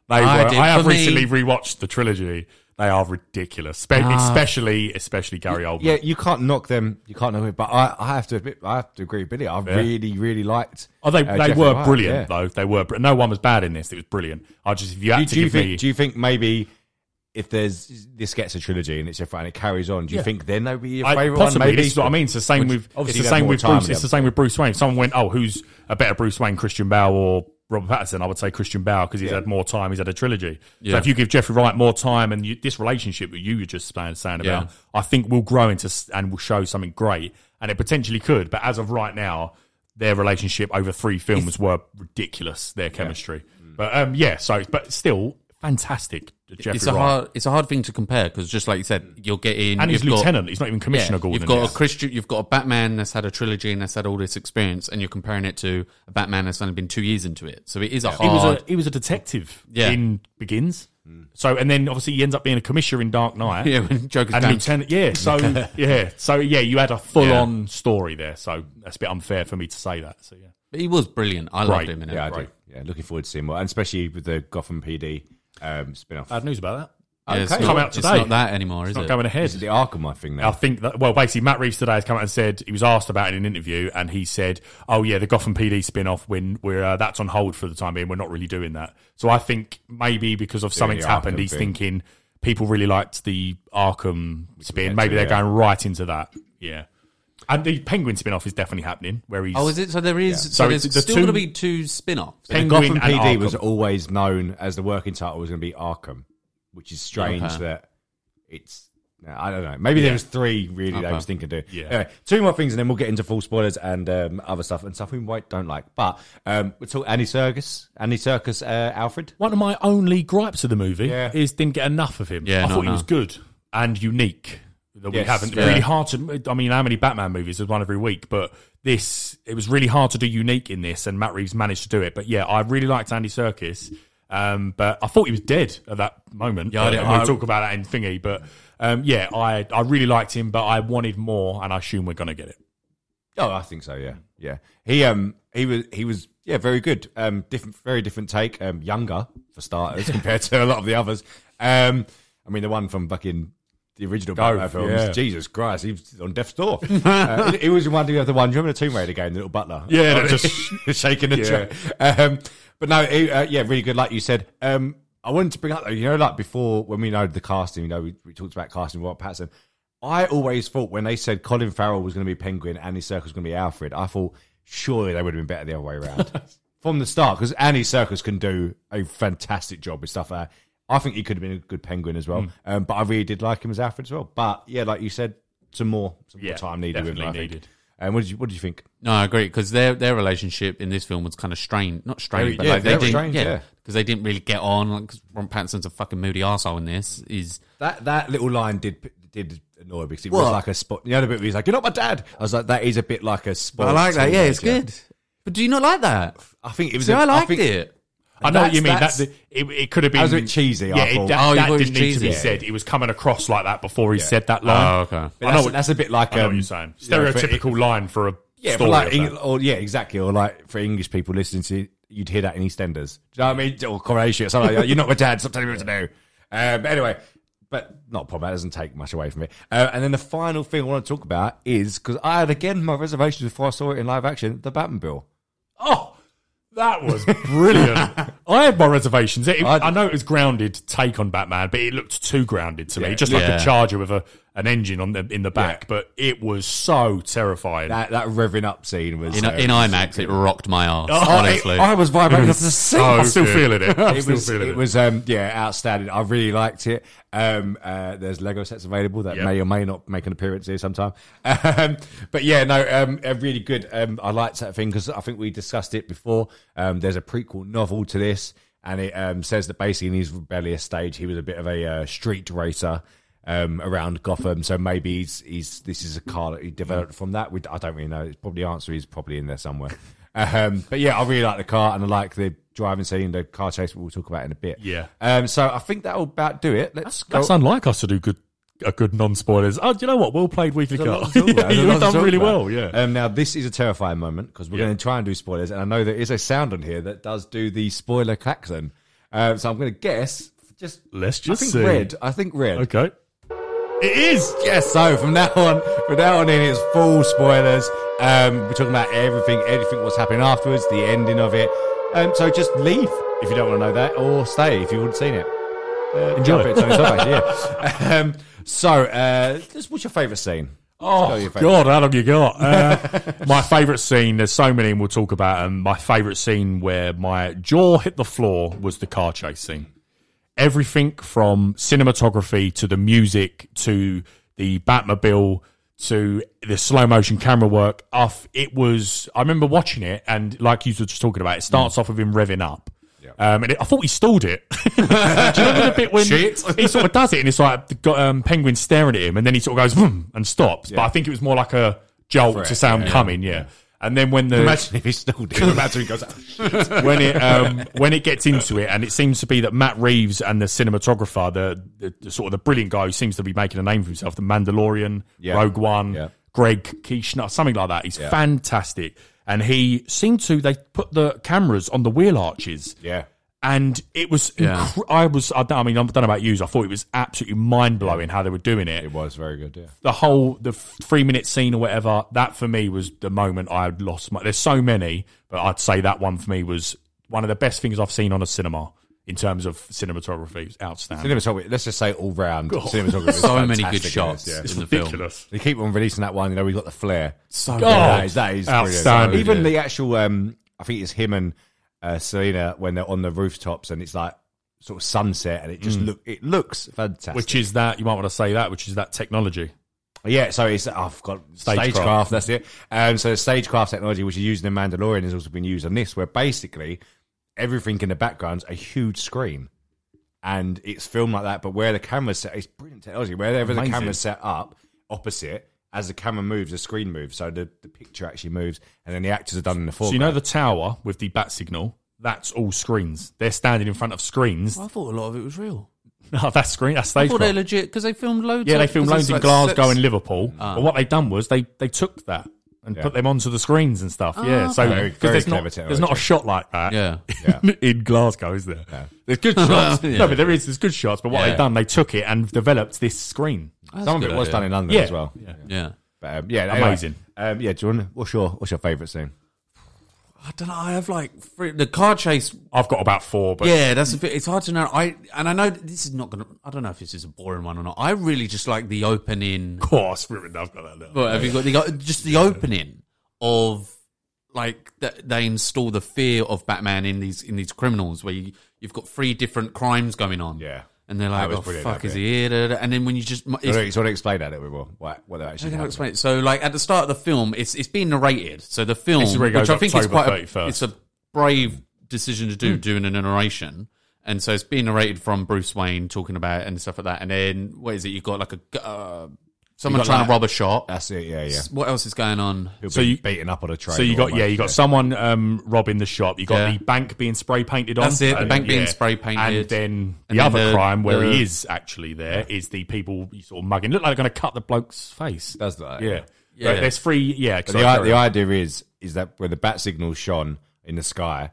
Speaker 8: They
Speaker 5: I
Speaker 8: were.
Speaker 5: did.
Speaker 8: I have
Speaker 5: For me-
Speaker 8: recently rewatched the trilogy. They are ridiculous, Spe-
Speaker 5: Ah.
Speaker 8: especially especially Gary Oldman.
Speaker 7: Yeah, you can't knock them. You can't knock it. But I, I have to admit, I have to agree, with Billy. I really, really liked.
Speaker 8: Oh, they,
Speaker 7: uh,
Speaker 8: they
Speaker 7: Jeff
Speaker 8: were
Speaker 7: Wild,
Speaker 8: brilliant
Speaker 7: yeah.
Speaker 8: though. They were. br- No one was bad in this. It was brilliant. I just if you had
Speaker 7: Do,
Speaker 8: to
Speaker 7: do you
Speaker 8: give
Speaker 7: think?
Speaker 8: me,
Speaker 7: Do you think maybe if there's this gets a trilogy and it's different and it carries on, do you
Speaker 8: Yeah.
Speaker 7: think then they'll be your
Speaker 8: I-
Speaker 7: favorite
Speaker 8: possibly
Speaker 7: one? Maybe
Speaker 8: this is what I mean. It's the same
Speaker 7: Which-
Speaker 8: with it's
Speaker 7: obviously
Speaker 8: the
Speaker 7: they've
Speaker 8: same
Speaker 7: more
Speaker 8: with
Speaker 7: time
Speaker 8: Bruce.
Speaker 7: with
Speaker 8: It's the
Speaker 7: them.
Speaker 8: same with Bruce Wayne. If someone went, oh, who's a better Bruce Wayne, Christian Bale or Robert Pattinson? I would say Christian Bale because he's had more time. He's had a trilogy. So
Speaker 5: Yeah.
Speaker 8: if you give Jeffrey Wright more time and you, this relationship that you were just saying, saying about,
Speaker 5: Yeah.
Speaker 8: I think will grow into s- and will show something great, and it potentially could. But as of right now, their relationship over three films were ridiculous. Their chemistry, but um, yeah. So, but still fantastic. Jeffrey
Speaker 5: it's a
Speaker 8: Wright.
Speaker 5: hard it's a hard thing to compare because just like you said, you're getting
Speaker 8: and he's
Speaker 5: you've got-
Speaker 8: lieutenant. he's not even
Speaker 5: yeah,
Speaker 8: commissioner. Gordon
Speaker 5: you've got
Speaker 8: yet.
Speaker 5: a Christian, you've got a Batman that's had a trilogy and that's had all this experience, and you're comparing it to a Batman that's only been two years into it. So it is a
Speaker 8: He was
Speaker 5: hard.
Speaker 8: a he was a detective
Speaker 5: Yeah.
Speaker 8: in Begins. So and then obviously he ends up being a commissioner in Dark Knight.
Speaker 5: yeah, when Joker's
Speaker 8: And
Speaker 5: down.
Speaker 8: lieutenant, yeah. So yeah, so yeah, you had a full
Speaker 5: Yeah.
Speaker 8: on story there. So that's a bit unfair for me to say that. So yeah,
Speaker 5: But he was brilliant. I loved
Speaker 8: Right.
Speaker 5: him in it.
Speaker 7: Yeah, I do.
Speaker 8: Right.
Speaker 7: Yeah, looking forward to seeing more, and especially with the Gotham PD um, spin-off.
Speaker 5: Uh,
Speaker 8: bad news about that.
Speaker 5: Yeah, it's
Speaker 7: Okay.
Speaker 5: not-
Speaker 8: Come out today.
Speaker 5: It's not that anymore, is
Speaker 8: It's not
Speaker 5: it?
Speaker 8: going ahead.
Speaker 7: Is it the Arkham, I think.
Speaker 8: I
Speaker 7: Now,
Speaker 8: think that well, basically, Matt Reeves today has come out and said he was asked about it in an interview, and he said, "Oh yeah, the Gotham PD spin-off, when we're uh, that's on hold for the time being. We're not really doing that." So I think maybe because of something's
Speaker 7: the Arkham
Speaker 8: happened, he's
Speaker 7: thing.
Speaker 8: thinking people really liked the Arkham spin.
Speaker 7: get
Speaker 8: Maybe
Speaker 7: to,
Speaker 8: they're
Speaker 7: yeah.
Speaker 8: going right into that. Yeah, and the Penguin spin-off is definitely happening. Where he's
Speaker 5: Oh, is it? So there is.
Speaker 8: So
Speaker 5: So, there's
Speaker 8: it's the
Speaker 5: still
Speaker 8: two-
Speaker 5: going to be two spin-offs.
Speaker 7: the
Speaker 8: Penguin
Speaker 7: Gotham
Speaker 8: and
Speaker 7: PD was
Speaker 8: Arkham.
Speaker 7: always known as the working title was going to be Arkham, which is strange
Speaker 5: Okay.
Speaker 7: that it's. I don't know. Maybe there was three really that I was thinking. Do
Speaker 8: Yeah.
Speaker 7: Anyway, two more things, and then we'll get into full spoilers and um, other stuff and stuff we might don't like. But um, we're talking Andy Circus, Andy Circus, uh, Alfred.
Speaker 8: One of my only gripes of the movie
Speaker 7: Yeah.
Speaker 8: is didn't get enough of him.
Speaker 5: Yeah,
Speaker 8: I
Speaker 5: no,
Speaker 8: thought he
Speaker 5: no.
Speaker 8: was good and unique. That we
Speaker 7: Yes,
Speaker 8: haven't
Speaker 5: yeah.
Speaker 8: really hard to. I mean, how many Batman movies? There's one every week, but this it was really hard to do unique in this, and Matt Reeves managed to do it. But yeah, I really liked Andy Serkis, um, but I thought he was dead at that moment.
Speaker 5: Yeah, I
Speaker 8: Uh,
Speaker 5: did-
Speaker 8: we'll
Speaker 5: I-
Speaker 8: talk about that in thingy, but um, yeah, I I really liked him, but I wanted more, and I assume we're gonna get it.
Speaker 7: Oh, I think so. Yeah, yeah. He um he was he was yeah very good. Um, different, very different take. Um, younger for starters compared to a lot of the others. Um, I mean the one from fucking the original Batman films.
Speaker 8: yeah.
Speaker 7: Jesus Christ, he was on death's door. uh, it, it was one of the one. Do you remember the Tomb Raider game, the little butler?
Speaker 8: Yeah,
Speaker 7: Oh,
Speaker 8: that-
Speaker 7: just shaking the yeah. Um, but no, it, uh, yeah, really good. Like you said, um, I wanted to bring up though, you know, like before when we know the casting, you know, we, we talked about casting Robert Pattinson. I always thought when they said Colin Farrell was going to be Penguin, Andy Circus was going to be Alfred, I thought surely they would have been better the other way around from the start because Andy Circus can do a fantastic job with stuff. There. I think he could have been a good Penguin as well, um, but I really did like him as Alfred as well. But yeah, like you said, some more, some
Speaker 8: Yeah,
Speaker 7: more time needed. with him,
Speaker 8: definitely
Speaker 7: I think.
Speaker 8: needed.
Speaker 7: And what did you what did you think?
Speaker 5: No, I agree because their their relationship in this film was kind of strained, not
Speaker 7: Very-
Speaker 5: strained, but
Speaker 7: yeah,
Speaker 5: like they
Speaker 7: very
Speaker 5: didn't,
Speaker 7: strained, yeah.
Speaker 5: because they didn't really get on. Like, 'cause Ron Pattinson's a fucking moody arsehole in this. Is
Speaker 7: That that little line did did annoy me because it was
Speaker 5: What?
Speaker 7: like a spot. The other bit where he's like, "You're not my dad." I was like, "That is a bit like a spot." teenager.
Speaker 5: But do you not like that?
Speaker 7: I think it was.
Speaker 5: See,
Speaker 7: a-
Speaker 5: I liked
Speaker 7: think-
Speaker 5: it.
Speaker 8: I know what
Speaker 7: That's-
Speaker 8: you mean. That
Speaker 7: that's-
Speaker 8: the- it, it could have been
Speaker 7: That was a bit cheesy, I
Speaker 8: Yeah, it,
Speaker 7: thought.
Speaker 8: that,
Speaker 5: Oh, you
Speaker 8: that
Speaker 5: thought it was
Speaker 8: didn't need to be
Speaker 5: cheesy.
Speaker 8: said. It was coming across like that before he
Speaker 7: Yeah.
Speaker 8: said that line.
Speaker 5: Oh, okay.
Speaker 7: But
Speaker 8: I
Speaker 7: that's,
Speaker 8: know what-
Speaker 7: that's a bit like
Speaker 8: I know
Speaker 7: um,
Speaker 8: what you're saying.
Speaker 7: you know, for-
Speaker 8: Stereotypical line for a
Speaker 7: Yeah,
Speaker 8: story.
Speaker 7: for like,
Speaker 8: of
Speaker 7: Eng-
Speaker 8: that.
Speaker 7: or yeah, exactly. Or like for English people listening to, it, you'd hear that in EastEnders. Do you know what I mean? Or Croatia or something like that. You're not my dad. Stop telling me what to do. Um, but anyway, but not a problem. That doesn't take much away from it. Uh, and then the final thing I want to talk about is because I had again my reservations before I saw it in live action, the Batmobile.
Speaker 8: Oh, that was brilliant. I had my reservations. It,
Speaker 7: I-
Speaker 8: I, know it was grounded take on Batman, but it looked too grounded to
Speaker 7: Yeah.
Speaker 8: me. Just like
Speaker 5: Yeah.
Speaker 8: a charger with a an engine on the in the back, but it was so terrifying.
Speaker 7: That that revving up scene was
Speaker 5: In,
Speaker 7: uh,
Speaker 5: in IMAX, it rocked my ass.
Speaker 7: I-
Speaker 5: honestly,
Speaker 7: I, was vibrating off the seat.
Speaker 8: so I'm still feeling it. Oh, I'm
Speaker 7: it
Speaker 8: still
Speaker 7: was,
Speaker 8: feeling
Speaker 7: it
Speaker 8: it.
Speaker 7: was um, yeah, outstanding. I really liked it. Um, uh, there's Lego sets available that
Speaker 8: Yep.
Speaker 7: may or may not make an appearance here sometime. Um, but yeah, no, um, uh, really good. Um, I liked that thing because I think we discussed it before. Um, there's a prequel novel to this, and it um, says that basically in his rebellious stage, he was a bit of a uh, street racer. Um, around Gotham, so maybe he's, he's this is a car that he developed from that. We, I don't really know. It's probably the answer is probably in there somewhere. Um, but yeah, I really like the car and I like the driving scene, the car chase. We'll talk about in a bit.
Speaker 8: Yeah.
Speaker 7: Um, so I think that'll about do it. Let's go.
Speaker 8: That's unlike us to do good a good non spoilers. Oh, do you know what? Well played, Weekly
Speaker 7: There's a lot
Speaker 8: Cut.
Speaker 7: to talk about. There's a lot
Speaker 8: You've
Speaker 7: to
Speaker 8: done
Speaker 7: talk
Speaker 8: really
Speaker 7: about.
Speaker 8: well. Yeah.
Speaker 7: Um, now this is a terrifying moment because we're going to try and do spoilers, and I know there is a sound on here that does do the spoiler klaxon. Uh, so I'm going to guess. Just
Speaker 8: Let's just
Speaker 7: I think
Speaker 8: see.
Speaker 7: red. I think red.
Speaker 8: Okay. It is.
Speaker 7: Yes. So from now on, from now on in, it's full spoilers. Um, we're talking about everything, everything what's happening afterwards, the ending of it. Um, so just leave if you don't want to know that, or stay if you haven't seen it. Uh,
Speaker 8: Enjoy.
Speaker 7: jump it, Tony Savage, yeah. Um, so, uh, just- what's your favourite scene? Tell
Speaker 8: Oh
Speaker 7: your favourite.
Speaker 8: God, how long you got? Uh, my favourite scene. There's so many, and we'll talk about. 'em. my favourite scene where my jaw hit the floor was the car chase scene. Everything from cinematography to the music to the Batmobile to the slow motion camera work. Off, it was. I remember watching it, and like you were just talking about, it
Speaker 7: Mm.
Speaker 8: starts off with him revving up. Um, and it, I thought he stalled it. Do you remember the bit when
Speaker 7: Shit.
Speaker 8: he sort of does it, and it's like the go- um, penguin staring at him, and then he sort of goes "Vroom," and stops. But I think it was more like a jolt
Speaker 7: Threat,
Speaker 8: to sound
Speaker 7: yeah,
Speaker 8: coming, yeah. And then when the
Speaker 7: Imagine if he still did. Imagine he goes,
Speaker 8: when it um, when it gets into it, and it seems to be that Matt Reeves and the cinematographer, the, the, the sort of the brilliant guy who seems to be making a name for himself, the Mandalorian,
Speaker 7: Yeah.
Speaker 8: Rogue One,
Speaker 7: Yeah.
Speaker 8: Greg Kishner, something like that. He's
Speaker 7: Yeah.
Speaker 8: fantastic, and he seemed to they put the cameras on the wheel arches,
Speaker 7: yeah.
Speaker 8: and it was.
Speaker 5: Yeah.
Speaker 8: incre- I was. I don't, I mean, I don't know about you. I thought it was absolutely mind blowing how they were doing it.
Speaker 7: It was very good, yeah.
Speaker 8: The whole the f- three minute scene or whatever. That for me was the moment I had lost my. There's so many, but I'd say that one for me was one of the best things I've seen on a cinema in terms of cinematography. It was outstanding.
Speaker 7: Cinematography, let's just say all round. Cinematography. is
Speaker 5: So many
Speaker 7: fantastic
Speaker 5: good
Speaker 7: in
Speaker 5: shots
Speaker 7: this, yeah.
Speaker 5: in the film.
Speaker 8: Ridiculous.
Speaker 7: They keep on releasing that one. You know, we got the flare. So
Speaker 8: good.
Speaker 7: that is, that is brilliant.
Speaker 8: Outstanding.
Speaker 7: Even the actual, um, I think it's him and uh, Selena when they're on the rooftops and it's like sort of sunset and it just
Speaker 5: Mm.
Speaker 7: look it looks fantastic.
Speaker 8: Which is that you might want to say that, which is that technology.
Speaker 7: yeah, so it's oh, I've got
Speaker 8: Stagecraft.
Speaker 7: stagecraft. That's it. Um, so stagecraft technology, which is used in The Mandalorian, has also been used on this, where basically everything in the background's a huge screen. And it's filmed like that, but where the camera's set, it's brilliant technology. Wherever
Speaker 8: Amazing.
Speaker 7: the camera's set up, opposite, as the camera moves, the screen moves. So the, the picture actually moves, and then the actors are done in the
Speaker 8: So
Speaker 7: foreground.
Speaker 8: you know the tower with the bat signal. That's all screens. They're standing in front of screens.
Speaker 5: I thought a lot of it was real.
Speaker 8: No, that's screen. That's
Speaker 5: I
Speaker 8: stage.
Speaker 5: thought they legit because they filmed loads.
Speaker 8: Yeah,
Speaker 5: of-
Speaker 8: they filmed
Speaker 5: 'cause
Speaker 8: loads
Speaker 5: it's
Speaker 8: in
Speaker 5: like
Speaker 8: Glasgow
Speaker 5: sets. Ah.
Speaker 8: and Liverpool. But what they done was they they took that and
Speaker 7: Yeah.
Speaker 8: put them onto the screens and stuff.
Speaker 5: Ah,
Speaker 8: yeah, so
Speaker 7: Very-
Speaker 8: 'cause
Speaker 7: very
Speaker 8: there's
Speaker 7: clever
Speaker 8: not there's not a
Speaker 7: technology.
Speaker 8: shot like that.
Speaker 5: Yeah.
Speaker 8: in- in Glasgow, is there? There's good shots. No, but there is. There's good shots. But what
Speaker 5: Yeah.
Speaker 8: they done, they took it and developed this screen.
Speaker 7: Some of
Speaker 5: That's
Speaker 7: it
Speaker 5: a
Speaker 7: was
Speaker 5: good
Speaker 7: done
Speaker 5: idea.
Speaker 7: in London
Speaker 8: Yeah.
Speaker 7: as well. Yeah,
Speaker 5: Yeah.
Speaker 7: but, um, yeah anyway,
Speaker 8: Amazing.
Speaker 7: Um, yeah, Jordan, what's your what's your favourite scene?
Speaker 5: I don't know. I have like three, the car chase.
Speaker 8: I've got about four, but
Speaker 5: Yeah, that's a bit. It's hard to know. I and I know this is not gonna. I don't know if this is a boring one or not. I really just like the opening.
Speaker 8: of course, we've enough got that. Now.
Speaker 5: But have you got the just the opening of like that they install the fear of Batman in these in these criminals where you, you've got three different crimes going on.
Speaker 7: Yeah.
Speaker 5: and they're
Speaker 7: That
Speaker 5: like,
Speaker 7: was
Speaker 5: "Oh
Speaker 7: brilliant,
Speaker 5: fuck,
Speaker 7: that
Speaker 5: is he here?" Da, da, da. And then when you just it's,
Speaker 7: Do you want to explain that a little bit more? What, what they're
Speaker 5: I
Speaker 7: actually
Speaker 5: don't know how to
Speaker 7: happening?
Speaker 5: explain it. So, like at the start of the film, it's it's being narrated. So the film,
Speaker 8: This is where it
Speaker 5: which
Speaker 8: goes
Speaker 5: I think is
Speaker 8: October
Speaker 5: quite, a,
Speaker 8: 31st.
Speaker 5: it's a brave decision to do, doing a narration. And so it's being narrated from Bruce Wayne talking about it and stuff like that. And then what is it? You've got like a gu- uh, someone
Speaker 7: got
Speaker 5: trying
Speaker 7: that-
Speaker 5: to rob a shop.
Speaker 7: That's it. Yeah, yeah.
Speaker 5: What else is going on?
Speaker 7: He'll
Speaker 8: So
Speaker 7: be
Speaker 8: you-
Speaker 7: beaten up on a train.
Speaker 8: So you got
Speaker 7: almost,
Speaker 8: yeah, you got someone um, robbing the shop. You got
Speaker 5: Yeah.
Speaker 8: the bank being spray painted on.
Speaker 5: That's it, the
Speaker 8: and-
Speaker 5: bank being spray painted.
Speaker 8: and then
Speaker 5: And
Speaker 8: the
Speaker 5: then
Speaker 8: other
Speaker 5: the-
Speaker 8: crime where
Speaker 5: the-
Speaker 8: he is actually there is the people sort of mugging. Look like they're going to cut the bloke's face.
Speaker 7: Does that?
Speaker 8: yeah,
Speaker 5: Yeah.
Speaker 8: But there's three. Yeah,
Speaker 7: But
Speaker 8: sorry,
Speaker 7: the, i-
Speaker 8: carry
Speaker 7: the
Speaker 8: on.
Speaker 7: idea is is that when the bat signal shone in the sky,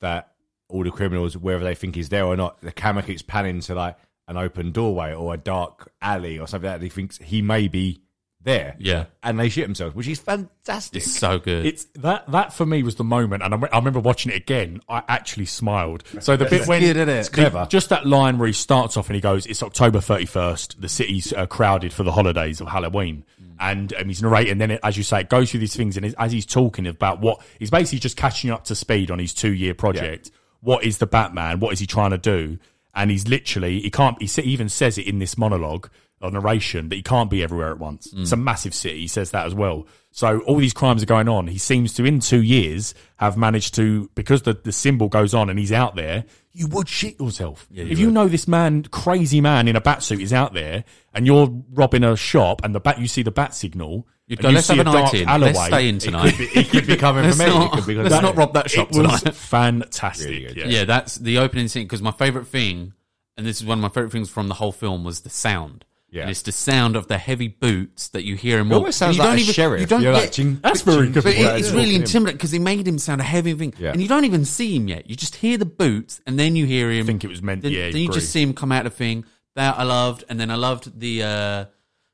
Speaker 7: that all the criminals, whether they think he's there or not, the camera keeps panning to like an open doorway or a dark alley or something like that he thinks he may be there.
Speaker 5: Yeah.
Speaker 7: and they shoot themselves, which is fantastic.
Speaker 5: It's so good.
Speaker 8: It's that that for me was the moment, and I, re- I remember watching it again. I actually smiled. So the bit when
Speaker 5: good, isn't it? It's
Speaker 7: clever.
Speaker 8: just that line where he starts off and he goes, "It's October thirty first. The city's uh, crowded for the holidays of Halloween." And um, he's narrating, and then it, as you say, it goes through these things, and as he's talking about what he's basically just catching up to speed on his two year project. What is the Batman? What is he trying to do? And he's literally he can't. He sa- even says it in this monologue or narration that he can't be everywhere at once.
Speaker 5: Mm.
Speaker 8: It's a massive city. He says that as well. So all these crimes are going on. He seems to, in two years, have managed to because the, the symbol goes on and he's out there. You would shit yourself if you know this man, crazy man in a bat suit, is out there, and you're robbing a shop, and the bat you see the bat signal.
Speaker 5: You'd
Speaker 8: and
Speaker 5: go,
Speaker 8: you
Speaker 5: "Let's
Speaker 8: see
Speaker 5: have
Speaker 8: a
Speaker 5: a night
Speaker 8: dark
Speaker 5: in.
Speaker 8: alleyway,"
Speaker 5: Let's stay in tonight.
Speaker 7: It could be coming
Speaker 5: Let's
Speaker 7: from me.
Speaker 5: not-
Speaker 7: it could be coming
Speaker 5: let's
Speaker 7: from
Speaker 5: not
Speaker 7: me.
Speaker 5: rob that shop
Speaker 8: It was
Speaker 5: tonight.
Speaker 8: fantastic.
Speaker 7: Really good.
Speaker 8: yeah.
Speaker 5: yeah, that's the opening scene because my favorite thing, and this is one of my favorite things from the whole film, was the sound.
Speaker 7: Yeah.
Speaker 5: And it's the sound of the heavy boots that you hear him walk.
Speaker 7: almost sounds
Speaker 5: And you
Speaker 7: like
Speaker 5: don't
Speaker 7: a
Speaker 5: even,
Speaker 7: sheriff.
Speaker 5: You don't
Speaker 7: You're
Speaker 5: get,
Speaker 7: like, "Ching,
Speaker 8: That's very good.
Speaker 5: but it-
Speaker 7: Yeah,
Speaker 5: it's
Speaker 7: it's
Speaker 5: really
Speaker 7: walking him.
Speaker 5: intimidating because they made him sound a heavy thing,
Speaker 7: Yeah.
Speaker 5: and you don't even see him yet. You just hear the boots, and then you hear him.
Speaker 8: think it was meant-
Speaker 5: Then,
Speaker 8: yeah,
Speaker 5: then
Speaker 8: you
Speaker 5: you
Speaker 8: agree.
Speaker 5: just see him come out of thing that I loved, and then I loved the uh,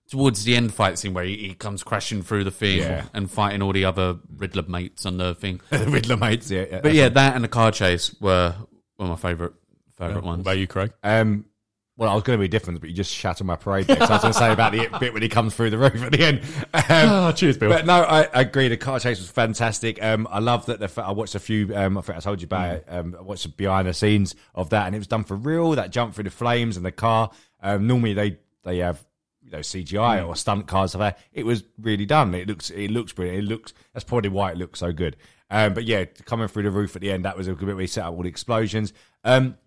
Speaker 5: towards the end fight scene where he, he comes crashing through the thing
Speaker 7: Yeah.
Speaker 5: and fighting all the other Riddler mates on the thing.
Speaker 7: The Riddler mates. Yeah,
Speaker 5: But yeah, that and the car chase were were my favorite favorite ones.
Speaker 8: About you, Craig.
Speaker 7: Um, well, I was going to be different, but you just shat on my parade. Because I was going to say about the it bit when he comes through the roof at the end. Um,
Speaker 8: Ah, cheers, Bill.
Speaker 7: But no, I, I agree. The car chase was fantastic. Um, I love that. The, fa- I watched a few. Um, I think I told you about it. Um, I watched the behind the scenes of that, and it was done for real. That jump through the flames and the car. Um, normally they they have you know
Speaker 8: Mm.
Speaker 7: CGI or stunt cars. Stuff like that. It was really done. It looks it looks brilliant. It looks that's probably why it looks so good. Um, but yeah, coming through the roof at the end, that was a good bit. We set up all the explosions. Um,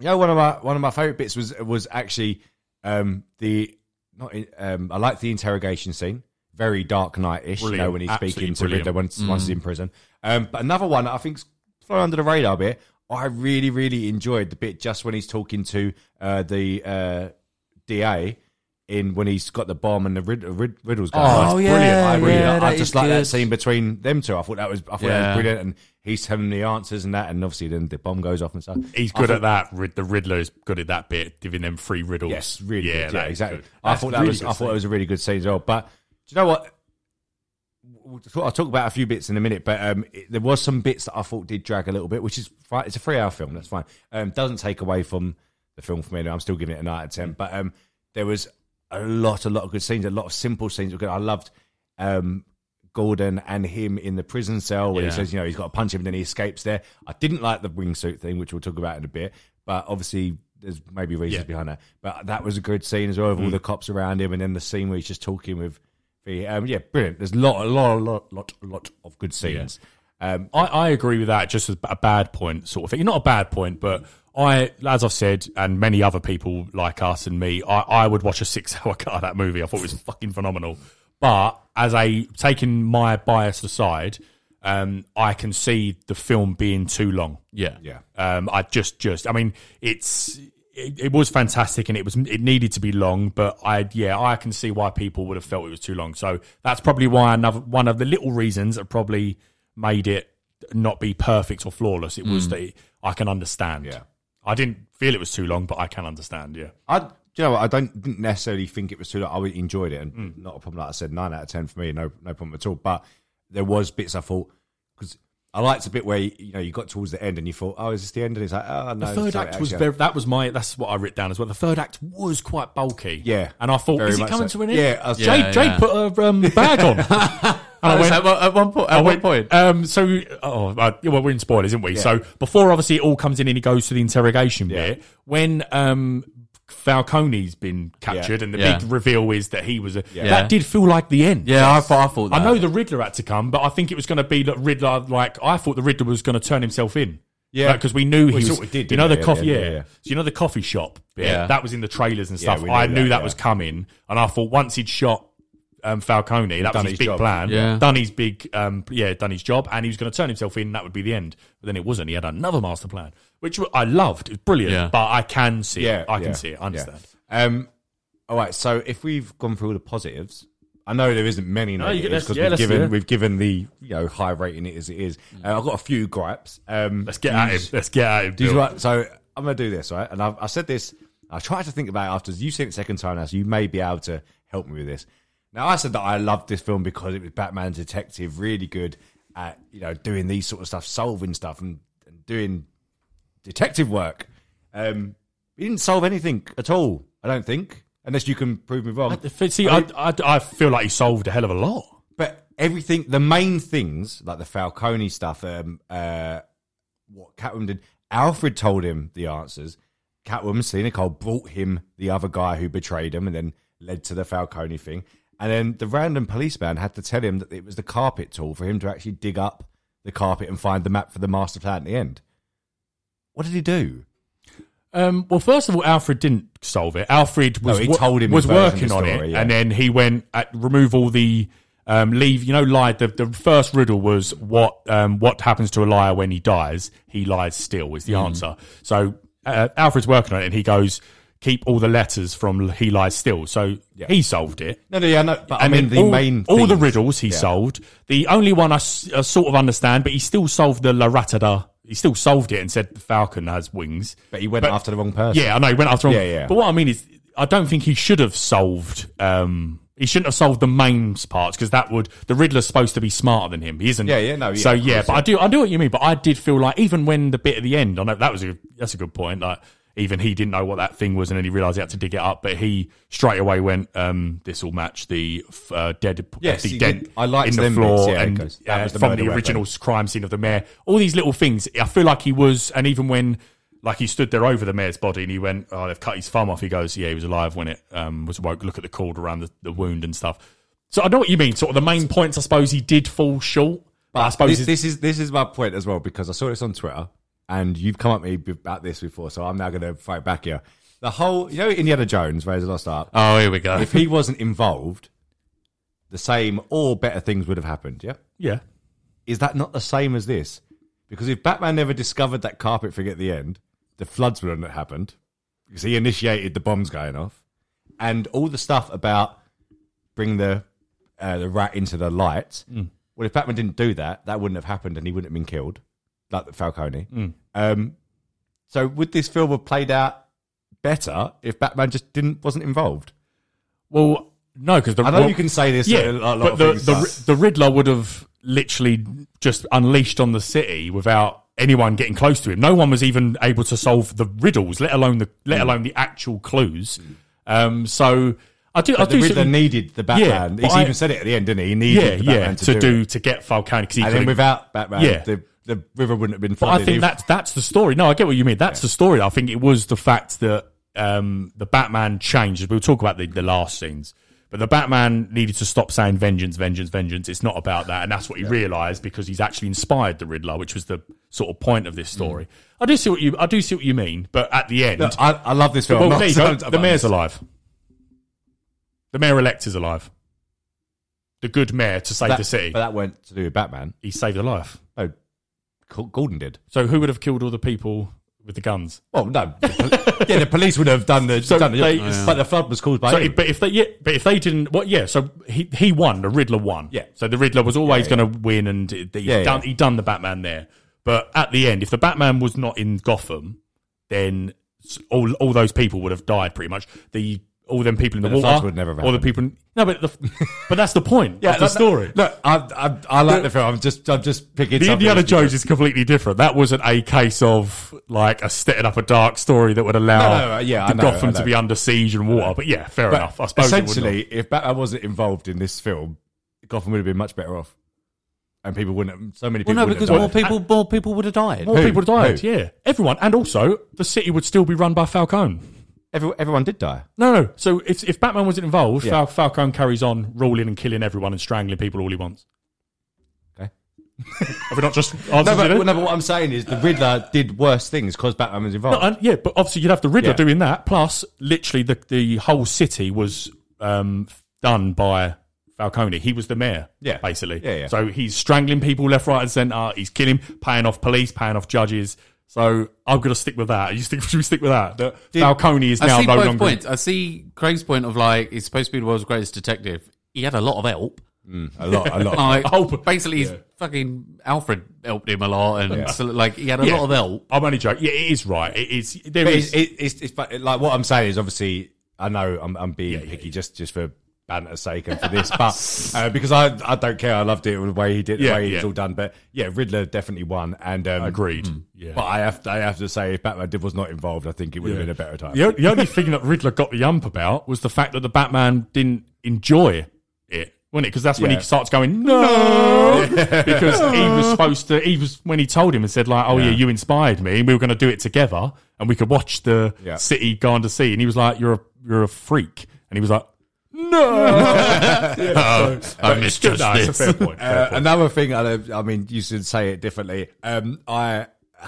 Speaker 7: you know, one of my one of my favorite bits was was actually um, the not in- um, I liked the interrogation scene, very Dark Knight ish. You know,
Speaker 8: Brilliant.
Speaker 7: when he's speaking
Speaker 8: Absolutely
Speaker 7: to Riddler
Speaker 8: brilliant.
Speaker 7: once,
Speaker 5: Mm.
Speaker 7: once he's in prison. Um, but another one that I think's flown under the radar a bit. I really really enjoyed the bit just when he's talking to uh, the uh, DA. In when he's got the bomb and the rid- rid- riddles going.
Speaker 5: Oh,
Speaker 7: That's
Speaker 5: yeah,
Speaker 7: brilliant! I really,
Speaker 5: yeah,
Speaker 7: I
Speaker 5: that
Speaker 7: just
Speaker 5: is
Speaker 7: like that
Speaker 5: good.
Speaker 7: scene between them two. I thought that was, I thought that
Speaker 5: Yeah.
Speaker 7: was brilliant. And he's telling the answers and that, and obviously then the bomb goes off and stuff.
Speaker 8: He's
Speaker 7: I
Speaker 8: good
Speaker 7: thought-
Speaker 8: at that. Rid- The Riddler is good at that bit, giving them free riddles.
Speaker 7: Yes, really good. Yeah,
Speaker 8: that is
Speaker 7: exactly.
Speaker 8: good.
Speaker 7: I
Speaker 8: That's
Speaker 7: thought that
Speaker 8: really
Speaker 7: was.
Speaker 8: good
Speaker 7: I thought it
Speaker 8: scene.
Speaker 7: was a really good scene as well. But do you know what? We'll- I'll talk about a few bits in a minute, but um, it, there was some bits that I thought did drag a little bit, which is fine. It's a three-hour film. That's fine. Um, doesn't take away from the film for me. and I'm still giving it a nine out of
Speaker 8: Mm.
Speaker 7: ten. But um, there was a lot, a lot of good scenes. A lot of simple scenes. were good. I loved um, Gordon and him in the prison cell where he
Speaker 5: Yeah.
Speaker 7: says, you know, he's got to punch him and then he escapes there. I didn't like the wingsuit thing, which we'll talk about in a bit, but obviously there's maybe reasons
Speaker 8: Yeah. Mm.
Speaker 7: behind that. But that was a good scene as well with all the cops around him and then the scene where he's just talking with the, um, yeah, brilliant. There's a lot, a lot, a lot, lot, lot of good scenes. Um,
Speaker 8: I, I agree with that. Just as a bad point, sort of thing. Not a bad point, but I, as I've said, and many other people like us and me, I, I would watch a six-hour cut of that movie. I thought it was fucking phenomenal. But as a taking my bias aside, um, I can see the film being too long.
Speaker 5: yeah,
Speaker 7: yeah.
Speaker 8: Um, I just, just, I mean, it's, it, it was fantastic and it was, it needed to be long, but I, yeah, I can see why people would have felt it was too long. So that's probably why another one of the little reasons that probably made it not be perfect or flawless. It was that it, I can understand.
Speaker 7: Yeah.
Speaker 8: I didn't feel it was too long, but I can understand. Yeah.
Speaker 7: I, do you know what? I don't didn't necessarily think it was too long. I enjoyed it, and
Speaker 8: Mm.
Speaker 7: not a problem. Like I said, nine out of ten for me, no no problem at all. But there was bits I thought because I liked the bit where you know you got towards the end and you thought, oh, is this the end? And it's like, oh no.
Speaker 8: The third
Speaker 7: so
Speaker 8: act was
Speaker 7: actually-
Speaker 8: very, that was my, that's what I wrote down as well. The third act was quite bulky.
Speaker 7: Yeah.
Speaker 8: And I thought,
Speaker 7: Very
Speaker 8: is it
Speaker 7: much
Speaker 8: coming
Speaker 7: so.
Speaker 8: to an end?
Speaker 7: Yeah, uh, I was-
Speaker 8: Jade,
Speaker 5: Yeah,
Speaker 8: Jade
Speaker 5: yeah. Oh,
Speaker 8: put her um, bag on. and I went,
Speaker 5: At, one- at one point, at one point,
Speaker 8: Um, so, oh, uh, well, we're in spoilers, isn't we? So, before obviously it all comes in and he goes to the interrogation bit, when um, Falcone's been captured and the
Speaker 5: Yeah.
Speaker 8: big reveal is that he was a.
Speaker 5: Yeah.
Speaker 8: That did feel like the end.
Speaker 5: yeah, I thought I thought that.
Speaker 8: I know the Riddler had to come, but I think it was going to be that Riddler, like, I thought the Riddler was going to turn himself in.
Speaker 7: Yeah.
Speaker 8: Because we knew he
Speaker 7: Well, he
Speaker 8: was.
Speaker 7: sort of did,
Speaker 8: you know, the
Speaker 7: didn't he, at
Speaker 8: coffee,
Speaker 7: the
Speaker 8: yeah.
Speaker 7: end? Yeah, yeah.
Speaker 8: So, you know, the coffee shop bit,
Speaker 5: Yeah.
Speaker 8: that was in the trailers and
Speaker 7: Yeah,
Speaker 8: stuff.
Speaker 7: we
Speaker 8: I
Speaker 7: knew
Speaker 8: knew that,
Speaker 7: that, yeah.
Speaker 8: was coming, and I thought once he'd shot um, Falcone, that
Speaker 7: Done
Speaker 8: was his,
Speaker 7: his
Speaker 8: big
Speaker 7: job.
Speaker 8: plan.
Speaker 5: Yeah.
Speaker 8: Done his big, um, yeah, done his job, and he was going to turn himself in. and That would be the end. But then it wasn't. He had another master plan, which I loved. It was brilliant.
Speaker 5: Yeah.
Speaker 8: But I can see
Speaker 7: yeah,
Speaker 8: it. I can
Speaker 7: yeah,
Speaker 8: see it. I understand.
Speaker 7: yeah. Um, all right. So if we've gone through all the positives, I know there isn't many
Speaker 8: No, you
Speaker 7: negatives
Speaker 8: get- let's-
Speaker 7: because
Speaker 8: yeah,
Speaker 7: we've
Speaker 8: let's-
Speaker 7: given
Speaker 8: yeah.
Speaker 7: we've given the you know high rating it as it is. Uh, I've got a few gripes. Um,
Speaker 8: Let's get at him. Let's get at him.
Speaker 7: Do you
Speaker 8: Bill.
Speaker 7: right? So I'm gonna do this, right? And I've, I said this. I tried to think about it after you've seen it second time now, so you may be able to help me with this. Now I said that I loved this film because it was Batman detective, really good at you know doing these sort of stuff, solving stuff, and, and doing detective work. Um, he didn't solve anything at all, I don't think, unless you can prove me wrong.
Speaker 8: See, I, I, I feel like he solved a hell of a lot.
Speaker 7: But everything, the main things like the Falcone stuff, um, uh, what Catwoman did, Alfred told him the answers. Catwoman, Selena Cole, brought him the other guy who betrayed him, and then led to the Falcone thing. And then the random policeman had to tell him that it was the carpet tool for him to actually dig up the carpet and find the map for the master plan at the end. What did he do?
Speaker 8: Um, well, first of all, Alfred didn't solve it. Alfred was
Speaker 7: he
Speaker 8: wo-
Speaker 7: told him
Speaker 8: was
Speaker 7: his version of
Speaker 8: working
Speaker 7: the
Speaker 8: on
Speaker 7: story,
Speaker 8: it,
Speaker 7: yeah.
Speaker 8: and then he went at remove all the um, leave. You know, lied. The, the first riddle was what um, what happens to a liar
Speaker 7: Hmm.
Speaker 8: when he dies? He lies still is the answer. So uh, Alfred's working on it, and he goes. keep all the letters from He Lies Still. So he solved it.
Speaker 7: No, no, yeah, no. But I,
Speaker 8: And
Speaker 7: mean,
Speaker 8: then
Speaker 7: the
Speaker 8: all,
Speaker 7: main
Speaker 8: all the
Speaker 7: themes.
Speaker 8: riddles he
Speaker 7: Yeah.
Speaker 8: solved. The only one I, s- I sort of understand, but he still solved the La Ratada. He still solved it and said the Falcon has wings.
Speaker 7: But he went after the wrong person.
Speaker 8: Yeah, I know he went after. Wrong.
Speaker 7: Yeah, yeah.
Speaker 8: But what I mean is, I don't think he should have solved. Um, he shouldn't have solved the main parts because that would the Riddler's supposed to be smarter than him. He isn't.
Speaker 7: Yeah, yeah, no, yeah,
Speaker 8: so
Speaker 7: of
Speaker 8: yeah,
Speaker 7: course,
Speaker 8: but I do, I do what you mean. But I did feel like even when the bit at the end, I know that was a that's a good point. Like even he didn't know what that thing was, and then he realized he had to dig it up. But he straight away went, um, "This will match the f- uh, dead,
Speaker 7: Yes,
Speaker 8: the
Speaker 7: he
Speaker 8: dent
Speaker 7: did. I liked
Speaker 8: in the
Speaker 7: them bits,
Speaker 8: floor
Speaker 7: yeah,
Speaker 8: and
Speaker 7: because that
Speaker 8: uh,
Speaker 7: was the
Speaker 8: from
Speaker 7: murder
Speaker 8: the
Speaker 7: weapon.
Speaker 8: original criminals, crime scene of the mayor, all these little things. I feel like he was, and even when like he stood there over the mayor's body and he went, "Oh, they've cut his thumb off." He goes, "Yeah, he was alive when it um, was woke. Look at the cord around the, the wound and stuff." So I know what you mean. Sort of the main points, I suppose he did fall short. But I suppose
Speaker 7: This,
Speaker 8: it's-
Speaker 7: this is this is my point as well because I saw this on Twitter and you've come at me b- about this before, so I'm now going to fight back here. The whole, you know, Indiana Jones, where he's lost Ark.
Speaker 5: Oh, here we go.
Speaker 7: if he wasn't involved, the same or better things would have happened. Yeah,
Speaker 8: yeah,
Speaker 7: is that not the same as this? Because if Batman never discovered that carpet thing at the end, the floods wouldn't have happened because he initiated the bombs going off, and all the stuff about bring the uh, the rat into the light.
Speaker 8: Mm.
Speaker 7: Well, if Batman didn't do that, that wouldn't have happened, and he wouldn't have been killed like the Falcone.
Speaker 8: Mm.
Speaker 7: Um, so would this film have played out better if Batman just didn't wasn't involved?
Speaker 8: Well, no, because the
Speaker 7: I know you can say this.
Speaker 8: yeah,
Speaker 7: a lot, a lot
Speaker 8: but
Speaker 7: of
Speaker 8: the,
Speaker 7: things,
Speaker 8: the the Riddler would have literally just unleashed on the city without anyone getting close to him. No one was even able to solve the riddles, let alone the
Speaker 7: Mm.
Speaker 8: let alone the actual clues. Um, so I do, I
Speaker 7: but the
Speaker 8: do see-
Speaker 7: Riddler needed the Batman.
Speaker 8: but
Speaker 7: He's
Speaker 8: I-
Speaker 7: even said it at the end, didn't he? He needed
Speaker 8: yeah,
Speaker 7: the Batman
Speaker 8: yeah,
Speaker 7: to,
Speaker 8: to, do,
Speaker 7: it.
Speaker 8: to get Falcone because he
Speaker 7: And then
Speaker 8: couldn't-
Speaker 7: without Batman,
Speaker 8: Yeah.
Speaker 7: the, the river wouldn't have been
Speaker 8: But
Speaker 7: flooded.
Speaker 8: I think
Speaker 7: if-
Speaker 8: that's that's the story. No, I get what you mean. That's the story. I think it was the fact that um, the Batman changed. We'll talk about the, the last scenes, but the Batman needed to stop saying vengeance, vengeance, vengeance. It's not about that, and that's what he realised because he's actually inspired the Riddler, which was the sort of point of this
Speaker 7: Mm.
Speaker 8: story. I do see what you I do see what you mean, but at the end,
Speaker 7: Look, I, I love this film.
Speaker 8: well,
Speaker 7: Not
Speaker 8: there you
Speaker 7: so
Speaker 8: go.
Speaker 7: much
Speaker 8: The
Speaker 7: about
Speaker 8: mayor's
Speaker 7: this.
Speaker 8: alive. The mayor elect is alive. The good mayor to save
Speaker 7: That-
Speaker 8: the city.
Speaker 7: But that weren't to do with Batman.
Speaker 8: he saved a life.
Speaker 7: No, G- Gordon did.
Speaker 8: So who would have killed all the people with the guns?
Speaker 7: Well, no. the poli- yeah, the police would have done the.
Speaker 8: So
Speaker 7: done the
Speaker 8: they-
Speaker 7: But the flood was caused by.
Speaker 8: So,
Speaker 7: him.
Speaker 8: if- but if they, yeah, but if they didn't, what? Yeah, so he he won. The Riddler won.
Speaker 7: Yeah.
Speaker 8: So the Riddler was always going to win, and he
Speaker 7: Yeah,
Speaker 8: done
Speaker 7: yeah.
Speaker 8: he done the Batman there. But at the end, if the Batman was not in Gotham, then s- all all those people would have died pretty much. The all them people in the,
Speaker 7: the
Speaker 8: water
Speaker 7: floods would never have
Speaker 8: All the people. No, but the, but that's the point. yeah, of the
Speaker 7: Look,
Speaker 8: story.
Speaker 7: Look, I, I, I like the film. I'm just, I'm just picking.
Speaker 8: The
Speaker 7: something
Speaker 8: Indiana
Speaker 7: that's different.
Speaker 8: Jones is completely different. That wasn't a case of like a setting up a dark story that would allow
Speaker 7: No, no, no, yeah, I
Speaker 8: the
Speaker 7: know,
Speaker 8: Gotham
Speaker 7: I
Speaker 8: to
Speaker 7: know.
Speaker 8: be under siege and water. But yeah, fair
Speaker 7: But
Speaker 8: enough. I suppose it would not.
Speaker 7: essentially, if Batman wasn't involved in this film, Gotham would have been much better off, and people wouldn't. Have, so many
Speaker 5: well,
Speaker 7: people.
Speaker 5: no,
Speaker 7: wouldn't
Speaker 5: because
Speaker 7: have
Speaker 5: more
Speaker 7: died.
Speaker 5: people, more people would have died.
Speaker 8: More
Speaker 7: Who?
Speaker 8: people died.
Speaker 7: Who?
Speaker 8: Yeah, everyone, and also the city would still be run by Falcone.
Speaker 7: Every, everyone did die.
Speaker 8: No, no. So if if Batman wasn't involved,
Speaker 7: Yeah.
Speaker 8: Fal- Falcone carries on ruling and killing everyone and strangling people all he wants.
Speaker 7: Okay.
Speaker 8: Have we not just
Speaker 7: No
Speaker 8: answered
Speaker 7: but,
Speaker 8: it?
Speaker 7: no, but what I'm saying is the Riddler did worse things because Batman was
Speaker 8: No,
Speaker 7: involved.
Speaker 8: and- yeah, but obviously you'd have the Riddler
Speaker 7: Yeah.
Speaker 8: doing that. Plus, literally the the whole city was um, done by Falcone. He was the mayor.
Speaker 7: Yeah.
Speaker 8: basically.
Speaker 7: Yeah, yeah.
Speaker 8: So he's strangling people left, right, and centre. He's killing, paying off police, paying off judges. So I'm gonna stick with that. You stick? Should we stick with that? That Falcone is now
Speaker 5: I see
Speaker 8: no
Speaker 5: both
Speaker 8: longer.
Speaker 5: points. I see Craig's point of like he's supposed to be the world's greatest detective. He had a lot of help.
Speaker 7: a lot, a lot.
Speaker 5: Like,
Speaker 8: Oh, but-
Speaker 5: basically, he's fucking Alfred helped him a lot, and so, like he had a
Speaker 8: Yeah.
Speaker 5: lot of help.
Speaker 8: I'm only joking. Yeah, it is right. It is. There
Speaker 7: But
Speaker 8: is.
Speaker 7: it's, it- it's, it's, but like what I'm saying is obviously I know I'm, I'm being picky just just for banter's sake and for this, but uh, because I I don't care. I loved it the way he did, the
Speaker 8: Yeah,
Speaker 7: way it
Speaker 8: yeah.
Speaker 7: was all done. But yeah, Riddler definitely won, and um,
Speaker 8: Agreed. Yeah.
Speaker 7: But I have to, I have to say, if Batman did was not involved, I think it would have been a better time.
Speaker 8: The, o- the only thing that Riddler got the ump about was the fact that the Batman didn't enjoy it, wasn't it? Because that's when
Speaker 7: Yeah.
Speaker 8: he starts going no, because he was supposed to. He was when he told him and said like, "Oh yeah, you inspired me. We were going to do it together, and we could watch the
Speaker 7: Yeah.
Speaker 8: city go under sea." And he was like, "You're a you're a freak," and he was like. No,
Speaker 5: Oh, I missed
Speaker 8: No, it's a fair point. fair
Speaker 7: Uh,
Speaker 8: point.
Speaker 7: another thing, I, don't- I mean, you should say it differently. Um, I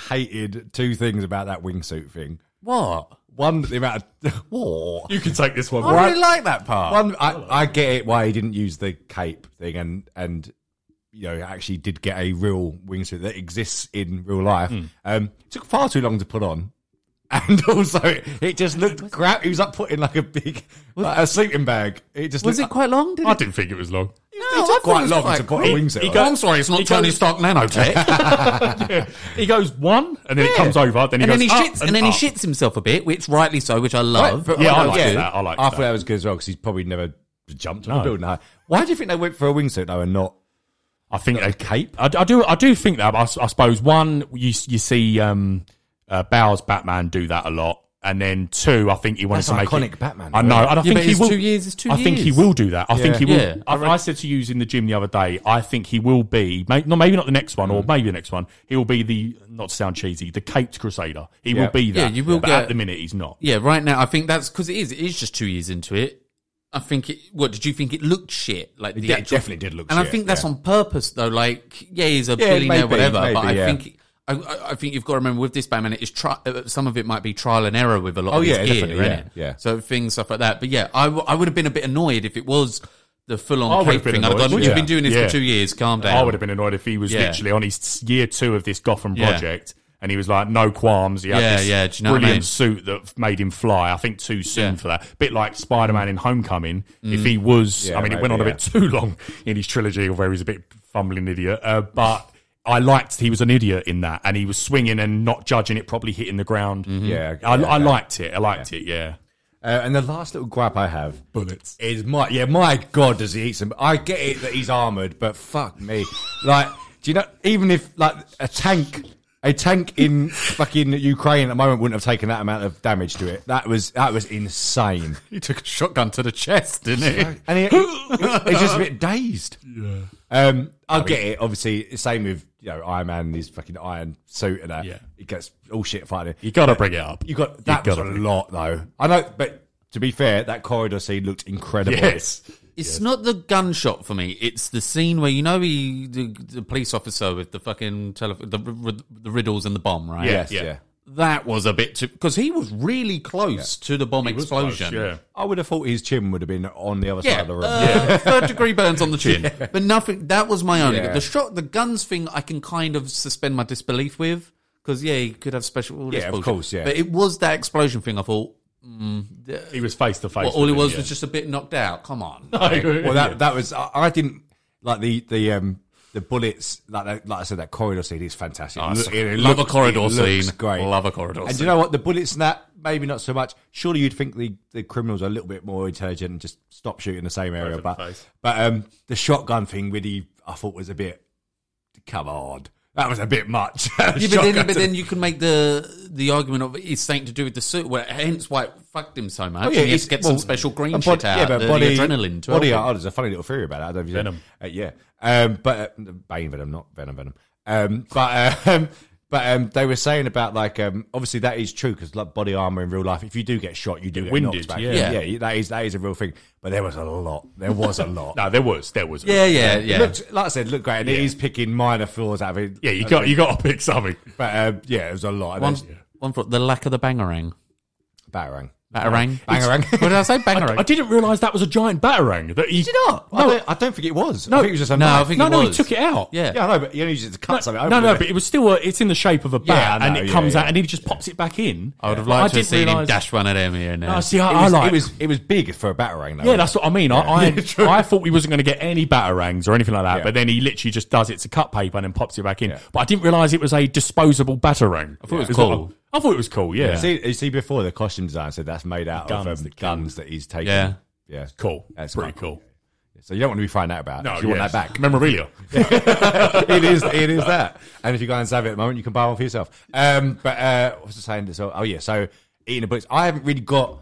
Speaker 7: hated two things about that wingsuit thing.
Speaker 5: What?
Speaker 7: One, the amount of war.
Speaker 8: you can take this one.
Speaker 5: I
Speaker 8: right?
Speaker 5: really like that part.
Speaker 7: One, I, I get it why he didn't use the cape thing and and you know actually did
Speaker 8: Hmm.
Speaker 7: get a real wingsuit that exists in real life. Um, took far too long to put on. And also, it just looked crap. He was up putting like a big like a sleeping bag. It just
Speaker 5: Was it
Speaker 7: looked,
Speaker 5: quite long? Did
Speaker 8: I
Speaker 5: it?
Speaker 8: didn't think it was long.
Speaker 7: it
Speaker 5: No, I
Speaker 7: took
Speaker 5: thought it
Speaker 7: quite
Speaker 5: was
Speaker 7: long
Speaker 5: quite-
Speaker 7: to put a wingsuit.
Speaker 8: he
Speaker 7: on.
Speaker 8: go-
Speaker 5: I'm sorry, it's not
Speaker 8: He
Speaker 5: Tony
Speaker 8: goes-
Speaker 5: Stark nanotech.
Speaker 8: He goes one, and then it comes over. Then he
Speaker 5: and
Speaker 8: goes
Speaker 5: then he
Speaker 8: up
Speaker 5: shits, and, then
Speaker 8: up.
Speaker 5: he shits himself a bit, which rightly so, which I love.
Speaker 7: but
Speaker 8: Yeah, I
Speaker 7: like
Speaker 8: like
Speaker 7: that.
Speaker 8: that. I like
Speaker 7: I thought
Speaker 8: that.
Speaker 7: that was good as well because he's probably never jumped on a
Speaker 8: No.
Speaker 7: building. height. Why do you think they went for a wingsuit though and not?
Speaker 8: I think a cape. I, I do. I do think that. but I, s- I suppose one, you s- you see um, uh, Bowers Batman do that a lot, and then two, I think he wanted
Speaker 7: That's
Speaker 8: to make
Speaker 7: iconic
Speaker 8: it,
Speaker 7: Batman,
Speaker 8: I know.
Speaker 7: though.
Speaker 8: And I
Speaker 5: Yeah,
Speaker 8: think
Speaker 5: but
Speaker 8: he
Speaker 5: it's
Speaker 8: will.
Speaker 5: two years, it's two
Speaker 8: I think he
Speaker 5: years.
Speaker 8: will do that. I think he will.
Speaker 5: Yeah,
Speaker 8: I, I said to you in the gym the other day. I think he will be. May, no, maybe not the next one, or
Speaker 5: Mm.
Speaker 8: maybe the next one. He will be the not to sound cheesy, the caped Crusader. He
Speaker 7: Yeah.
Speaker 8: will be that.
Speaker 5: Yeah, you will
Speaker 8: But
Speaker 5: get-
Speaker 8: at the minute he's not.
Speaker 5: Yeah, right now I think that's because it is. It is just two years into it. I think it. What did you think? It looked shit. Like the
Speaker 7: de-
Speaker 5: actual-
Speaker 7: definitely did look
Speaker 5: And I
Speaker 7: shit,
Speaker 5: think that's
Speaker 7: yeah.
Speaker 5: on purpose, though. Like, yeah, he's a
Speaker 7: Yeah,
Speaker 5: billionaire,
Speaker 7: maybe,
Speaker 5: whatever. but I
Speaker 7: maybe, yeah.
Speaker 5: think I- I, I think you've got to remember with this Batman, it is tri- uh, some of it might be trial and error with a lot.
Speaker 7: Oh,
Speaker 5: of
Speaker 7: yeah,
Speaker 5: his gear,
Speaker 7: definitely, yeah,
Speaker 5: innit?
Speaker 7: yeah.
Speaker 5: So things stuff like that. But yeah, I, w- I would have been a bit annoyed if it was the full
Speaker 8: I
Speaker 5: on
Speaker 8: would've
Speaker 5: cape
Speaker 8: been
Speaker 5: thing. I'd have
Speaker 8: annoyed,
Speaker 5: gone,
Speaker 8: yeah.
Speaker 5: you've been doing this
Speaker 8: Yeah.
Speaker 5: for two years. Calm down.
Speaker 8: I would have been annoyed if he was
Speaker 5: Yeah.
Speaker 8: literally on his year two of this Gotham
Speaker 5: Yeah.
Speaker 8: project and he was like, no qualms. He had
Speaker 5: Yeah,
Speaker 8: this
Speaker 5: yeah, do you know what I
Speaker 8: brilliant
Speaker 5: mean?
Speaker 8: suit that made him fly. I think too soon
Speaker 5: Yeah. Mm.
Speaker 8: for that. Bit like Spider Man in Homecoming. If he was,
Speaker 7: Yeah,
Speaker 8: I mean, it went on
Speaker 7: maybe,
Speaker 8: a bit too long in his trilogy where he's a bit fumbling idiot. Uh, but. I liked he was an idiot in that, and he was swinging and not judging it properly, hitting the ground.
Speaker 5: Mm-hmm.
Speaker 7: Yeah,
Speaker 8: Hmm. I,
Speaker 7: yeah,
Speaker 8: I
Speaker 7: yeah.
Speaker 8: liked it. I liked it. Yeah,
Speaker 7: Uh, and the last little gripe I have
Speaker 8: bullets.
Speaker 7: is my yeah my god does he eat some? I get it that he's armored, but fuck me, like do you know even if like a tank. A tank in fucking Ukraine at the moment wouldn't have taken that amount of damage to it. That was that was insane.
Speaker 5: He took a shotgun to the chest, didn't he?
Speaker 7: and he, he's just a bit dazed. Yeah. Um, I get it. Obviously, same with you know Iron Man, his fucking iron suit and that.
Speaker 8: Yeah.
Speaker 7: It gets all shit fighting.
Speaker 8: You got to bring it up.
Speaker 7: You got that
Speaker 8: You
Speaker 7: was
Speaker 8: gotta
Speaker 7: a
Speaker 8: bring it
Speaker 7: lot though. I know, but to be fair, that corridor scene looked incredible.
Speaker 8: Yes,
Speaker 5: It's not the gunshot for me. It's the scene where you know he, the, the police officer with the fucking tele- the, r- r- the riddles and the bomb, right?
Speaker 8: Yeah.
Speaker 7: Yes, yeah.
Speaker 5: That was a bit too because he was really close to the bomb
Speaker 8: was
Speaker 5: explosion.
Speaker 8: close, yeah.
Speaker 7: I would have thought his chin would have been on the other
Speaker 5: Yeah,
Speaker 7: side of the room.
Speaker 5: uh, third degree burns on the chin, but nothing. That was my only
Speaker 7: Yeah.
Speaker 5: the shot, the guns thing. I can kind of suspend my disbelief with because yeah, he could have special. all this
Speaker 7: Yeah, of
Speaker 5: bullshit.
Speaker 7: course, yeah.
Speaker 5: But it was that explosion thing. I thought
Speaker 8: he was face to face.
Speaker 5: well, all
Speaker 8: with
Speaker 5: it
Speaker 8: him,
Speaker 5: was
Speaker 8: yeah.
Speaker 5: was just a bit knocked out. Come on,
Speaker 7: Well, that that was I, I didn't like the the um the bullets like that, like I said that corridor scene is fantastic. It
Speaker 5: Oh, it's-
Speaker 7: look- it
Speaker 5: love
Speaker 7: looks-
Speaker 5: a corridor
Speaker 7: it looks
Speaker 5: scene.
Speaker 7: Great,
Speaker 5: Love a corridor
Speaker 7: And do
Speaker 5: scene.
Speaker 7: you know what? The bullet snap, maybe not so much. Surely you'd think the, the criminals are a little bit more intelligent and just stop shooting the same area.
Speaker 8: for the
Speaker 7: But
Speaker 8: face.
Speaker 7: but um the shotgun thing really I thought was a bit come on that was a bit much.
Speaker 5: Yeah, but then, but then you can make the the argument of it's something to do with the suit, well, hence why it fucked him so much.
Speaker 7: Oh,
Speaker 5: yeah, he
Speaker 7: it's-
Speaker 5: has to get
Speaker 7: well,
Speaker 5: some special green
Speaker 7: and bod-
Speaker 5: shit out, the, the adrenaline to
Speaker 7: body.
Speaker 5: help
Speaker 7: Oh,
Speaker 5: him.
Speaker 7: there's a funny little theory about that. I don't know if you
Speaker 8: Venom.
Speaker 7: Uh, yeah, um, but uh, Bane Venom, not Venom Venom. Um, but uh, um, but um, they were saying about like um, obviously that is true because like body armor in real life, if you do get shot, you do get knocked
Speaker 8: winded,
Speaker 7: back.
Speaker 8: yeah.
Speaker 5: Yeah.
Speaker 7: that is that is a real thing. But there was a lot. There was a lot.
Speaker 8: No, there was, there was.
Speaker 5: Yeah, yeah, yeah.
Speaker 7: It looked, like I said, looked great, and it
Speaker 8: Yeah.
Speaker 7: is picking minor flaws out of it.
Speaker 8: yeah. You got, you got to pick something.
Speaker 7: But um, yeah, it was a lot.
Speaker 5: one,
Speaker 7: One,
Speaker 5: one for the lack of the bangarang.
Speaker 7: Batarang.
Speaker 5: Bangarang.
Speaker 7: Bangarang.
Speaker 5: It's- What did I say? Bangarang.
Speaker 8: I didn't realise that was a giant batarang. That he, Did
Speaker 5: you not?
Speaker 7: I, don't, I don't think it was. I think it was just a
Speaker 5: no,
Speaker 7: knife.
Speaker 5: I think
Speaker 8: no,
Speaker 5: it
Speaker 8: no, he
Speaker 5: was.
Speaker 8: took it out.
Speaker 5: Yeah.
Speaker 7: Yeah, I know, but you only used it to cut
Speaker 8: No,
Speaker 7: something.
Speaker 8: no,
Speaker 7: open,
Speaker 8: no,
Speaker 7: didn't
Speaker 8: but it was still. A, it's in the shape of a bat,
Speaker 7: I
Speaker 8: and
Speaker 7: know,
Speaker 8: it
Speaker 7: yeah,
Speaker 8: comes
Speaker 7: yeah.
Speaker 8: out, and he just pops it back in.
Speaker 5: I would have liked to have seen him
Speaker 8: realise-
Speaker 5: dash one at him here now.
Speaker 8: No, see, I,
Speaker 7: It
Speaker 8: I
Speaker 7: was,
Speaker 8: like.
Speaker 7: it was it was big for a batarang though.
Speaker 8: yeah, that's what I mean. I,
Speaker 7: Yeah, true.
Speaker 8: I, I thought we wasn't going to get any batarangs or anything like that,
Speaker 7: Yeah.
Speaker 8: but then he literally just does it to cut paper and then pops it back in.
Speaker 7: Yeah.
Speaker 8: But I didn't realise it was a disposable batarang. I
Speaker 5: thought it was cool.
Speaker 8: I, thought it was cool. Yeah,
Speaker 7: See, you see, before the costume design said that's made out
Speaker 8: Guns,
Speaker 7: of um,
Speaker 8: the
Speaker 7: guns that he's taken.
Speaker 5: Yeah.
Speaker 7: yeah,
Speaker 8: cool.
Speaker 7: That's
Speaker 8: That's pretty
Speaker 7: quite
Speaker 8: cool.
Speaker 7: So you don't want to be finding out about.
Speaker 8: No,
Speaker 7: No, you want
Speaker 8: yes.
Speaker 7: that back.
Speaker 8: memorabilia.
Speaker 7: it is, it is that. And if you guys have it at the moment, you can buy one for yourself. Um, but uh, what's the saying? So, oh yeah, so eating the bullets. I haven't really got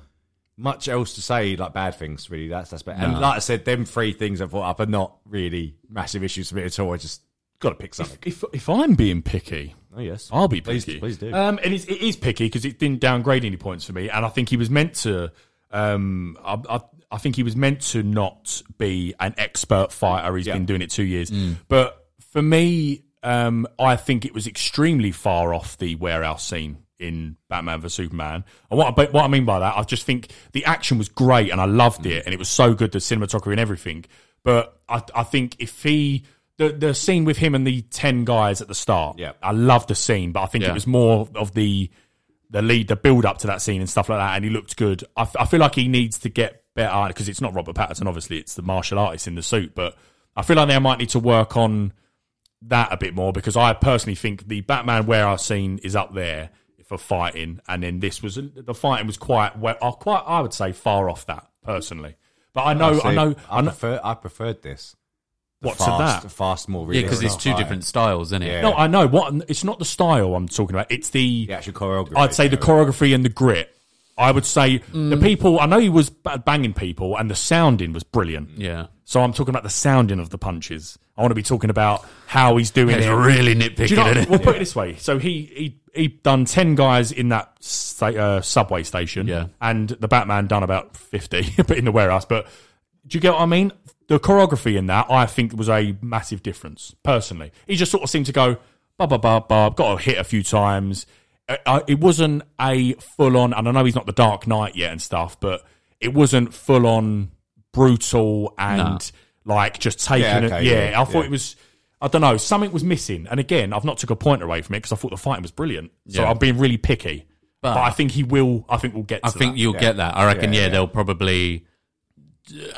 Speaker 7: much else to say, like bad things. Really, that's that's better. And like I said, them three things I brought up are not really massive issues for me at all. I just got to pick something.
Speaker 8: If if I'm being picky,
Speaker 7: Oh yes,
Speaker 8: I'll be
Speaker 7: Please-
Speaker 8: picky.
Speaker 7: please do.
Speaker 8: Um, and it's, it is picky because it didn't downgrade any points for me, and I think he was meant to. Um, I, I, I think he was meant to not be an expert fighter. He's
Speaker 7: Yeah.
Speaker 8: been doing it two years, but for me, um, I think it was extremely far off the warehouse scene in Batman vs Superman. And what I, but what I mean by that, I just think the action was great, and I loved it, and it was so good, the cinematography and everything. But I, I think if he the, the scene with him and the ten guys at the start,
Speaker 7: Yeah.
Speaker 8: I loved the scene, but I think
Speaker 5: Yeah.
Speaker 8: it was more of the the lead, the build up to that scene and stuff like that, and he looked good. I, f- I feel like he needs to get better because it's not Robert Patterson, obviously, it's the martial artist in the suit. But I feel like they might need to work on that a bit more because I personally think the Batman where I've seen is up there for fighting, and then this was the fighting was quite well, uh, quite I would say far off that personally. But I know, I,
Speaker 7: See,
Speaker 8: know, I
Speaker 7: I
Speaker 8: know.
Speaker 7: prefer. I preferred this. The
Speaker 8: What to
Speaker 7: fast,
Speaker 8: that?
Speaker 7: Fast, more
Speaker 5: Yeah,
Speaker 7: realistic.
Speaker 5: because it's two
Speaker 7: fight.
Speaker 5: different styles, isn't it?
Speaker 7: Yeah.
Speaker 8: No, I know. What it's not the style I'm talking about. It's the,
Speaker 7: The actual choreography.
Speaker 8: I'd say the
Speaker 7: yeah.
Speaker 8: choreography and the grit. I would say the
Speaker 5: Mm.
Speaker 8: people. I know he was ba- banging people, and the sounding was brilliant.
Speaker 5: Yeah.
Speaker 8: So I'm talking about the sounding of the punches. I want to be talking about how he's doing
Speaker 5: It's
Speaker 8: it.
Speaker 5: really nitpicking,
Speaker 8: Do you know,
Speaker 5: isn't it?
Speaker 8: we'll put it this way. So he he he done ten guys in that sta- uh, subway station,
Speaker 5: Yeah.
Speaker 8: and the Batman done about fifty, but in the warehouse. But do you get what I mean? The choreography in that I think was a massive difference. Personally, he just sort of seemed to go ba ba ba ba, got a hit a few times. Uh, uh, It wasn't a full on, and I know he's not the Dark Knight yet and stuff, but it wasn't full on brutal and like just taking
Speaker 7: Yeah,
Speaker 8: it.
Speaker 7: okay,
Speaker 8: yeah,
Speaker 7: yeah,
Speaker 8: I thought
Speaker 7: yeah.
Speaker 8: it was. I don't know. Something was missing, and again, I've not took a point away from it because I thought the fighting was brilliant. So
Speaker 5: Yeah.
Speaker 8: I'm being really picky, but,
Speaker 5: But-
Speaker 8: I think he will. I think we'll get.
Speaker 5: I
Speaker 8: to
Speaker 5: think
Speaker 8: that.
Speaker 5: you'll get that. I reckon.
Speaker 7: Yeah,
Speaker 5: Yeah,
Speaker 7: yeah.
Speaker 5: they'll probably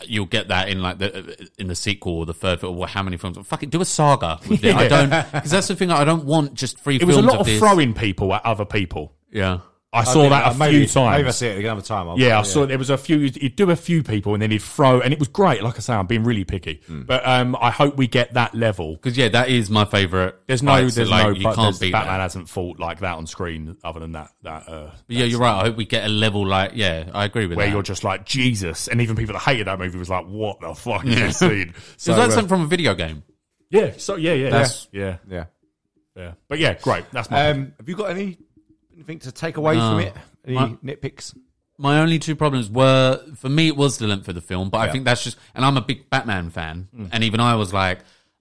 Speaker 5: you'll get that in like the in the sequel or the third film or how many films. Fuck it, do a saga. With it. I
Speaker 8: Yeah.
Speaker 5: don't because that's the thing. I don't want just three.
Speaker 8: It was a
Speaker 5: films
Speaker 8: lot of
Speaker 5: this.
Speaker 8: throwing people at other people.
Speaker 5: Yeah,
Speaker 8: I
Speaker 7: I
Speaker 8: saw
Speaker 7: think- uh,
Speaker 8: that a
Speaker 7: maybe,
Speaker 8: few
Speaker 7: Maybe I
Speaker 8: times.
Speaker 7: see it another time. I'll-
Speaker 8: yeah, I saw there was a few. He'd do a few people, and then he'd throw, and it was great. Like I say, I'm being really picky,
Speaker 5: Hmm.
Speaker 8: but um, I hope we get that level.
Speaker 5: because yeah, that is my favorite.
Speaker 8: There's no,
Speaker 5: fights that,
Speaker 8: there's
Speaker 5: like,
Speaker 8: no,
Speaker 5: you
Speaker 8: but
Speaker 5: can't
Speaker 8: there's-
Speaker 5: beat
Speaker 8: Batman
Speaker 5: that.
Speaker 8: hasn't fought like that on screen, other than that. That uh,
Speaker 5: But yeah, you're right. I hope we get a level like yeah. I agree with
Speaker 8: where
Speaker 5: that.
Speaker 8: you're just like Jesus, and even people that hated that movie was like, "What the fuck is this scene?" So
Speaker 5: is that
Speaker 8: uh,
Speaker 5: something from a video game?
Speaker 8: yeah, so yeah, yeah,
Speaker 7: That's-
Speaker 8: yeah, yeah,
Speaker 7: Yeah.
Speaker 8: yeah. But yeah, great. That's my
Speaker 7: Um, have you got any anything to take away
Speaker 5: No.
Speaker 7: from it? Any
Speaker 5: My-
Speaker 7: nitpicks?
Speaker 5: my only two problems were for me it was the length of the film but i
Speaker 7: Yeah. Mm.
Speaker 5: think that's just and i'm a big batman fan and even i was like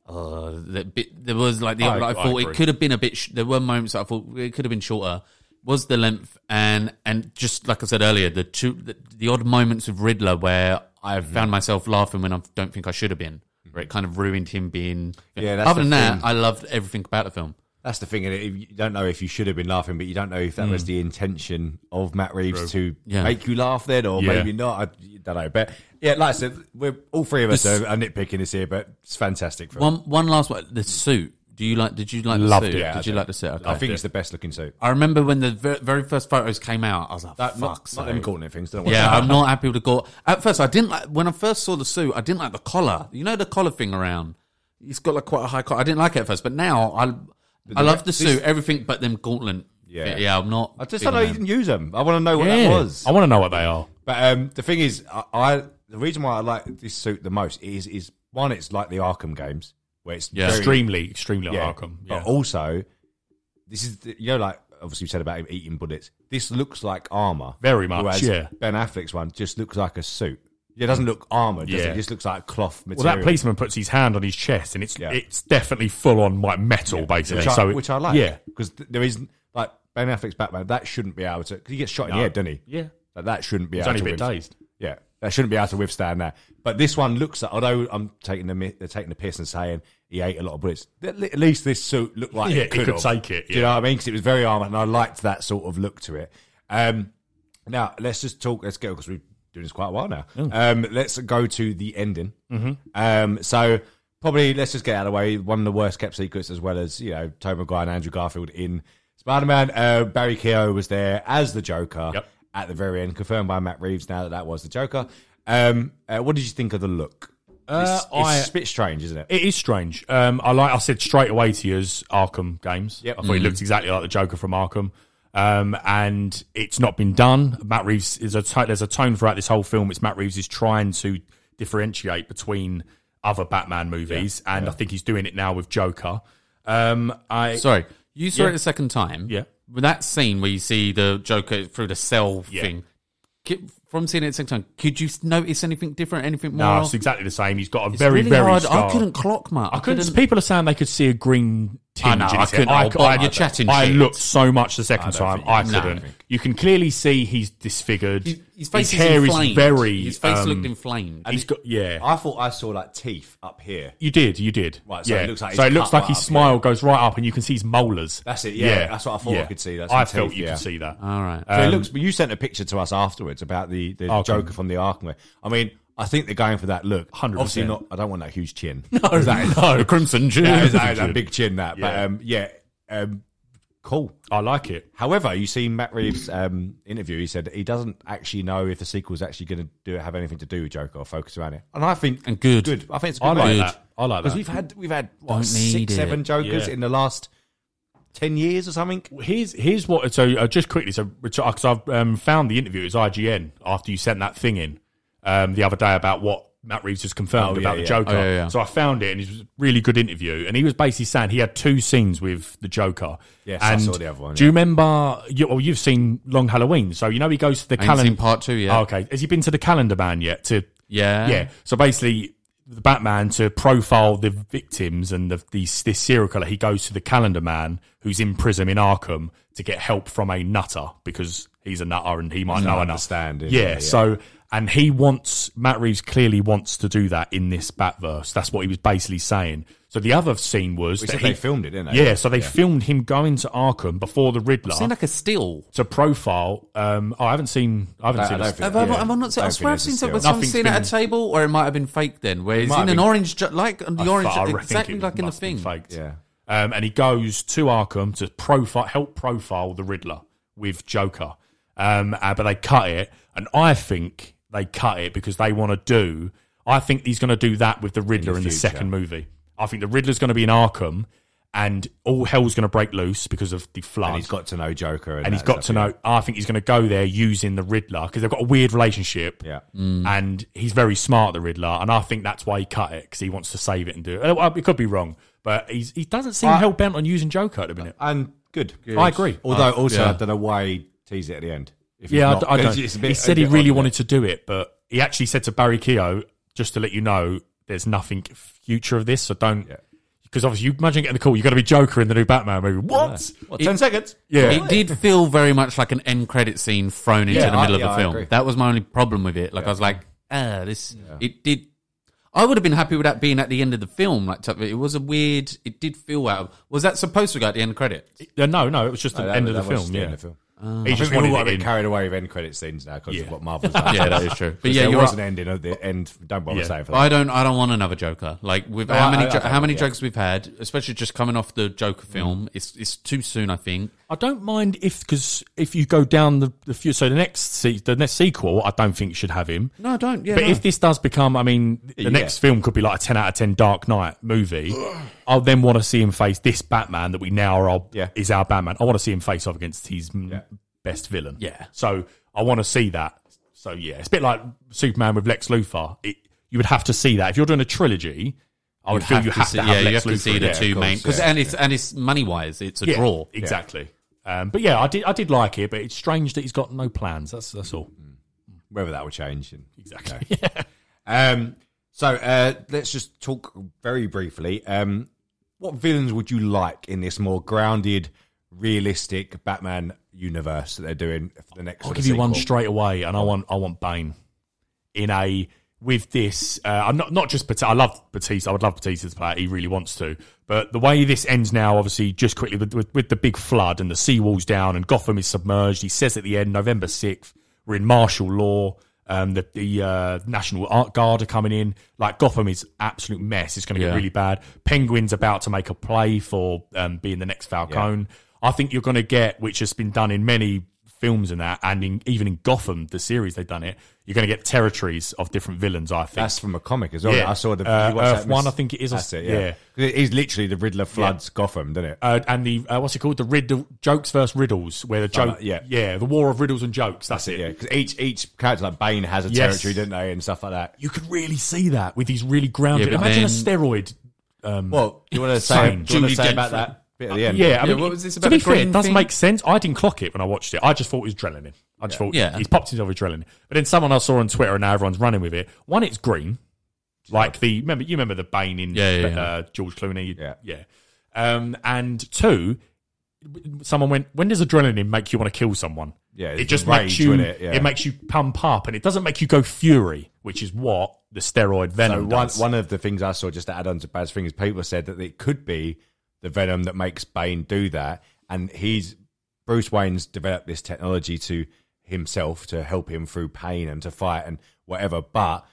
Speaker 5: uh, that bit, there was like the
Speaker 8: I-
Speaker 5: I,
Speaker 8: I
Speaker 5: thought
Speaker 8: agree.
Speaker 5: it could have been a bit sh- there were moments that i thought it could have been shorter was the length and and just like i said earlier the two the, the odd moments of riddler where i
Speaker 7: Mm-hmm.
Speaker 5: found myself laughing when i don't think i should have been where it kind of ruined him being
Speaker 7: Yeah, that's
Speaker 5: other than
Speaker 7: the
Speaker 5: that
Speaker 7: thing.
Speaker 5: i loved everything about the film
Speaker 7: That's the thing. innit? If You don't know if you should have been laughing, but you don't know if that was the intention of Matt Reeves to
Speaker 5: Yeah.
Speaker 7: make you laugh then, or
Speaker 8: Yeah.
Speaker 7: maybe not. I don't know. But yeah, like I said, we're all three of us
Speaker 5: This-
Speaker 7: are, are nitpicking this here, but it's fantastic. Film.
Speaker 5: one one last one the suit do you like did you like the
Speaker 8: Loved
Speaker 5: suit
Speaker 8: it.
Speaker 7: Yeah, I
Speaker 5: did you
Speaker 7: did.
Speaker 5: like the suit okay.
Speaker 7: I think it's the best looking suit.
Speaker 5: I remember when the ver- very first photos came out, I was like,
Speaker 7: That,
Speaker 5: "Fuck,
Speaker 7: not, not them calling it things. Don't
Speaker 5: yeah, I'm not happy with the gore." At first, I didn't like when I first saw the suit. I didn't like the collar. You know the collar thing around. It's got like quite a high collar. I didn't like it at first, but now I, I love the
Speaker 7: this-
Speaker 5: suit, everything, but them gauntlet.
Speaker 7: Yeah.
Speaker 5: Yeah, I'm not.
Speaker 7: I just
Speaker 5: big
Speaker 7: don't know
Speaker 5: on
Speaker 7: you
Speaker 5: them.
Speaker 7: didn't use them. I want to know what
Speaker 8: Yeah.
Speaker 7: that was.
Speaker 8: I want to know what they are.
Speaker 7: But um, the thing is, I, I the reason why I like this suit the most is is one, it's like the Arkham games where it's
Speaker 5: Yeah.
Speaker 7: very-
Speaker 8: Extremely, extremely
Speaker 7: yeah,
Speaker 8: Arkham. Yeah.
Speaker 7: But also, this is the, you know like obviously we said about him eating bullets. This looks like armor
Speaker 8: Very much,
Speaker 7: Whereas
Speaker 8: yeah.
Speaker 7: Ben Affleck's one just looks like a suit. Yeah, It doesn't look armor. Does
Speaker 8: Yeah.
Speaker 7: it? it just looks like cloth
Speaker 8: well,
Speaker 7: material.
Speaker 8: that policeman puts his hand on his chest, and it's
Speaker 7: Yeah.
Speaker 8: it's definitely full on like metal, basically.
Speaker 7: which,
Speaker 8: so
Speaker 7: I,
Speaker 8: it-
Speaker 7: which I like.
Speaker 8: Yeah,
Speaker 7: because th- there isn't like Ben Affleck's Batman. That shouldn't be able to. Because he gets shot in the head, doesn't he?
Speaker 8: Yeah.
Speaker 7: Like, that shouldn't be
Speaker 8: He's
Speaker 7: able
Speaker 8: only
Speaker 7: to.
Speaker 8: a
Speaker 7: withstand-
Speaker 8: bit dazed.
Speaker 7: Yeah, that shouldn't be able to withstand that. But this one looks like, although I'm taking the mi- they're taking the piss and saying he ate a lot of bullets. At le- at least this suit looked like it
Speaker 8: Yeah, it
Speaker 7: could,
Speaker 8: could
Speaker 7: have.
Speaker 8: take it,
Speaker 7: Do you
Speaker 8: yeah.
Speaker 7: know what I mean? Because it was very armored, and I liked that sort of look to it. Um, now let's just talk. Let's go because we've been doing this quite a while now. Um, let's go to the ending. Um, so probably let's just get out of the way. One of the worst kept secrets, as well as you know, Tom McGuire and Andrew Garfield in Spider Man. Uh, Barry Keogh was there as the Joker
Speaker 8: Yep.
Speaker 7: at the very end, confirmed by Matt Reeves. Now that that was the Joker, um, uh, what did you think of the look?
Speaker 8: Uh,
Speaker 7: it's, it's
Speaker 8: I-
Speaker 7: a bit strange, isn't it?
Speaker 8: It is strange. Um, I like. I said straight away to you as Arkham games.
Speaker 7: Yep.
Speaker 8: I thought he
Speaker 5: Mm.
Speaker 8: looked exactly like the Joker from Arkham. Um, and it's not been done. Matt Reeves is a to- there's a tone throughout this whole film. It's Matt Reeves is trying to differentiate between other Batman movies, and I think he's doing it now with Joker. Um, I
Speaker 5: Sorry, you saw
Speaker 8: Yeah.
Speaker 5: it the second time.
Speaker 8: Yeah.
Speaker 5: with that scene where you see the Joker through the cell
Speaker 8: Yeah.
Speaker 5: thing. ki- From seeing it the second time, could you notice anything different? Anything more?
Speaker 8: no, it's exactly the same. He's got a very
Speaker 5: really
Speaker 8: very.
Speaker 5: hard.
Speaker 8: scar.
Speaker 5: I couldn't clock much.
Speaker 8: I couldn't. People are saying they could see a green
Speaker 5: I
Speaker 8: tinge.
Speaker 5: know,
Speaker 8: in
Speaker 5: I
Speaker 8: his hair.
Speaker 5: couldn't- I- I- you're chatting
Speaker 8: I
Speaker 5: shit.
Speaker 8: looked so much the second
Speaker 7: don't
Speaker 8: time.
Speaker 7: think-
Speaker 8: I
Speaker 7: no.
Speaker 8: couldn't. You can clearly see he's disfigured.
Speaker 5: His, his face is
Speaker 8: hair
Speaker 5: inflamed.
Speaker 8: is very.
Speaker 5: His face
Speaker 8: um,
Speaker 5: looked inflamed.
Speaker 8: He's got yeah.
Speaker 7: I thought I saw like teeth up here.
Speaker 8: You did, you did.
Speaker 7: Right, so
Speaker 8: yeah.
Speaker 7: it looks like
Speaker 8: so
Speaker 7: he's
Speaker 8: it looks
Speaker 7: cut
Speaker 8: like
Speaker 7: right
Speaker 8: his
Speaker 7: up,
Speaker 8: smile goes right up, and you can see his molars.
Speaker 7: That's it, yeah. That's what I thought I could see, that's
Speaker 8: I
Speaker 7: some
Speaker 8: felt
Speaker 7: teeth,
Speaker 8: you
Speaker 7: yeah. Uh,
Speaker 8: could see that.
Speaker 5: All right.
Speaker 7: So it looks. But you sent a picture to us afterwards about the the
Speaker 8: Arkham.
Speaker 7: Joker from the Arkham. way. I mean, I think they're going for that look.
Speaker 8: 100%.
Speaker 7: Obviously not. I don't want that huge chin.
Speaker 8: no, no, crimson Jew.
Speaker 7: that, is, that is a big chin. That, but
Speaker 8: Yeah.
Speaker 7: um, yeah, um, cool.
Speaker 8: I like it.
Speaker 7: However, you see Matt Reeves' um, interview. He said that he doesn't actually know if the sequel's actually going to do have anything to do with Joker or focus around it. And I think
Speaker 5: And good.
Speaker 7: good. I think it's a good
Speaker 8: I like
Speaker 7: idea.
Speaker 8: that. I like
Speaker 7: because
Speaker 8: that.
Speaker 7: we've had we've had what,
Speaker 5: Don't need
Speaker 7: six,
Speaker 5: it.
Speaker 7: seven Jokers
Speaker 8: Yeah.
Speaker 7: in the last ten years or something.
Speaker 8: Here's here's what. So uh, just quickly, so because I've um, found the interview is IGN after you sent that thing in um, the other day about what Matt Reeves has confirmed
Speaker 7: Oh, yeah,
Speaker 8: about
Speaker 7: yeah.
Speaker 8: the Joker.
Speaker 5: Oh, yeah, yeah.
Speaker 8: So I found it, and it was a really good interview. And he was basically saying he had two scenes with the Joker.
Speaker 7: Yes, I
Speaker 8: and
Speaker 7: saw the other one,
Speaker 8: Do you remember? You, well, you've seen Long Halloween, so you know he goes to the
Speaker 5: I ain't seen
Speaker 8: calendar. Oh,
Speaker 5: part two yet.
Speaker 8: okay, has he been to the Calendar Man yet? To
Speaker 5: Yeah.
Speaker 8: yeah. So basically, the Batman to profile the victims and the, these this serial killer, he goes to the Calendar Man, who's in prison in Arkham, to get help from a nutter because he's a nutter and he might know a nut.
Speaker 7: understand it.
Speaker 8: Yeah,
Speaker 7: Yeah, yeah.
Speaker 8: So and he wants Matt Reeves clearly wants to do that in this Batverse. That's what he was basically saying. So the other scene was
Speaker 7: Which
Speaker 8: that
Speaker 7: they
Speaker 8: he
Speaker 7: filmed it, didn't they?
Speaker 8: Yeah, so they filmed him going to Arkham before the Riddler
Speaker 5: Seemed like a steal.
Speaker 8: to profile. Um, oh, I haven't seen. I haven't
Speaker 7: I-
Speaker 8: seen.
Speaker 7: I
Speaker 8: it.
Speaker 7: don't think-
Speaker 5: Have I,
Speaker 7: Yeah.
Speaker 5: have I not seen? I
Speaker 7: Don't
Speaker 5: swear I've
Speaker 7: think
Speaker 5: seen
Speaker 7: it's a
Speaker 5: something.
Speaker 7: steal.
Speaker 5: I've seen it at a
Speaker 8: Nothing's been-
Speaker 5: table, or it might have been fake then, where it's
Speaker 7: might
Speaker 5: in
Speaker 7: have
Speaker 5: an
Speaker 7: been-
Speaker 5: orange, ju- like on the
Speaker 8: I
Speaker 5: orange,
Speaker 8: thought- I reckon
Speaker 5: exactly
Speaker 8: it
Speaker 5: like in the
Speaker 8: must have been
Speaker 5: thing.
Speaker 8: faked.
Speaker 7: Yeah.
Speaker 8: Um, and he goes to Arkham to profile, help profile the Riddler with Joker. Um, uh, but they cut it, and I think they cut it because they want to do. I think he's going to do that with the Riddler in the,
Speaker 7: future.
Speaker 8: second movie. I think the Riddler's going to be in Arkham, and all hell's going to break loose because of the flood.
Speaker 7: And he's got to know Joker, and,
Speaker 8: And he's
Speaker 7: that
Speaker 8: got to
Speaker 7: stuff,
Speaker 8: know. I think he's going to go there using the Riddler because they've got a weird relationship.
Speaker 7: Yeah.
Speaker 8: and he's very smart, the Riddler, and I think that's why he cut it because he wants to save it and do it. Uh, well, It could be wrong, but he's, he doesn't seem
Speaker 7: I-
Speaker 8: hell bent on using Joker at the minute.
Speaker 7: And good.
Speaker 8: I agree.
Speaker 7: Although,
Speaker 5: I-
Speaker 7: also,
Speaker 5: yeah.
Speaker 7: I don't know why he teased it at the end. If he's
Speaker 8: yeah,
Speaker 7: not-
Speaker 8: I, I don't.
Speaker 7: it's a bit-
Speaker 8: he said he
Speaker 7: a bit
Speaker 8: really
Speaker 7: odd,
Speaker 8: wanted to do it, but he actually said to Barry Keogh, just to let you know, there's nothing future of this, so don't. Because obviously, you imagine getting the call, you've got to be Joker in the new Batman movie. What?
Speaker 7: yeah. What, 10 seconds?
Speaker 8: Yeah.
Speaker 5: It did feel very much like an end credit scene thrown into
Speaker 7: Yeah,
Speaker 5: the
Speaker 7: I-
Speaker 5: middle
Speaker 7: yeah,
Speaker 5: of
Speaker 7: I
Speaker 5: the film.
Speaker 7: agree.
Speaker 5: That was my only problem with it. Like I was like, ah, this. It did. I would have been happy with that being at the end of the film. Like t- it was a weird. It did feel out. of- Was that supposed to go at the end credit?
Speaker 8: Uh, No, no, it was just
Speaker 7: No,
Speaker 8: the
Speaker 7: that-
Speaker 8: end of the
Speaker 7: that was
Speaker 8: film.
Speaker 7: the
Speaker 8: Yeah,
Speaker 7: end of the film.
Speaker 8: he
Speaker 7: I
Speaker 8: just
Speaker 7: think we all
Speaker 8: wanted
Speaker 7: got a
Speaker 8: it
Speaker 7: bit
Speaker 8: in.
Speaker 7: carried away with end credit scenes now because
Speaker 8: Yeah.
Speaker 7: of what Marvel's done.
Speaker 5: Yeah, that is true. But
Speaker 7: Because
Speaker 5: yeah,
Speaker 7: there
Speaker 5: you're
Speaker 7: was
Speaker 5: right.
Speaker 7: an ending at the end. Don't bother
Speaker 8: Yeah.
Speaker 7: saying for
Speaker 5: But
Speaker 7: that.
Speaker 5: I don't. I don't want another Joker. Like with how
Speaker 7: I-
Speaker 5: many
Speaker 7: I- I
Speaker 5: jo-
Speaker 7: don't
Speaker 5: how many
Speaker 7: yeah.
Speaker 5: jokes we've had, especially just coming off the Joker film. It's it's too soon. I think.
Speaker 8: I don't mind if because if you go down the the few, so the next se- the next sequel, I don't think should have him.
Speaker 5: No, I don't. Yeah,
Speaker 8: but
Speaker 5: no.
Speaker 8: if this does become, I mean, the
Speaker 7: Yeah.
Speaker 8: next film could be like a ten out of ten Dark Knight movie. I'll then want to see him face this Batman that we now are
Speaker 7: Yeah.
Speaker 8: is our Batman. I want to see him face off against his m
Speaker 7: Yeah.
Speaker 8: best villain.
Speaker 5: Yeah.
Speaker 8: so I want to see that. So yeah, it's a bit like Superman with Lex Luthor. It, you would have to see that if you're doing a trilogy. I would feel you have
Speaker 5: see,
Speaker 8: to have
Speaker 5: yeah,
Speaker 8: Lex
Speaker 5: you have to
Speaker 8: Luthor
Speaker 5: see
Speaker 8: in
Speaker 5: the
Speaker 8: it.
Speaker 5: two
Speaker 7: course,
Speaker 5: main because
Speaker 7: yeah,
Speaker 5: and it's and it's money wise, it's a
Speaker 8: Yeah,
Speaker 5: draw.
Speaker 8: Exactly. Um, but yeah, I did. I did like it, but it's strange that he's got no plans. That's that's all.
Speaker 7: Whether that will change. and-
Speaker 8: Exactly.
Speaker 7: Okay. Um, so uh, let's just talk very briefly. Um, what villains would you like in this more grounded, realistic Batman universe that they're doing for the next?
Speaker 8: I'll
Speaker 7: sort
Speaker 8: give
Speaker 7: of
Speaker 8: you one
Speaker 7: sequel?
Speaker 8: straight away, and I want I want Bane in a with this. Uh, I'm not not just Batista. I love Batista. I would love Batista to play. it. He really wants to. But the way this ends now, obviously, just quickly with, with, with the big flood and the seawalls down and Gotham is submerged. He says at the end, November sixth, we're in martial law. Um, the the uh, National Art Guard are coming in. Like Gotham is absolute mess. It's going to
Speaker 5: Yeah.
Speaker 8: get really bad. Penguin's about to make a play for um, being the next Falcone. I think you're going to get, which has been done in many films and that, and in, even in Gotham, the series they've done it. You're going to get territories of different villains. I think.
Speaker 7: That's from a comic as well.
Speaker 8: Yeah.
Speaker 7: I saw the
Speaker 8: Uh,
Speaker 7: you watched
Speaker 8: Earth
Speaker 7: that
Speaker 8: One,
Speaker 7: mis-
Speaker 8: I think it is.
Speaker 7: That's it.
Speaker 8: Yeah.
Speaker 7: Yeah, it is literally the Riddler floods Gotham, doesn't it?
Speaker 8: uh, and the uh, what's it called? The riddle jokes versus riddles, where the joke,
Speaker 7: that, yeah.
Speaker 8: yeah, the war of riddles and jokes. That's, it.
Speaker 7: yeah, because each each character like Bane has a
Speaker 8: Yes.
Speaker 7: territory, don't they, and stuff like that.
Speaker 8: You could really see that with these really grounded.
Speaker 5: Yeah, but
Speaker 8: Imagine a
Speaker 5: then-
Speaker 8: steroid.
Speaker 7: Well, you want to say,
Speaker 8: Same.
Speaker 7: do you want
Speaker 5: Julie
Speaker 7: to say about
Speaker 5: Dentford.
Speaker 7: that bit at the end?
Speaker 8: Uh, Yeah, I
Speaker 5: Yeah,
Speaker 8: mean,
Speaker 5: what
Speaker 8: it-
Speaker 5: was this
Speaker 8: to
Speaker 5: about
Speaker 8: be
Speaker 5: the
Speaker 8: fair,
Speaker 5: green
Speaker 8: it does
Speaker 5: thing?
Speaker 8: make sense. I didn't clock it when I watched it. I just thought it was adrenaline. I just thought
Speaker 5: Yeah.
Speaker 8: he's popped himself with adrenaline. But then someone else saw on Twitter, and now everyone's running with it. One, it's green, like the remember you remember the Bane in
Speaker 5: Yeah, yeah, yeah.
Speaker 8: Uh, George Clooney.
Speaker 7: Yeah.
Speaker 8: yeah. Um, and two, someone went, when does adrenaline make you want to kill someone?
Speaker 7: Yeah, it's
Speaker 8: it just
Speaker 7: the
Speaker 8: makes
Speaker 7: rage,
Speaker 8: you.
Speaker 7: innit? Yeah.
Speaker 8: It makes you pump up, and it doesn't make you go fury, which is what the steroid
Speaker 7: So
Speaker 8: venom
Speaker 7: one,
Speaker 8: does.
Speaker 7: one of the things I saw just to add on to Bad's thing is people said that it could be the venom that makes Bane do that, and he's Bruce Wayne's developed this technology to himself to help him through pain and to fight and whatever. But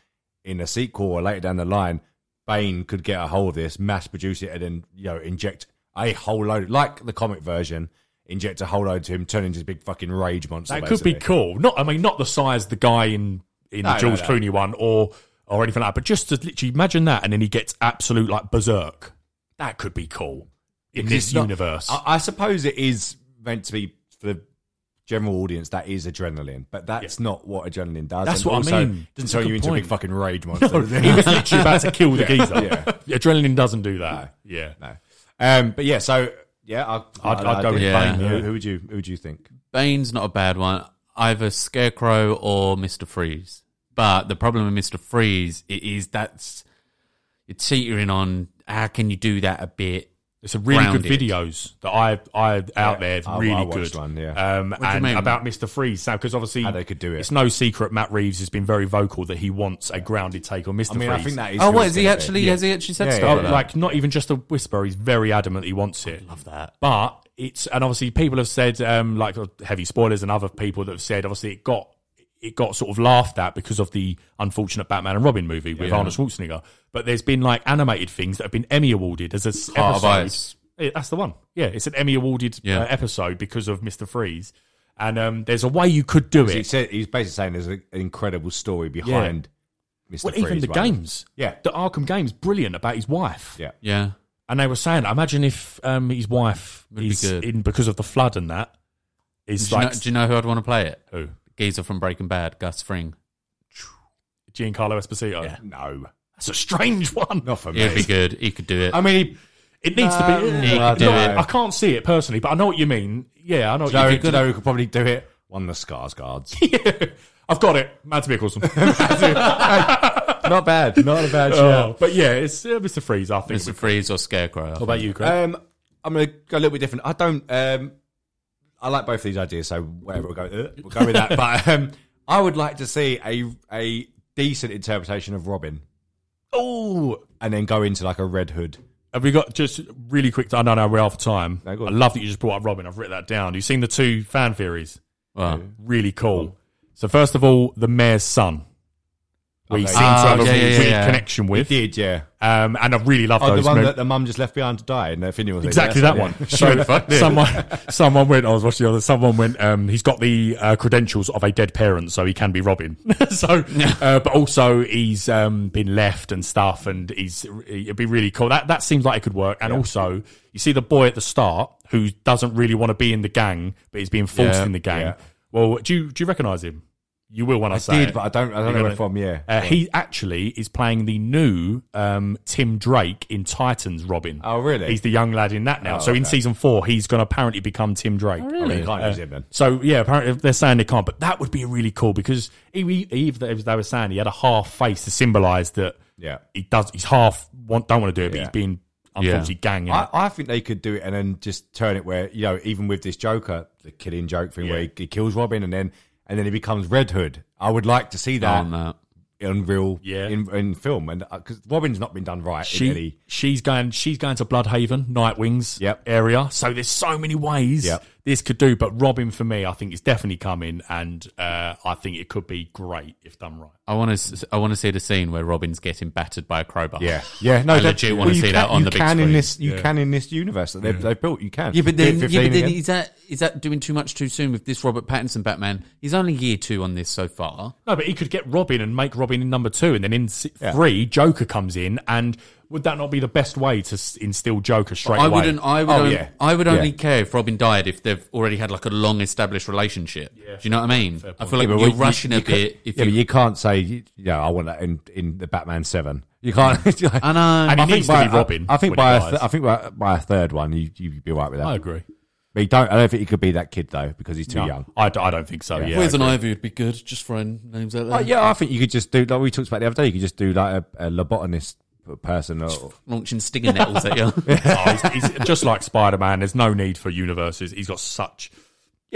Speaker 7: in a sequel or later down the line, Bane could get a hold of this, mass produce it, and then you know inject a whole load like the comic version. Inject a whole load to him, turn into this big fucking rage monster.
Speaker 8: That could be
Speaker 7: basically.
Speaker 8: cool. Not, I mean, not the size the guy in in
Speaker 7: No,
Speaker 8: the
Speaker 7: no,
Speaker 8: Jules
Speaker 7: no.
Speaker 8: Clooney one, or or anything like that. But just to literally imagine that, and then he gets absolute like berserk. That could be cool in
Speaker 7: Because
Speaker 8: this
Speaker 7: it's not-
Speaker 8: universe.
Speaker 7: I, I suppose it is meant to be for the general audience. That is adrenaline, but that's not what adrenaline does.
Speaker 8: That's
Speaker 7: And
Speaker 8: what I
Speaker 7: also,
Speaker 8: mean.
Speaker 7: Doesn't
Speaker 8: That's
Speaker 7: turn
Speaker 8: a
Speaker 7: you
Speaker 8: good
Speaker 7: into a big
Speaker 8: point.
Speaker 7: fucking rage monster.
Speaker 8: No,
Speaker 7: does it?
Speaker 8: he was literally about to kill the geezer.
Speaker 7: Yeah.
Speaker 8: Adrenaline doesn't do that. Yeah.
Speaker 7: no. Um, but yeah, so yeah, I,
Speaker 8: I'd- I'd go with
Speaker 5: Yeah.
Speaker 8: Bane,
Speaker 7: Who,
Speaker 8: yeah.
Speaker 7: who would you? Who would you think?
Speaker 5: Bane's not a bad one. Either Scarecrow or Mister Freeze. But the problem with Mister Freeze it is that's you're teetering on. How can you do that a bit?
Speaker 8: It's a really
Speaker 5: Grounded.
Speaker 8: good videos that I I out there. It's
Speaker 7: I- I
Speaker 8: really
Speaker 7: watched
Speaker 8: good.
Speaker 7: one, yeah.
Speaker 8: Um,
Speaker 5: you
Speaker 8: and
Speaker 5: mean?
Speaker 8: about Mr. Freeze, because obviously
Speaker 7: How they could do it.
Speaker 8: It's no secret. Matt Reeves has been very vocal that he wants a grounded take on Mr.
Speaker 7: I mean,
Speaker 8: Freeze.
Speaker 7: I think that is.
Speaker 5: Oh,
Speaker 7: who
Speaker 5: what
Speaker 7: it's
Speaker 5: is he
Speaker 7: gonna be.
Speaker 5: actually? Has he actually said
Speaker 7: Yeah,
Speaker 5: stuff
Speaker 7: yeah,
Speaker 5: like
Speaker 8: Oh,
Speaker 5: that?
Speaker 8: like not even just a whisper. He's very adamant he wants it. love that. But it's and obviously people have said um, like uh, heavy spoilers and other people that have said obviously it got it got sort of laughed at because of the unfortunate Batman and Robin movie with Arnold Schwarzenegger. But there's been like animated things that have been Emmy awarded as a s-
Speaker 5: Heart of
Speaker 8: episode.
Speaker 5: Ice.
Speaker 8: Yeah, that's the one. Yeah, it's an Emmy awarded
Speaker 5: Yeah.
Speaker 8: uh, episode because of Mister Freeze. And um, there's a way you could do
Speaker 7: He
Speaker 8: it.
Speaker 7: said he's basically saying there's an incredible story behind Mr.
Speaker 8: Well,
Speaker 7: Freeze.
Speaker 8: even the
Speaker 7: right?
Speaker 8: games,
Speaker 7: Yeah.
Speaker 8: the Arkham games, brilliant about his wife.
Speaker 7: Yeah.
Speaker 5: yeah.
Speaker 8: and they were saying, imagine if um, his wife
Speaker 5: be
Speaker 8: is
Speaker 5: good.
Speaker 8: in because of the flood and that
Speaker 5: Do
Speaker 8: is
Speaker 5: you, know,
Speaker 8: like
Speaker 5: do you know who I'd want to play it?
Speaker 8: who
Speaker 5: Geezer from Breaking Bad, Gus Fring.
Speaker 8: Giancarlo Esposito.
Speaker 7: No,
Speaker 8: That's a strange one.
Speaker 7: not for me.
Speaker 5: It'd be good. He could do it.
Speaker 7: I mean,
Speaker 8: It needs to be.
Speaker 7: No,
Speaker 5: I
Speaker 8: No,
Speaker 5: don't know.
Speaker 8: I can't see it personally, but I know what you mean. Yeah, I know. What
Speaker 7: Joe,
Speaker 8: you mean.
Speaker 7: Joe could probably do it. One of the Scars guards.
Speaker 8: I've got it. Mads Mikkelsen.
Speaker 7: not bad. Not a bad show.
Speaker 8: Oh, but yeah, it's uh, Mr. Freeze. I think.
Speaker 5: Mr. Freeze or Scarecrow.
Speaker 8: What about you, Chris?
Speaker 7: Um, I'm going to go a little bit different. I don't. Um, I like both of these ideas, so whatever we'll go, uh, we'll go with that. But um, I would like to see a a decent interpretation of Robin,
Speaker 8: oh,
Speaker 7: and then go into like a Red Hood.
Speaker 8: have we got just really quick? I know, no, we're out of time.
Speaker 7: No, go
Speaker 8: I
Speaker 7: on.
Speaker 8: love that you just brought up Robin. I've written that down. You've seen the two fan theories. Ah,
Speaker 5: Well,
Speaker 8: really cool. So first of all, the mayor's son. We
Speaker 7: Okay.
Speaker 8: seem
Speaker 5: Ah,
Speaker 8: to have
Speaker 5: yeah,
Speaker 8: a
Speaker 5: yeah,
Speaker 8: weird
Speaker 5: yeah.
Speaker 8: connection with,
Speaker 7: did, yeah.
Speaker 8: um, and I really love
Speaker 7: Oh,
Speaker 8: those.
Speaker 7: the one
Speaker 8: mem-
Speaker 7: that the mum just left behind to die in the funeral. thing.
Speaker 8: exactly
Speaker 7: That's
Speaker 8: that
Speaker 7: it,
Speaker 8: one.
Speaker 7: yeah.
Speaker 8: So someone, someone went. I was watching the other. Someone went. Um, he's got the uh, credentials of a dead parent, so he can be Robin. so, uh, but also he's um, been left and stuff, and he's it'd be really cool. That that seems like it could work. And also, you see the boy at the start who doesn't really want to be in the gang, but he's being forced
Speaker 5: Yeah,
Speaker 8: in the gang.
Speaker 7: yeah.
Speaker 8: Well, do you do you recognise him? You will when I, say
Speaker 7: Did,
Speaker 8: it.
Speaker 7: but I don't. I
Speaker 8: You
Speaker 7: don't know
Speaker 8: got
Speaker 7: where
Speaker 8: it.
Speaker 7: from. Yeah.
Speaker 8: Uh, he actually is playing the new um, Tim Drake in Titans Robin.
Speaker 7: Oh, really?
Speaker 8: He's the young lad in
Speaker 7: Oh,
Speaker 8: that now. so in season four, he's going to apparently become Tim Drake.
Speaker 7: I mean, you can't use him then.
Speaker 8: So yeah, apparently they're saying they can't, but that would be really cool because he, he, he- as they were saying, he had a half face to symbolise that
Speaker 7: Yeah.
Speaker 8: he does. He's half want don't want to do it,
Speaker 7: Yeah.
Speaker 8: but he's being unfortunately gang.
Speaker 7: I, I think they could do it and then just turn it where you know even with this Joker, the killing joke thing where
Speaker 8: Yeah.
Speaker 7: he, he kills Robin and then and then he becomes Red Hood. I would like to see that.
Speaker 5: on that.
Speaker 7: in real
Speaker 8: Yeah.
Speaker 7: in, in film and because Robin's not been done right in any
Speaker 8: She, she's going. She's going to Bloodhaven, Nightwings
Speaker 7: Yep.
Speaker 8: area. So there's so many ways
Speaker 7: Yep.
Speaker 8: this could do. But Robin, for me, I think is definitely coming, and uh, I think it could be great if done right.
Speaker 5: I want to. I want to see the scene where Robin's getting battered by a crowbar.
Speaker 7: yeah yeah no
Speaker 5: I
Speaker 7: that-
Speaker 5: legit want
Speaker 7: well,
Speaker 5: to
Speaker 7: you
Speaker 5: see
Speaker 7: can-
Speaker 5: that on
Speaker 7: you
Speaker 5: the big
Speaker 7: can in
Speaker 5: screen.
Speaker 7: this you can in this universe that they've, they've built you can
Speaker 5: Yeah, but then,
Speaker 7: Do it
Speaker 5: yeah,
Speaker 7: 15
Speaker 5: but then
Speaker 7: again.
Speaker 5: is that is that doing too much too soon with this Robert Pattinson Batman? He's only year two on this so far.
Speaker 8: No, but he could get Robin and make Robin in number two, and then in si- three, Joker comes in, and would that not be the best way to s- instill Joker straight
Speaker 5: I
Speaker 8: away?
Speaker 5: wouldn't. um, I would.
Speaker 7: Oh,
Speaker 5: only,
Speaker 7: yeah.
Speaker 5: I would
Speaker 7: Yeah.
Speaker 5: only care if Robin died if they've already had like a long established relationship. Do you know what I mean? I feel like
Speaker 7: But
Speaker 5: you're
Speaker 7: we-
Speaker 5: rushing
Speaker 7: you
Speaker 5: a bit.
Speaker 7: can't-
Speaker 5: If
Speaker 7: yeah,
Speaker 5: you,
Speaker 7: but you can't say you know, I want that in, in the Batman Seven you can't you know.
Speaker 5: I uh, know.
Speaker 8: And he needs to
Speaker 7: by-
Speaker 8: be Robin.
Speaker 7: I, I think
Speaker 8: when he
Speaker 7: by a
Speaker 8: dies.
Speaker 7: th- I think by, by a third one you you'd be all right with that
Speaker 8: I agree.
Speaker 7: but you don't I don't think he could be that kid though because he's too
Speaker 8: No,
Speaker 7: young
Speaker 8: I, d- I don't think so. Yeah,
Speaker 5: Where's
Speaker 8: I
Speaker 5: an
Speaker 8: agree.
Speaker 5: Ivy would be good. Just throwing names out there.
Speaker 7: Oh, yeah I think you could just do like we talked about the other day you could just do like a, a lobotomist p- person. Or,
Speaker 5: launching stinger nettles at you.
Speaker 8: Oh, he's, he's just like Spider Man. There's no need for universes. He's got such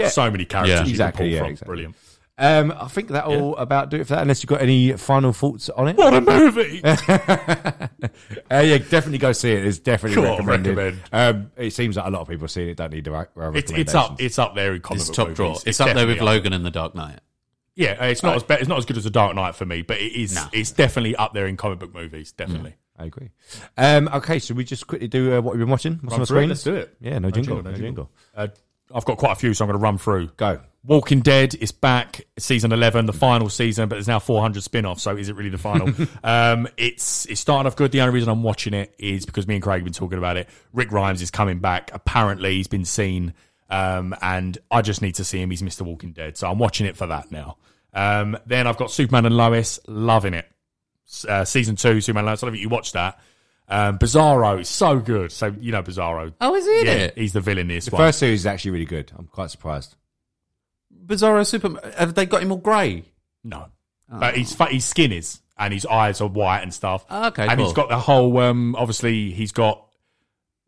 Speaker 8: so many characters.
Speaker 5: Yeah.
Speaker 8: you can
Speaker 7: Exactly,
Speaker 8: pull
Speaker 7: yeah,
Speaker 8: from.
Speaker 7: exactly.
Speaker 8: Brilliant.
Speaker 7: um, I think that will about do it for that. Unless you've got any final thoughts on it.
Speaker 8: What a movie!
Speaker 7: Uh, yeah, definitely go see it. It's definitely
Speaker 8: Go on,
Speaker 7: recommended.
Speaker 8: recommend.
Speaker 7: Um, it seems that a lot of people have seen it. Don't need to ra- ra-
Speaker 8: it's,
Speaker 7: recommendations.
Speaker 8: it's up. It's up there in comic
Speaker 5: It's
Speaker 8: book
Speaker 5: top
Speaker 8: movies.
Speaker 5: draw. It's, up there with
Speaker 8: definitely
Speaker 5: Logan and the Dark Knight.
Speaker 8: Yeah, it's not as be- it's not as good as The Dark Knight for me, but it is. It's definitely up there in comic book movies. Definitely.
Speaker 7: I agree. Um, okay, so we just quickly do uh, what we've been watching. What's on the
Speaker 8: through it,
Speaker 7: screen?
Speaker 8: let's do it.
Speaker 7: Yeah, no, jingle, no jingle.
Speaker 8: Uh, I've got quite a few, so I'm going to run through.
Speaker 7: Go.
Speaker 8: Walking Dead is back, season 11, the final season, but there's now 400 spin offs, so is it really the final? um, it's it's starting off good. The only reason I'm watching it is because me and Craig have been talking about it. Rick Grimes is coming back. Apparently, he's been seen, um, and I just need to see him. He's Mr. Walking Dead, so I'm watching it for that now. Um, then I've got Superman and Lois, loving it. S- Uh, season 2, Superman and Lois, I don't know if you watched that. Um, Bizarro is so good. So, you know, Bizarro.
Speaker 5: Oh, is he in
Speaker 8: yeah,
Speaker 5: it?
Speaker 8: He's the villain in this
Speaker 7: The
Speaker 8: one.
Speaker 7: first series is actually really good. I'm quite surprised.
Speaker 5: Bizarro Superman. Have they got him all grey?
Speaker 8: No, but his fa- his skin is and his eyes are white and stuff.
Speaker 5: Oh, okay,
Speaker 8: and
Speaker 5: cool.
Speaker 8: he's got the whole. Um, obviously, he's got.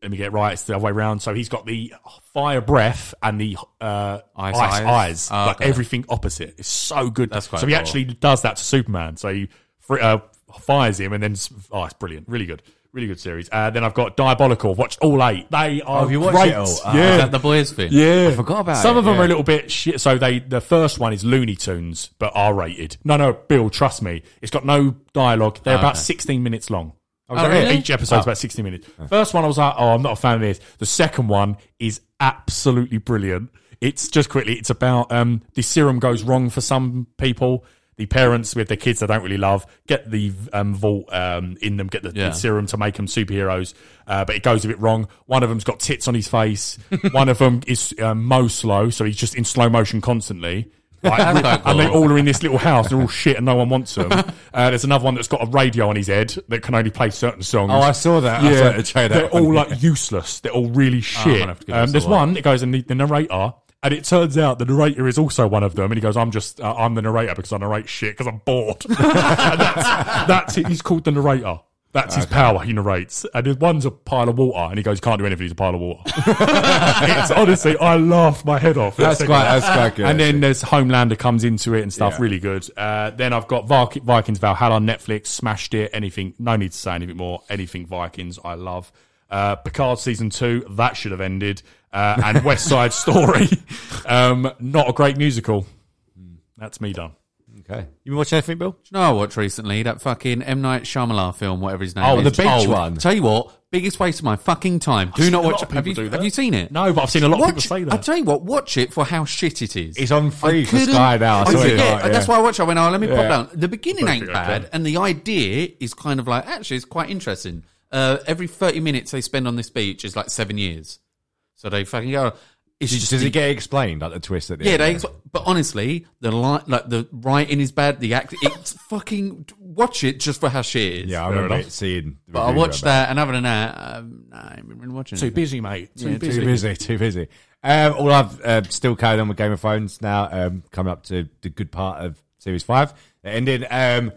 Speaker 8: Let me get it right. It's the other way around. So he's got the fire breath and the uh,
Speaker 5: Ice
Speaker 8: ice, eyes,
Speaker 5: eyes. Oh,
Speaker 8: like
Speaker 5: got it.
Speaker 8: everything opposite. It's so good.
Speaker 5: That's quite
Speaker 8: so he
Speaker 5: cool.
Speaker 8: actually does that to Superman. So he fr- uh, fires him and then s- oh, it's brilliant. Really good. Really good series. Uh, then I've got Diabolical. Watched all eight. They
Speaker 5: Oh,
Speaker 8: are
Speaker 7: have you
Speaker 8: great.
Speaker 7: watched it all? Ah.
Speaker 8: yeah,
Speaker 5: Is that the boys thing?
Speaker 8: yeah,
Speaker 7: I forgot about
Speaker 8: some
Speaker 7: it,
Speaker 8: of them
Speaker 7: yeah.
Speaker 8: are a little bit shit. So they the first one is Looney Tunes, but R rated. No, no, Bill, trust me, it's got no dialogue.
Speaker 7: Ah,
Speaker 8: They're about
Speaker 5: okay.
Speaker 8: sixteen minutes long.
Speaker 5: Oh, really?
Speaker 8: Each episode's about sixty minutes. First one, I was like, oh, I'm not a fan of this. The second one is absolutely brilliant. It's just quickly. It's about um, the serum goes wrong for some people. The parents with their kids they don't really love get the um, vault um, in them, get the,
Speaker 5: Yeah.
Speaker 8: the serum to make them superheroes, uh, but it goes a bit wrong. One of them's got tits on his face. One of them is um, mo slow, so he's just in slow motion constantly. Like,
Speaker 5: That's
Speaker 8: with-
Speaker 5: quite
Speaker 8: And they
Speaker 5: cool.
Speaker 8: all are in this little house. They're all shit, and no one wants them. Uh, there's another one that's got a radio on his head that can only play certain songs.
Speaker 7: Oh, I saw that. I saw it, Jay, that
Speaker 8: they're
Speaker 7: one, Ah,
Speaker 8: all
Speaker 7: yeah.
Speaker 8: like useless. They're all really shit.
Speaker 5: gonna have to give
Speaker 8: um,
Speaker 5: this a
Speaker 8: there's
Speaker 5: whirl.
Speaker 8: one. It goes in the, the narrator, and it turns out the narrator is also one of them. And he goes, "I'm just uh, I'm the narrator because I narrate shit because I'm bored." And that's, that's it. He's called the narrator. That's his power. He narrates, and there's one's a pile of water, and he goes, "Can't do anything. He's a pile of water." it's honestly, I laughed my head off.
Speaker 7: That's quite. That's quite good.
Speaker 8: And then there's Homelander comes into it and stuff,
Speaker 7: Yeah.
Speaker 8: really good. Uh, then I've got Vark- Vikings Valhalla on Netflix, smashed it. Anything, no need to say anything more. Anything Vikings, I love. Uh, Picard season two, that should have ended. Uh, and West Side Story, um, not a great musical. That's me done.
Speaker 7: okay. You been watching anything, Bill?
Speaker 5: Do you know what I watched recently? That fucking M Night Shyamalan film, whatever his name
Speaker 7: Oh,
Speaker 5: is.
Speaker 7: the beach one.
Speaker 5: Tell you what, biggest waste of my fucking time. Do
Speaker 8: seen
Speaker 5: not
Speaker 8: a lot
Speaker 5: watch.
Speaker 8: of people
Speaker 5: Have you,
Speaker 8: do that.
Speaker 5: have you seen it?
Speaker 8: No, but I've seen a lot of people
Speaker 5: Watch-
Speaker 8: say
Speaker 5: I
Speaker 8: that.
Speaker 5: tell you what, watch it for how shit it is.
Speaker 7: It's on free
Speaker 5: I
Speaker 7: for
Speaker 5: couldn't-
Speaker 7: Sky now, I
Speaker 5: I
Speaker 7: saw it,
Speaker 5: forget.
Speaker 7: yeah.
Speaker 5: That's why I watched. it. I went, oh, let me pop down. The beginning ain't
Speaker 8: Okay.
Speaker 5: bad, and the idea is kind of like actually it's quite interesting. Uh, every thirty minutes they spend on this beach is like seven years, so they fucking go. It's just
Speaker 7: Does it get explained like the twist at the
Speaker 5: yeah,
Speaker 7: end?
Speaker 5: they, but honestly, the li- like the writing is bad. The act, it's fucking watch it just for how shit it is.
Speaker 7: Yeah, I
Speaker 8: Fair
Speaker 7: remember
Speaker 8: enough.
Speaker 7: it seeing. the
Speaker 5: But I
Speaker 7: review
Speaker 5: watched
Speaker 7: about
Speaker 5: that, and other than that, um, nah, I haven't been watching.
Speaker 8: Too
Speaker 5: it.
Speaker 8: busy, mate. Too
Speaker 7: it.
Speaker 8: busy.
Speaker 7: Too busy. Too busy. Um, all I've uh, still carried on with Game of Thrones now. Um, coming up to the good part of series five. It ended. Um,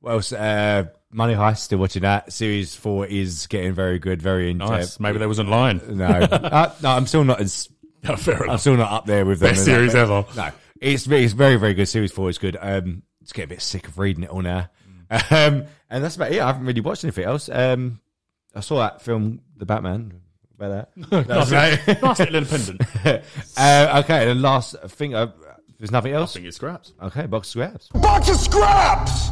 Speaker 7: what else? Uh, Money Heist. Still watching that. Series four is getting very good. Very in
Speaker 8: Nice.
Speaker 7: depth.
Speaker 8: Maybe they wasn't lying.
Speaker 7: No, uh, no, I'm still not as
Speaker 8: No, fair
Speaker 7: I'm
Speaker 8: enough.
Speaker 7: still not up there with them
Speaker 8: Best
Speaker 7: in that
Speaker 8: series
Speaker 7: bit.
Speaker 8: ever.
Speaker 7: No, it's it's very very good. Series four is good. Um, just get a bit sick of reading it all now. Um, and that's about it. I haven't really watched anything else. Um, I saw that film, The Batman. About that.
Speaker 8: Nice,
Speaker 7: That's right.
Speaker 8: nice little independent. I
Speaker 7: uh, okay, the last thing. Uh, there's nothing else.
Speaker 8: think it's scraps.
Speaker 7: Okay, box of scraps.
Speaker 2: Bunch of scraps!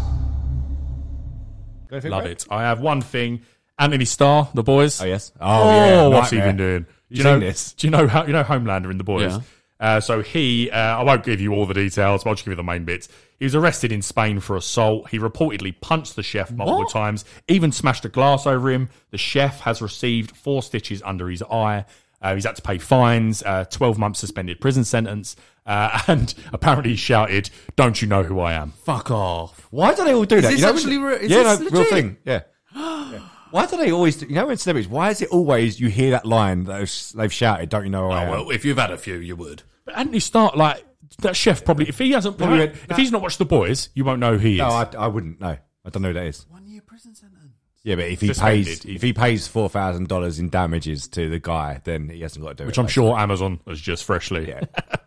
Speaker 7: Got anything,
Speaker 8: Love
Speaker 7: Brad?
Speaker 8: it. I have one thing. Anthony Starr, the boys.
Speaker 7: Oh yes. Oh,
Speaker 8: Oh, what's he
Speaker 7: nightmare.
Speaker 8: been doing?
Speaker 7: You
Speaker 8: do you know
Speaker 7: seen this?
Speaker 8: Do you know how you know Homelander in the boys?
Speaker 5: Yeah.
Speaker 8: Uh, so he, uh, I won't give you all the details, but I'll just give you the main bits. He was arrested in Spain for assault. He reportedly punched the chef multiple
Speaker 5: What?
Speaker 8: times, even smashed a glass over him. The chef has received four stitches under his eye. Uh, he's had to pay fines, uh, 12 months suspended prison sentence, uh, and apparently he shouted, Don't you know who I am?
Speaker 5: Fuck off.
Speaker 7: Why do they all do that?
Speaker 5: this
Speaker 7: you know,
Speaker 5: actually
Speaker 7: when-
Speaker 5: re- is
Speaker 7: yeah,
Speaker 5: this
Speaker 7: no, real
Speaker 5: legit?
Speaker 7: thing. Yeah. Yeah. Why do they always? Do, you know, in celebrities, why is it always you hear that line that they've- they've shouted? Don't you know? who I am?
Speaker 5: if you've had a few, you would.
Speaker 8: But Anthony Starr, like, that chef probably, if he hasn't,
Speaker 7: Probably went,
Speaker 8: if he's not watched The Boys, you won't know who he is.
Speaker 7: No, I, I wouldn't. No, I don't know who that is.
Speaker 5: One year prison sentence.
Speaker 7: Yeah, but if he
Speaker 8: Suspended.
Speaker 7: pays if he pays four thousand dollars in damages to the guy, then he hasn't got to do
Speaker 8: which
Speaker 7: it.
Speaker 8: I'm sure Amazon has just freshly.
Speaker 7: Yeah.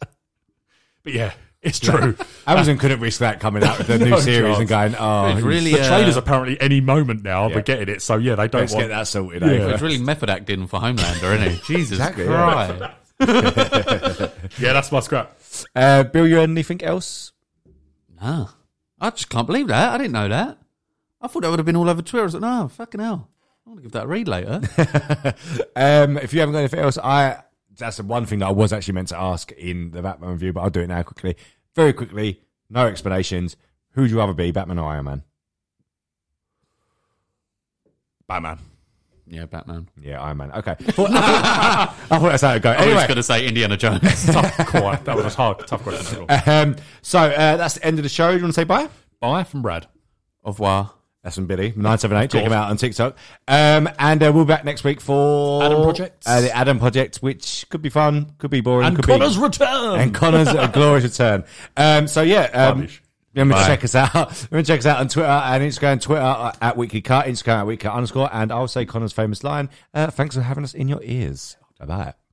Speaker 8: but yeah, it's true.
Speaker 7: Amazon couldn't risk that coming out with the new
Speaker 8: No
Speaker 7: series
Speaker 8: chance.
Speaker 7: and going, oh,
Speaker 5: It's really,
Speaker 8: the
Speaker 5: uh,
Speaker 8: trailers apparently any moment now
Speaker 7: Yeah.
Speaker 8: we're getting it. So yeah, they don't
Speaker 7: let's
Speaker 8: want
Speaker 7: get that sorted. eh?"
Speaker 8: Yeah.
Speaker 7: out.
Speaker 5: It's really method acting for Homelander, isn't it? Jesus
Speaker 7: Exactly, yeah.
Speaker 5: Christ.
Speaker 8: Yeah, that's my scrap.
Speaker 7: Uh, Bill, you had anything else?
Speaker 5: No. I just can't believe that. I didn't know that. I thought that would have been all over Twitter. I was like, no, fucking hell. I'm going to give that a read later.
Speaker 7: Um, if you haven't got anything else, I that's the one thing that I was actually meant to ask in the Batman review, but I'll do it now quickly, very quickly, no explanations. Who'd you rather be, Batman or Iron Man?
Speaker 8: Batman.
Speaker 5: yeah, Batman.
Speaker 7: Yeah, Iron Man. Okay, I thought that's how it go.
Speaker 5: I was
Speaker 7: Anyway,
Speaker 5: going to say Indiana Jones.
Speaker 8: Tough call. That was hard. Tough question.
Speaker 7: um, so uh, that's the end of the show. Do you want to say bye?
Speaker 8: Bye from Brad.
Speaker 5: Au revoir.
Speaker 7: That's from Billy nine seven eight. Check him out on TikTok. Um, and uh, we'll be back next week for
Speaker 8: Adam Project.
Speaker 7: Uh, the Adam Project, which could be fun, could be boring,
Speaker 8: And
Speaker 7: could
Speaker 8: Connor's
Speaker 7: be,
Speaker 8: return.
Speaker 7: and Connor's a glorious return. Um, so yeah, um,
Speaker 8: Rubbish.
Speaker 7: remember to
Speaker 5: Bye.
Speaker 7: check us out. Remember to check us out on Twitter and Instagram. Twitter at Weekly Cut, Instagram at Weekly Cut underscore. And I'll say Connor's famous line. Uh, thanks for having us in your ears. Bye bye.